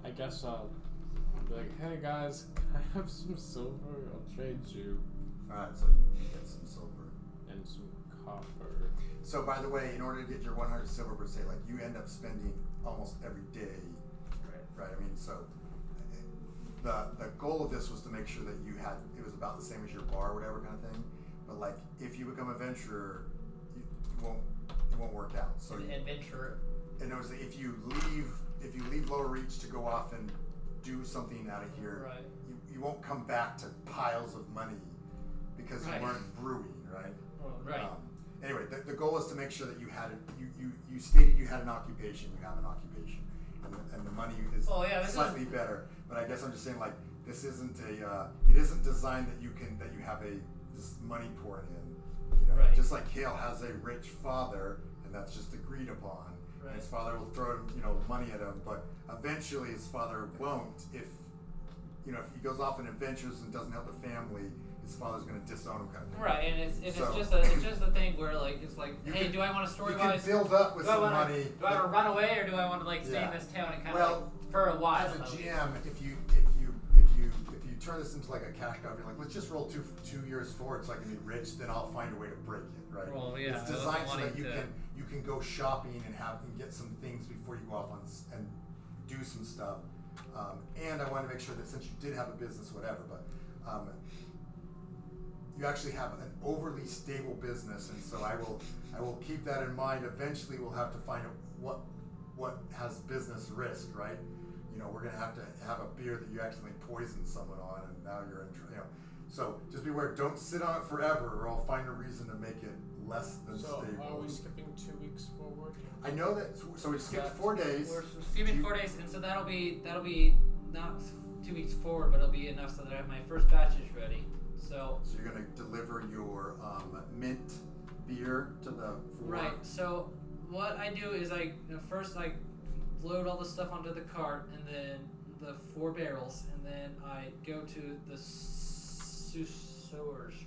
Speaker 2: I guess I'll be like, hey guys, can I have some silver? I'll trade you
Speaker 1: all right, so you get some silver.
Speaker 2: and some copper.
Speaker 1: So by the way, in order to get your 100 silver per se, like you end up spending almost every day, right? I mean, so uh, the the goal of this was to make sure that you had it was about the same as your bar, or whatever kind of thing. But like, if you become a venturer, you, you won't it won't work out. So
Speaker 3: An
Speaker 1: you,
Speaker 3: adventurer.
Speaker 1: and it was if you leave if you leave Lower Reach to go off and do something out of here,
Speaker 3: Right.
Speaker 1: you, you won't come back to piles of money because
Speaker 3: Right.
Speaker 1: you weren't brewing, right?
Speaker 3: Oh, right.
Speaker 1: Um, anyway, the, the goal is to make sure that you had a, you, you you stated you had an occupation. You have an occupation, and the, and the money is
Speaker 3: Oh, yeah, this is-
Speaker 1: slightly better. But I guess I'm just saying like this isn't a uh, it isn't designed that you can that you have a this money pouring in. You know,
Speaker 3: Right.
Speaker 1: just like Kale has a rich father, and that's just agreed upon. and His
Speaker 3: Right.
Speaker 1: father will throw you know money at him, but eventually his father won't if you know if he goes off and adventures and doesn't help the family. His father's going to disown him, kind of thing.
Speaker 3: Right, and it's and
Speaker 1: So-
Speaker 3: it's just a it's just a thing where like it's like,
Speaker 1: You
Speaker 3: hey,
Speaker 1: can-
Speaker 3: do I want to story
Speaker 1: you can
Speaker 3: wise? Do
Speaker 1: build up with
Speaker 3: I
Speaker 1: some
Speaker 3: want
Speaker 1: money.
Speaker 3: to do I want to run away or do I want to like stay
Speaker 1: Yeah.
Speaker 3: in this town and kind of
Speaker 1: Well,
Speaker 3: like, for a while?
Speaker 1: as a
Speaker 3: at least?
Speaker 1: GM, if you if you if you if you turn this into like a cash cow, you're like, let's just roll two two years forward so I can be rich. Then I'll find a way to break it, right?
Speaker 3: Well, yeah,
Speaker 1: it's
Speaker 3: I
Speaker 1: designed so
Speaker 3: wasn't
Speaker 1: that you
Speaker 3: wanting to-
Speaker 1: can you can go shopping and have and get some things before you go off on s- and do some stuff. Um, and I wanted to make sure that since you did have a business, whatever, but um, you actually have an overly stable business, and so I will I will keep that in mind. Eventually, we'll have to find out what what has business risk, right? You know, we're gonna have to have a beer that you accidentally poisoned someone on, and now you're in, tr- you know. So just beware, don't sit on it forever, or I'll find a reason to make it less than
Speaker 2: So are
Speaker 1: stable.
Speaker 2: we skipping two weeks forward?
Speaker 1: I know that. So, so we skipped four days.
Speaker 3: We're
Speaker 1: Do
Speaker 3: skipping
Speaker 1: you-
Speaker 3: four days, and so that'll be that'll be not s- two weeks forward, but it'll be enough so that I have my first batch is ready. So
Speaker 1: So you're gonna deliver your um, mint beer to the four.
Speaker 3: right, so what I do is I you know, first I load all the stuff onto the cart, and then the four barrels, and then I go to the seamstress.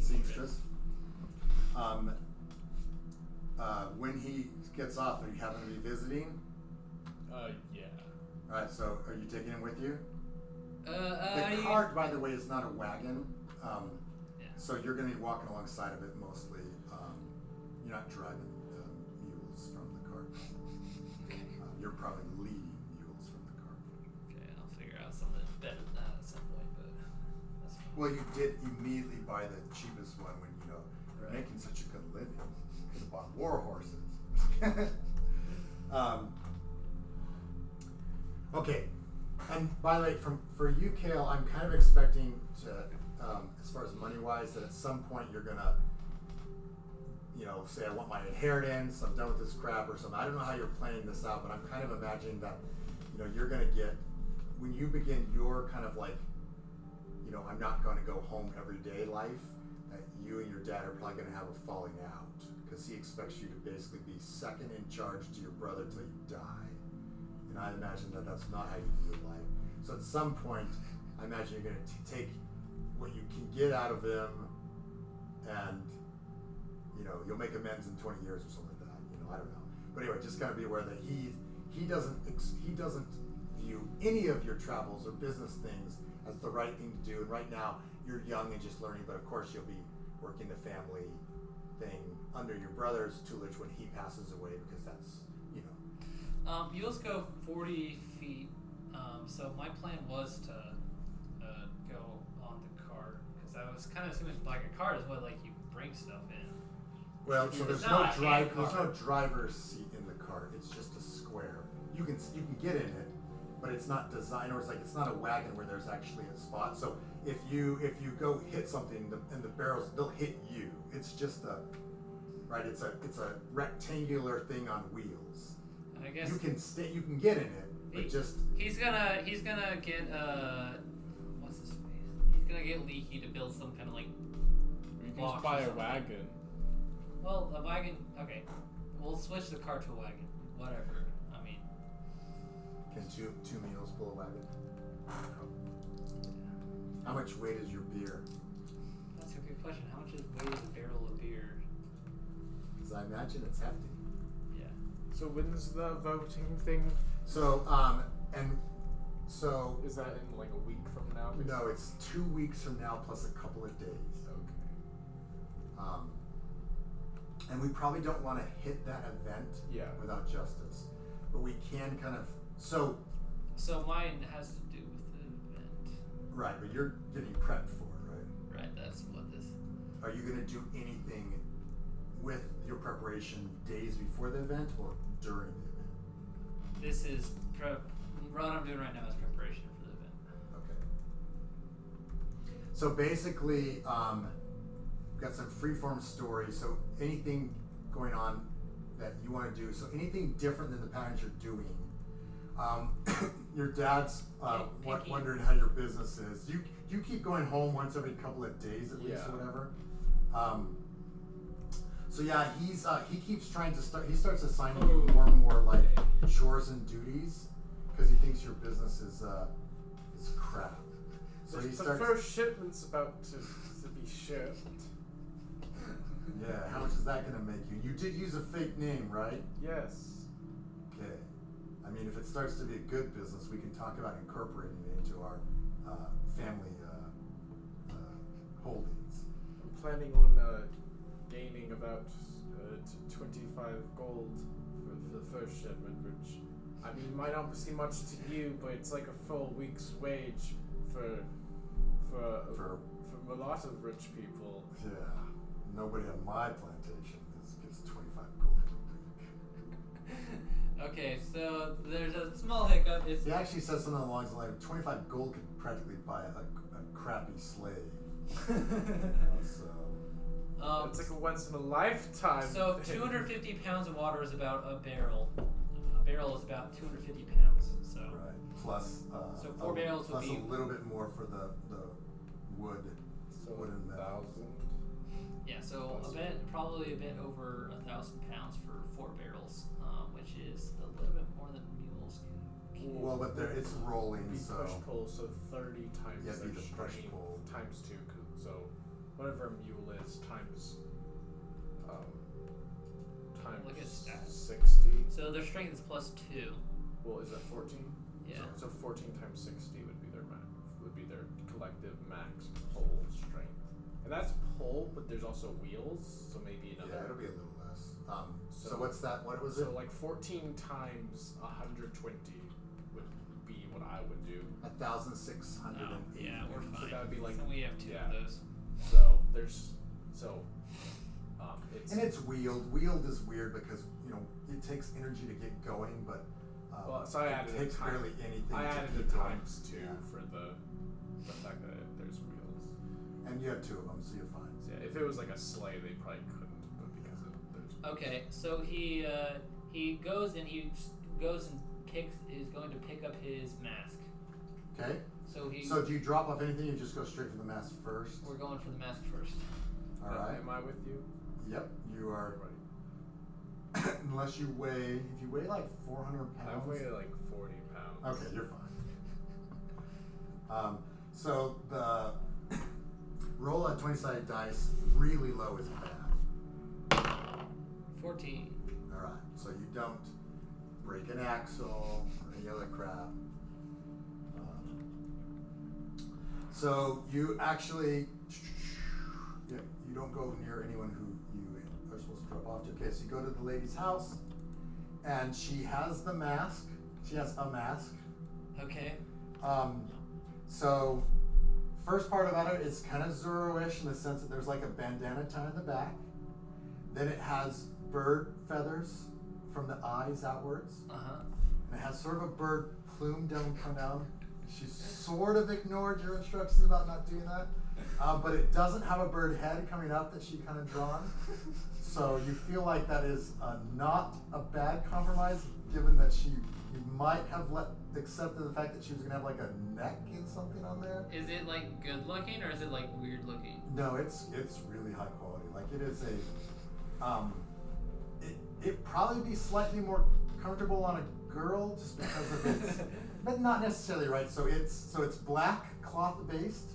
Speaker 1: seamstress. Um, uh, when he gets off, are you happen to be visiting?
Speaker 2: Uh, yeah.
Speaker 1: All right, so are you taking him with you?
Speaker 3: Uh, uh,
Speaker 1: The
Speaker 3: you-
Speaker 1: cart, by the way, is not a wagon, um,
Speaker 3: Yeah.
Speaker 1: so you're going to be walking alongside of it mostly. Um, you're not driving the mules from the cart.
Speaker 3: Okay.
Speaker 1: Uh, you're probably leading mules from the cart.
Speaker 3: Okay, I'll figure out something better than that at some point, but that's fine.
Speaker 1: Well, you did immediately buy the cheapest one when you know you're
Speaker 3: Right.
Speaker 1: making such a good living. You bought war horses. um, okay, and by the way, from for you, Kale, I'm kind of expecting to, um, as far as money wise, that at some point you're gonna, you know, say I want my inheritance. I'm done with this crap or something. I don't know how you're planning this out, but I'm kind of imagining that, you know, you're gonna get when you begin your kind of like you know, I'm not going to go home every day life, that you and your dad are probably going to have a falling out because he expects you to basically be second in charge to your brother till you die. And I imagine that that's not how you view life. So at some point, I imagine you're going to take what you can get out of them and, you know, you'll make amends in 20 years or something like that. You know, I don't know. But anyway, just got to be aware that he he doesn't ex- he doesn't view any of your travels or business things as the right thing to do. And right now, you're young and just learning, but of course, you'll be working the family thing under your brother's tutelage when he passes away because that's you know
Speaker 3: Um, mules go 40 feet, um, so my plan was to uh, go on the cart because I was kind of assuming like a cart is what like you bring stuff in.
Speaker 1: Well, so
Speaker 3: It's
Speaker 1: there's no
Speaker 3: not a
Speaker 1: drive.
Speaker 3: hand
Speaker 1: There's no
Speaker 3: cart.
Speaker 1: driver's seat in the cart. It's just a square. You can you can get in it, but it's not designed or it's like it's not a wagon where there's actually a spot. So if you if you go hit something the, and the barrels, they'll hit you. It's just a right? It's a it's a rectangular thing on wheels.
Speaker 3: And I guess
Speaker 1: You can stay, you can get in it, but just
Speaker 3: he's gonna he's gonna get uh what's his face? He's gonna get leaky to build some kind of like
Speaker 9: You can
Speaker 3: Box or
Speaker 9: just buy a
Speaker 3: something.
Speaker 9: wagon.
Speaker 3: well a wagon. Okay, we'll switch the car to a wagon. Whatever. I mean,
Speaker 1: can two two meals pull a wagon. How much weight is your beer?
Speaker 3: that's a good question. How much is weight is a barrel of beer?
Speaker 1: Because I imagine it's hefty.
Speaker 3: Yeah.
Speaker 2: So when's the voting thing?
Speaker 1: So um and so
Speaker 2: Is that in like a week from now?
Speaker 1: no, it's two weeks from now plus a couple of days.
Speaker 2: Okay.
Speaker 1: Um, and we probably don't want to hit that event
Speaker 2: Yeah.
Speaker 1: without justice, but we can kind of so
Speaker 3: So mine has to do with the
Speaker 1: right. But you're getting prepped for it, right?
Speaker 3: event, right? That's what this.
Speaker 1: Are you going to do anything with your preparation days before the event or during the
Speaker 3: This is prep. What I'm doing right now is preparation for the event.
Speaker 1: event? Okay. So basically, um, we've got some freeform stories. So anything going on that you want to do. So anything different than the patterns you're doing. Um, your dad's uh,
Speaker 3: Pink-
Speaker 1: wa-
Speaker 3: pinky.
Speaker 1: wondering how your business is. You you keep going home once every couple of days at least,
Speaker 2: Yeah.
Speaker 1: or whatever. Um, so yeah, he's uh, he keeps trying to start. He starts assigning you more and more like chores and duties because he thinks your business is uh, is crap. So
Speaker 2: the
Speaker 1: he
Speaker 2: the
Speaker 1: starts.
Speaker 2: first shipment's about to, to be shipped.
Speaker 1: Yeah, how much is that gonna make you? You did use a fake name, right?
Speaker 2: Yes.
Speaker 1: Okay. I mean, if it starts to be a good business, we can talk about incorporating it into our uh, family uh, uh, holdings.
Speaker 2: I'm planning on uh, gaining about uh, t- 25 gold for, for the first shipment, which I mean might not seem much to you, but it's like a full week's wage for for
Speaker 1: For
Speaker 2: for a lot of rich people.
Speaker 1: yeah, nobody on my plantation is, gets twenty-five gold.
Speaker 10: Okay, so there's a small hiccup. It's
Speaker 1: He actually says something along the lines like, twenty-five gold could practically buy a, a crappy slave. you know, so
Speaker 3: Um,
Speaker 2: it's like a once in a lifetime.
Speaker 3: so
Speaker 2: thing.
Speaker 3: 250 pounds of water is about a barrel. A barrel is about 250 pounds. So
Speaker 1: right. Plus, uh,
Speaker 3: So four
Speaker 1: a,
Speaker 3: barrels would
Speaker 1: plus
Speaker 3: be-
Speaker 1: a little bit more for the the wood.
Speaker 2: So
Speaker 1: What in that?
Speaker 2: thousand.
Speaker 3: yeah, so a bit probably a bit over a thousand pounds for four barrels, um, which is a little bit more than mules can. can
Speaker 1: Well, but there it's rolling,
Speaker 2: Be
Speaker 1: so
Speaker 2: push pull, so 30 times
Speaker 1: Yeah,
Speaker 2: their
Speaker 1: be the push
Speaker 2: strength
Speaker 1: pull.
Speaker 2: times 2, c- so whatever a mule is times um, times
Speaker 3: Look at stats.
Speaker 2: 60.
Speaker 3: So their strength is plus two.
Speaker 2: Well, is that 14?
Speaker 3: Yeah.
Speaker 2: So, so 14 times 60 would be their max, would be their collective max pull strength. And that's pull, but there's also wheels, so maybe
Speaker 1: Yeah, it'll
Speaker 2: another.
Speaker 1: be a little less. Um, so,
Speaker 2: So-
Speaker 1: what's that? What was it?
Speaker 2: so like 14 times 120 would be what I would do.
Speaker 1: A thousand six hundred
Speaker 3: No,
Speaker 1: and
Speaker 3: Oh,
Speaker 1: eighty.
Speaker 3: yeah, we're fine.
Speaker 2: that would be like-
Speaker 3: So we have two
Speaker 2: yeah.
Speaker 3: of those.
Speaker 2: So there's so um, it's,
Speaker 1: And it's wheeled. Wheeled is weird because you know it takes energy to get going, but um,
Speaker 2: well, so I
Speaker 1: it
Speaker 2: added
Speaker 1: takes
Speaker 2: a time.
Speaker 1: barely anything.
Speaker 2: I
Speaker 1: to
Speaker 2: added
Speaker 1: keep
Speaker 2: the
Speaker 1: going.
Speaker 2: times two
Speaker 1: Yeah.
Speaker 2: for the the fact that it- there's wheels.
Speaker 1: and you have two of them, so you're fine.
Speaker 2: So yeah, if it was like a sleigh, they probably couldn't, but because of there's
Speaker 3: Okay, so he uh, he goes and he s- goes and picks is going to pick up his mask.
Speaker 1: Okay.
Speaker 3: So he
Speaker 1: So do you drop off anything? You just go straight for the mask first.
Speaker 3: we're going for the mask first.
Speaker 1: All right.
Speaker 2: Am I with you?
Speaker 1: Yep. You are.
Speaker 2: Right.
Speaker 1: unless you weigh, if you weigh like four hundred
Speaker 2: I
Speaker 1: pounds.
Speaker 2: weigh like forty pounds.
Speaker 1: Okay, you're fine. Um, so the roll a twenty-sided dice really low is bad.
Speaker 3: Fourteen.
Speaker 1: All right, so you don't break an axle or any other crap. Um, so you actually, yeah, you don't go near anyone who you are supposed to drop off to. Okay, so you go to the lady's house, and she has the mask. She has a mask.
Speaker 3: Okay.
Speaker 1: Um, so, first part about it is kind of Zoro-ish in the sense that there's like a bandana tied in the back. Then it has bird feathers from the eyes outwards,
Speaker 3: Uh huh.
Speaker 1: and it has sort of a bird plume down come down. She sort of ignored your instructions about not doing that, Uh, but it doesn't have a bird head coming up that she kind of drawn. So you feel like that is uh, not a bad compromise, given that she you might have let accepted the fact that she was gonna have like a neck and something on there.
Speaker 3: Is it like good looking or is it like weird looking?
Speaker 1: No, it's it's really high quality. Like it is a, um, it it probably be slightly more comfortable on a girl just because of its, but not necessarily right. So it's so it's black cloth based,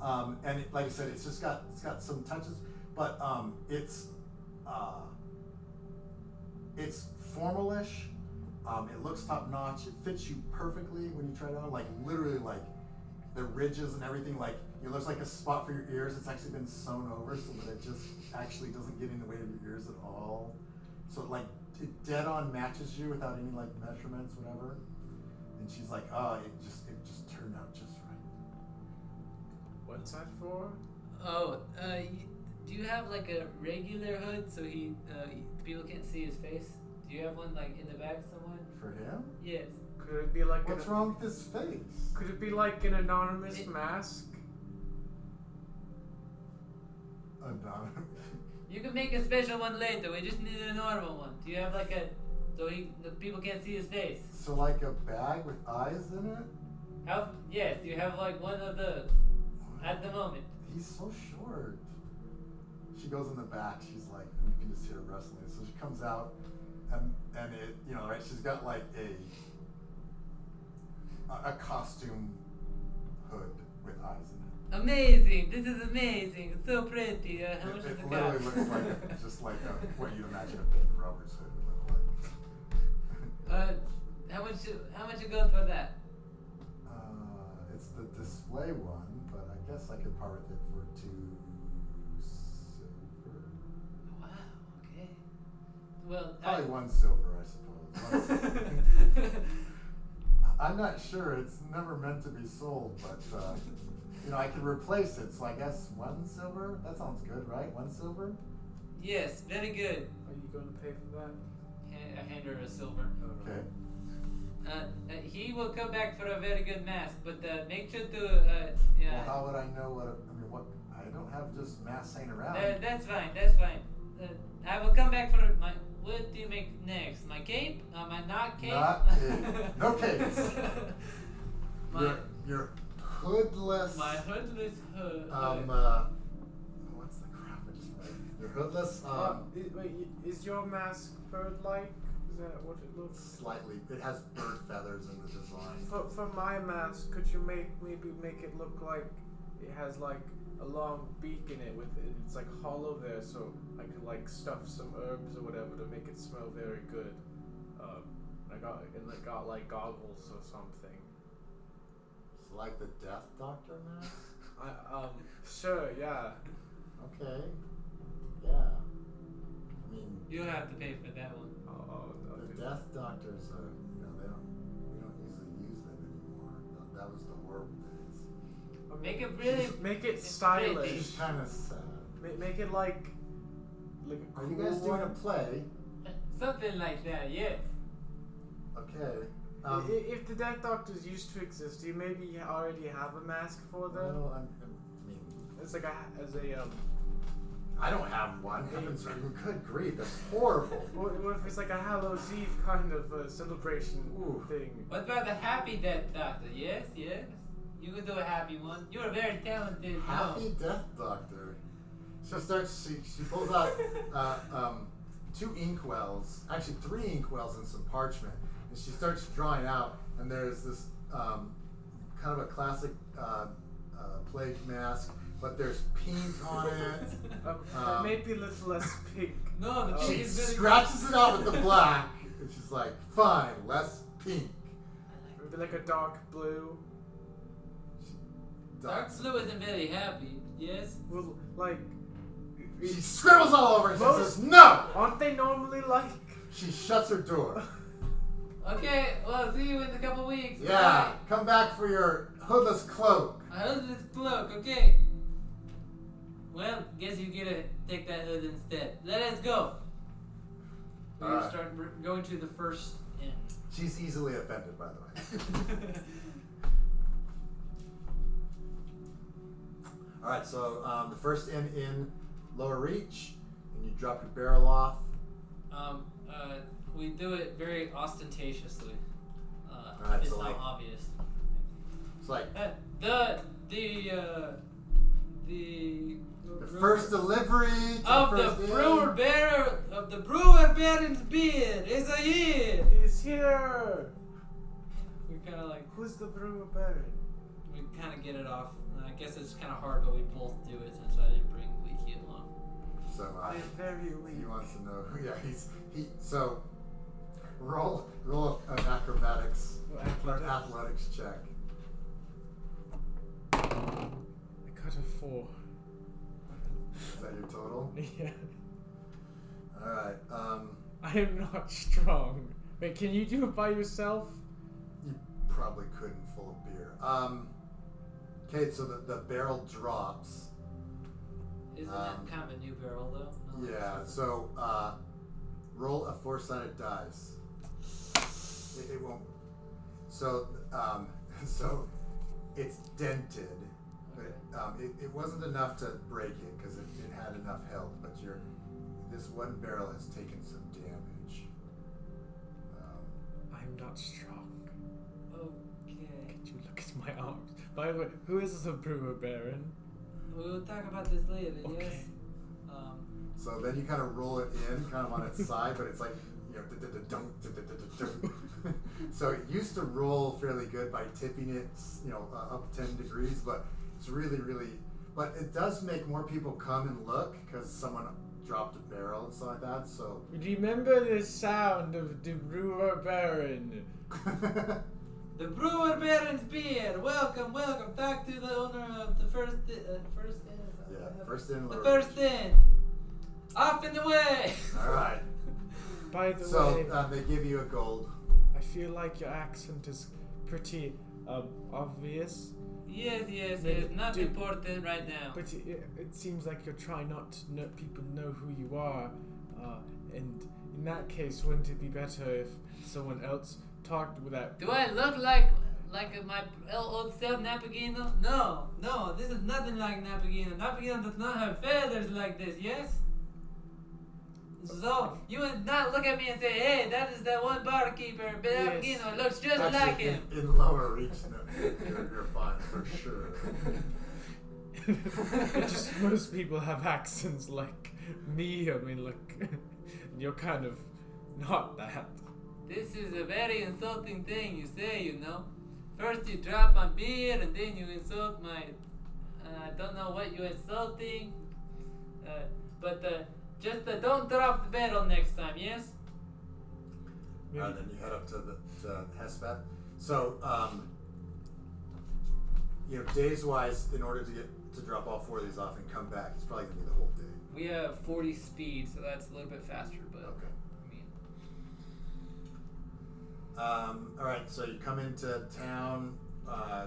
Speaker 1: um, and it, like I said, it's just got it's got some touches, but um, it's uh, it's formalish. Um, it looks top notch. It fits you perfectly when you try it on. Like literally, like the ridges and everything. Like it looks like a spot for your ears. It's actually been sewn over so that it just actually doesn't get in the way of your ears at all. So it, like it dead on matches you without any like measurements, whatever. And she's like, oh, it just it just turned out just right.
Speaker 2: What's that for?
Speaker 3: Oh, uh, y- do you have like a regular hood so he uh, he- people can't see his face? Do you have one like in the back somewhere?
Speaker 1: For him?
Speaker 3: Yes.
Speaker 2: Could it be like
Speaker 1: What's
Speaker 2: an,
Speaker 1: wrong with his face?
Speaker 2: Could it be like an anonymous
Speaker 3: It-
Speaker 2: mask?
Speaker 1: Anonymous.
Speaker 3: You can make a special one later. We just need a normal one. Do you have like a so he the people can't see his face?
Speaker 1: So like a bag with eyes in it.
Speaker 3: How? Yes, you have like one of those at the moment.
Speaker 1: He's so short. She goes in the back. She's like, "Oh, you can just hear her wrestling. So she comes out, and and it, you know, right? She's got like a a, a costume hood with eyes in it.
Speaker 3: Amazing! This is amazing. So pretty. Uh, how
Speaker 1: It,
Speaker 3: much is
Speaker 1: it
Speaker 3: the
Speaker 1: literally
Speaker 3: cost?
Speaker 1: looks like a, just like a, what you'd imagine a big rubber's hood would look like.
Speaker 3: Uh, how much? How much you got for that?
Speaker 1: Uh, it's the display one, but I guess I could part with it for two silver.
Speaker 3: Wow. Okay. Well, I,
Speaker 1: Probably one silver, I suppose. One silver. I'm not sure. It's never meant to be sold, but uh, you know, I could replace it. So I guess one silver. That sounds good, right? One silver.
Speaker 3: yes, very good.
Speaker 2: Are you going to pay for that?
Speaker 3: Ha- I hand her a silver.
Speaker 1: Okay.
Speaker 3: Uh, uh, he will come back for a very good mask, but uh, make sure to. Uh, yeah.
Speaker 1: Well, how would I know what? I mean, what? I don't have just mass hanging around.
Speaker 3: Uh, that's fine. That's fine. Uh, I will come back for my. What do you make next? My cape? Uh, my not cape?
Speaker 1: Not cape. No capes.
Speaker 3: my
Speaker 1: your, your hoodless.
Speaker 3: my hoodless hood.
Speaker 1: um. Uh, what's the crap? I just read? Your hoodless.
Speaker 2: Uh,
Speaker 1: Um.
Speaker 2: i- wait, i- is your mask bird-like? Is that what it looks?
Speaker 1: Slightly. It has bird feathers in the design.
Speaker 2: For, for my mask, could you make maybe make it look like it has like a long beak in it with it, it's like hollow there, so I could like stuff some herbs or whatever to make it smell very good. Um, I got and I got like goggles or something.
Speaker 1: It's like the death doctor mask.
Speaker 2: I, um, sure, yeah.
Speaker 1: Okay. Yeah. I mean.
Speaker 3: You'll have to pay for that one.
Speaker 2: I'll, I'll, I'll do
Speaker 1: The
Speaker 2: that.
Speaker 1: death doctors are, you know, they don't, we don't usually use them anymore. Th- That was the horrible days.
Speaker 2: I
Speaker 3: Make
Speaker 2: mean,
Speaker 3: it really.
Speaker 2: make it
Speaker 3: it's
Speaker 2: stylish.
Speaker 1: It's kind of sad.
Speaker 2: Make, make it like like a
Speaker 1: Are
Speaker 2: cool
Speaker 1: you guys doing a
Speaker 2: one.
Speaker 1: play?
Speaker 3: Something like that, yes.
Speaker 1: Okay.
Speaker 2: I-
Speaker 1: Um,
Speaker 2: i- if the Death Doctors used to exist, do you maybe already have a mask for them?
Speaker 1: well, I'm, I mean,
Speaker 2: It's like a as a um.
Speaker 1: I don't have one. Heavens, I mean, good grief, that's horrible.
Speaker 2: What, what if it's like a Hallows Eve kind of uh, celebration
Speaker 1: Ooh.
Speaker 2: thing?
Speaker 3: What about the happy death doctor? Yes, yes. You can do a happy one. You're very talented.
Speaker 1: Happy death doctor. So starts she, she pulls out uh, um, two inkwells, actually three inkwells and some parchment, and she starts drawing out. And there's this um, kind of a classic uh, uh, plague mask, but there's paint on it.
Speaker 2: Um,
Speaker 1: Um,
Speaker 2: maybe a little less pink.
Speaker 3: No, the
Speaker 2: Oh.
Speaker 3: pig
Speaker 1: She
Speaker 3: is very.
Speaker 1: scratches it out with the black, and she's like, "Fine, less pink."
Speaker 2: Maybe like a dark blue.
Speaker 3: Dark Blue isn't very happy. Yes.
Speaker 2: Well, like.
Speaker 1: She scribbles all over it and
Speaker 2: Most-
Speaker 1: says, "No."
Speaker 2: Aren't they normally like?
Speaker 1: She shuts her door.
Speaker 3: Okay. Well, see you in a couple weeks.
Speaker 1: Yeah, come back for your hoodless cloak.
Speaker 3: Bye. I heard this cloak. Okay. Well, guess you get to take that hood instead. Let us go.
Speaker 1: All
Speaker 11: We're gonna
Speaker 1: right.
Speaker 11: start r- going to the first inn.
Speaker 1: She's easily offended, by the way. All right, so um, the first inn in Lower Reach, and you drop your barrel off.
Speaker 3: Um, uh, we do it very ostentatiously. Uh,
Speaker 1: Alright,
Speaker 3: it's
Speaker 1: so,
Speaker 3: not
Speaker 1: like-
Speaker 3: obvious.
Speaker 1: It's like
Speaker 3: Uh, the the uh, the
Speaker 1: the first delivery to
Speaker 3: of
Speaker 1: the, first
Speaker 3: the
Speaker 1: inn.
Speaker 3: brewer bearer of the brewer baron's beer is a year.
Speaker 7: He's here!
Speaker 3: We kind of like
Speaker 7: Who's the brewer baron?
Speaker 3: we kind of get it off. I guess it's kind of hard, but we both do it since I didn't bring Leaky along.
Speaker 1: So uh,
Speaker 7: I am very weak.
Speaker 1: he wants to know. Yeah, he's he. So roll roll an acrobatics or an athletics check.
Speaker 2: I got a four.
Speaker 1: Is that your total?
Speaker 2: Yeah.
Speaker 1: All right. Um,
Speaker 2: I am not strong. Wait, can you do it by yourself?
Speaker 1: you probably couldn't full of beer. Um, okay, so the, the barrel drops.
Speaker 3: Isn't
Speaker 1: Um,
Speaker 3: that kind of a new barrel though? No,
Speaker 1: Yeah,
Speaker 3: it's-
Speaker 1: so uh, roll a four sided dice. It, it won't. So, um, so it's dented. But um, it, it wasn't enough to break it because it, it had enough health, but your this one barrel has taken some damage. Um,
Speaker 2: I'm not strong.
Speaker 3: Okay.
Speaker 2: Could you look at my arms? By the way, who is the brewer baron?
Speaker 3: We'll talk about this later.
Speaker 2: Okay.
Speaker 3: Yes. Um,
Speaker 1: so then you kind of roll it in, kind of on its side, but it's like you know, dunk, So it used to roll fairly good by tipping it, you know, uh, up ten degrees, but it's really, really. But it does make more people come and look because someone dropped a barrel and stuff like that. So
Speaker 2: Remember the sound of the brewer baron.
Speaker 3: the brewer baron's beer. Welcome, welcome. Talk to the owner of the first uh, first inn.
Speaker 1: yeah, first in.
Speaker 3: The
Speaker 1: Lurch.
Speaker 3: first inn. Off in the way.
Speaker 1: All right.
Speaker 2: By the
Speaker 1: So
Speaker 2: way,
Speaker 1: uh, they give you a gold.
Speaker 2: I feel like your accent is pretty um, obvious,
Speaker 3: Yes, yes,
Speaker 2: Maybe
Speaker 3: yes. Not
Speaker 2: do-
Speaker 3: important right now.
Speaker 2: but it, it seems like you're trying not to know people know who you are. Uh, and in that case, wouldn't it be better if someone else talked without?
Speaker 3: Do I look like like my old self, Napagino? No, no. This is nothing like Napagino. Napagino does not have feathers like this. Yes. So you would not look at me and say, "Hey, that is that one barkeeper, but
Speaker 2: Yes.
Speaker 3: Napagino it looks just
Speaker 1: Actually,
Speaker 3: like him."
Speaker 1: In, in lower reach, no, you're, you're fine for sure.
Speaker 2: It's just most people have accents like me. I mean, like you're kind of not that.
Speaker 3: This is a very insulting thing you say, you know. First you drop my beer, and then you insult my. Uh, I don't know what you're insulting. Uh, but uh, just uh, don't drop the barrel next time, yes?
Speaker 2: Maybe-
Speaker 1: And Uh, then you head up to the to Hespeth. So, um, you know, days wise, in order to get to drop all four of these off and come back, it's probably gonna be the whole day.
Speaker 3: We have 40 speed, so that's a little bit faster, but.
Speaker 1: Okay.
Speaker 3: I mean,
Speaker 1: Um, all right. So you come into town. Uh,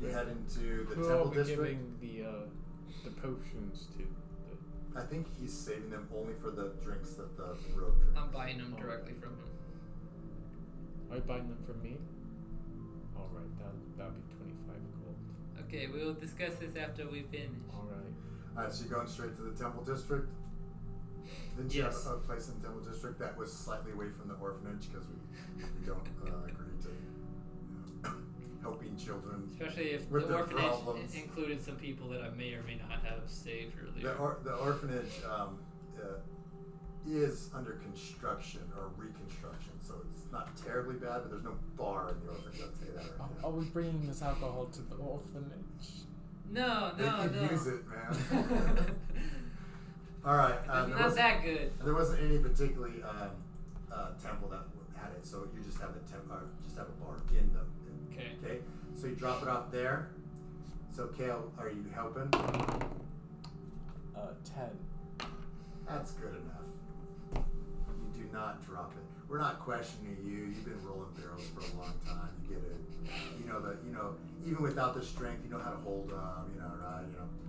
Speaker 1: you head into the
Speaker 2: Who are
Speaker 1: temple
Speaker 2: we
Speaker 1: district.
Speaker 2: giving the uh, the potions to?
Speaker 1: I think he's saving them only for the drinks that the rogue drinks.
Speaker 3: I'm buying them directly from him.
Speaker 2: Are you buying them from me? All right, that that'd be twenty five gold.
Speaker 3: Okay, we will discuss this after we finish.
Speaker 2: All right.
Speaker 1: All right. So you're going straight to the temple district. Didn't you
Speaker 2: Yes.
Speaker 1: have a place in the temple district that was slightly away from the orphanage because we, we don't uh, agree to you know, helping children
Speaker 3: Especially if
Speaker 1: With
Speaker 3: the
Speaker 1: their
Speaker 3: orphanage
Speaker 1: problems.
Speaker 3: included some people that I may or may not have saved earlier.
Speaker 1: The, or, the orphanage um, uh, is under construction or reconstruction, so it's not terribly bad, but there's no bar in the orphanage. I'll tell you that right
Speaker 2: Are
Speaker 3: Oh,
Speaker 1: now.
Speaker 2: we bringing this alcohol to the orphanage?
Speaker 3: No,
Speaker 1: They
Speaker 3: oh, no,
Speaker 1: could
Speaker 3: no.
Speaker 1: use it, man.
Speaker 3: it's
Speaker 1: All right. Um, there,
Speaker 3: not
Speaker 1: wasn't,
Speaker 3: that good.
Speaker 1: there wasn't any particularly um, uh, temple that w- had it, so you just have the temp, or just have a bar in the. in-
Speaker 3: Okay.
Speaker 1: Okay. So you drop it off there. So Kale, are you helping?
Speaker 2: Uh, ten.
Speaker 1: That's good enough. You do not drop it. We're not questioning you. You've been rolling barrels for a long time. You get it. You know that. You know even without the strength, you know how to hold them. You know, right? You know.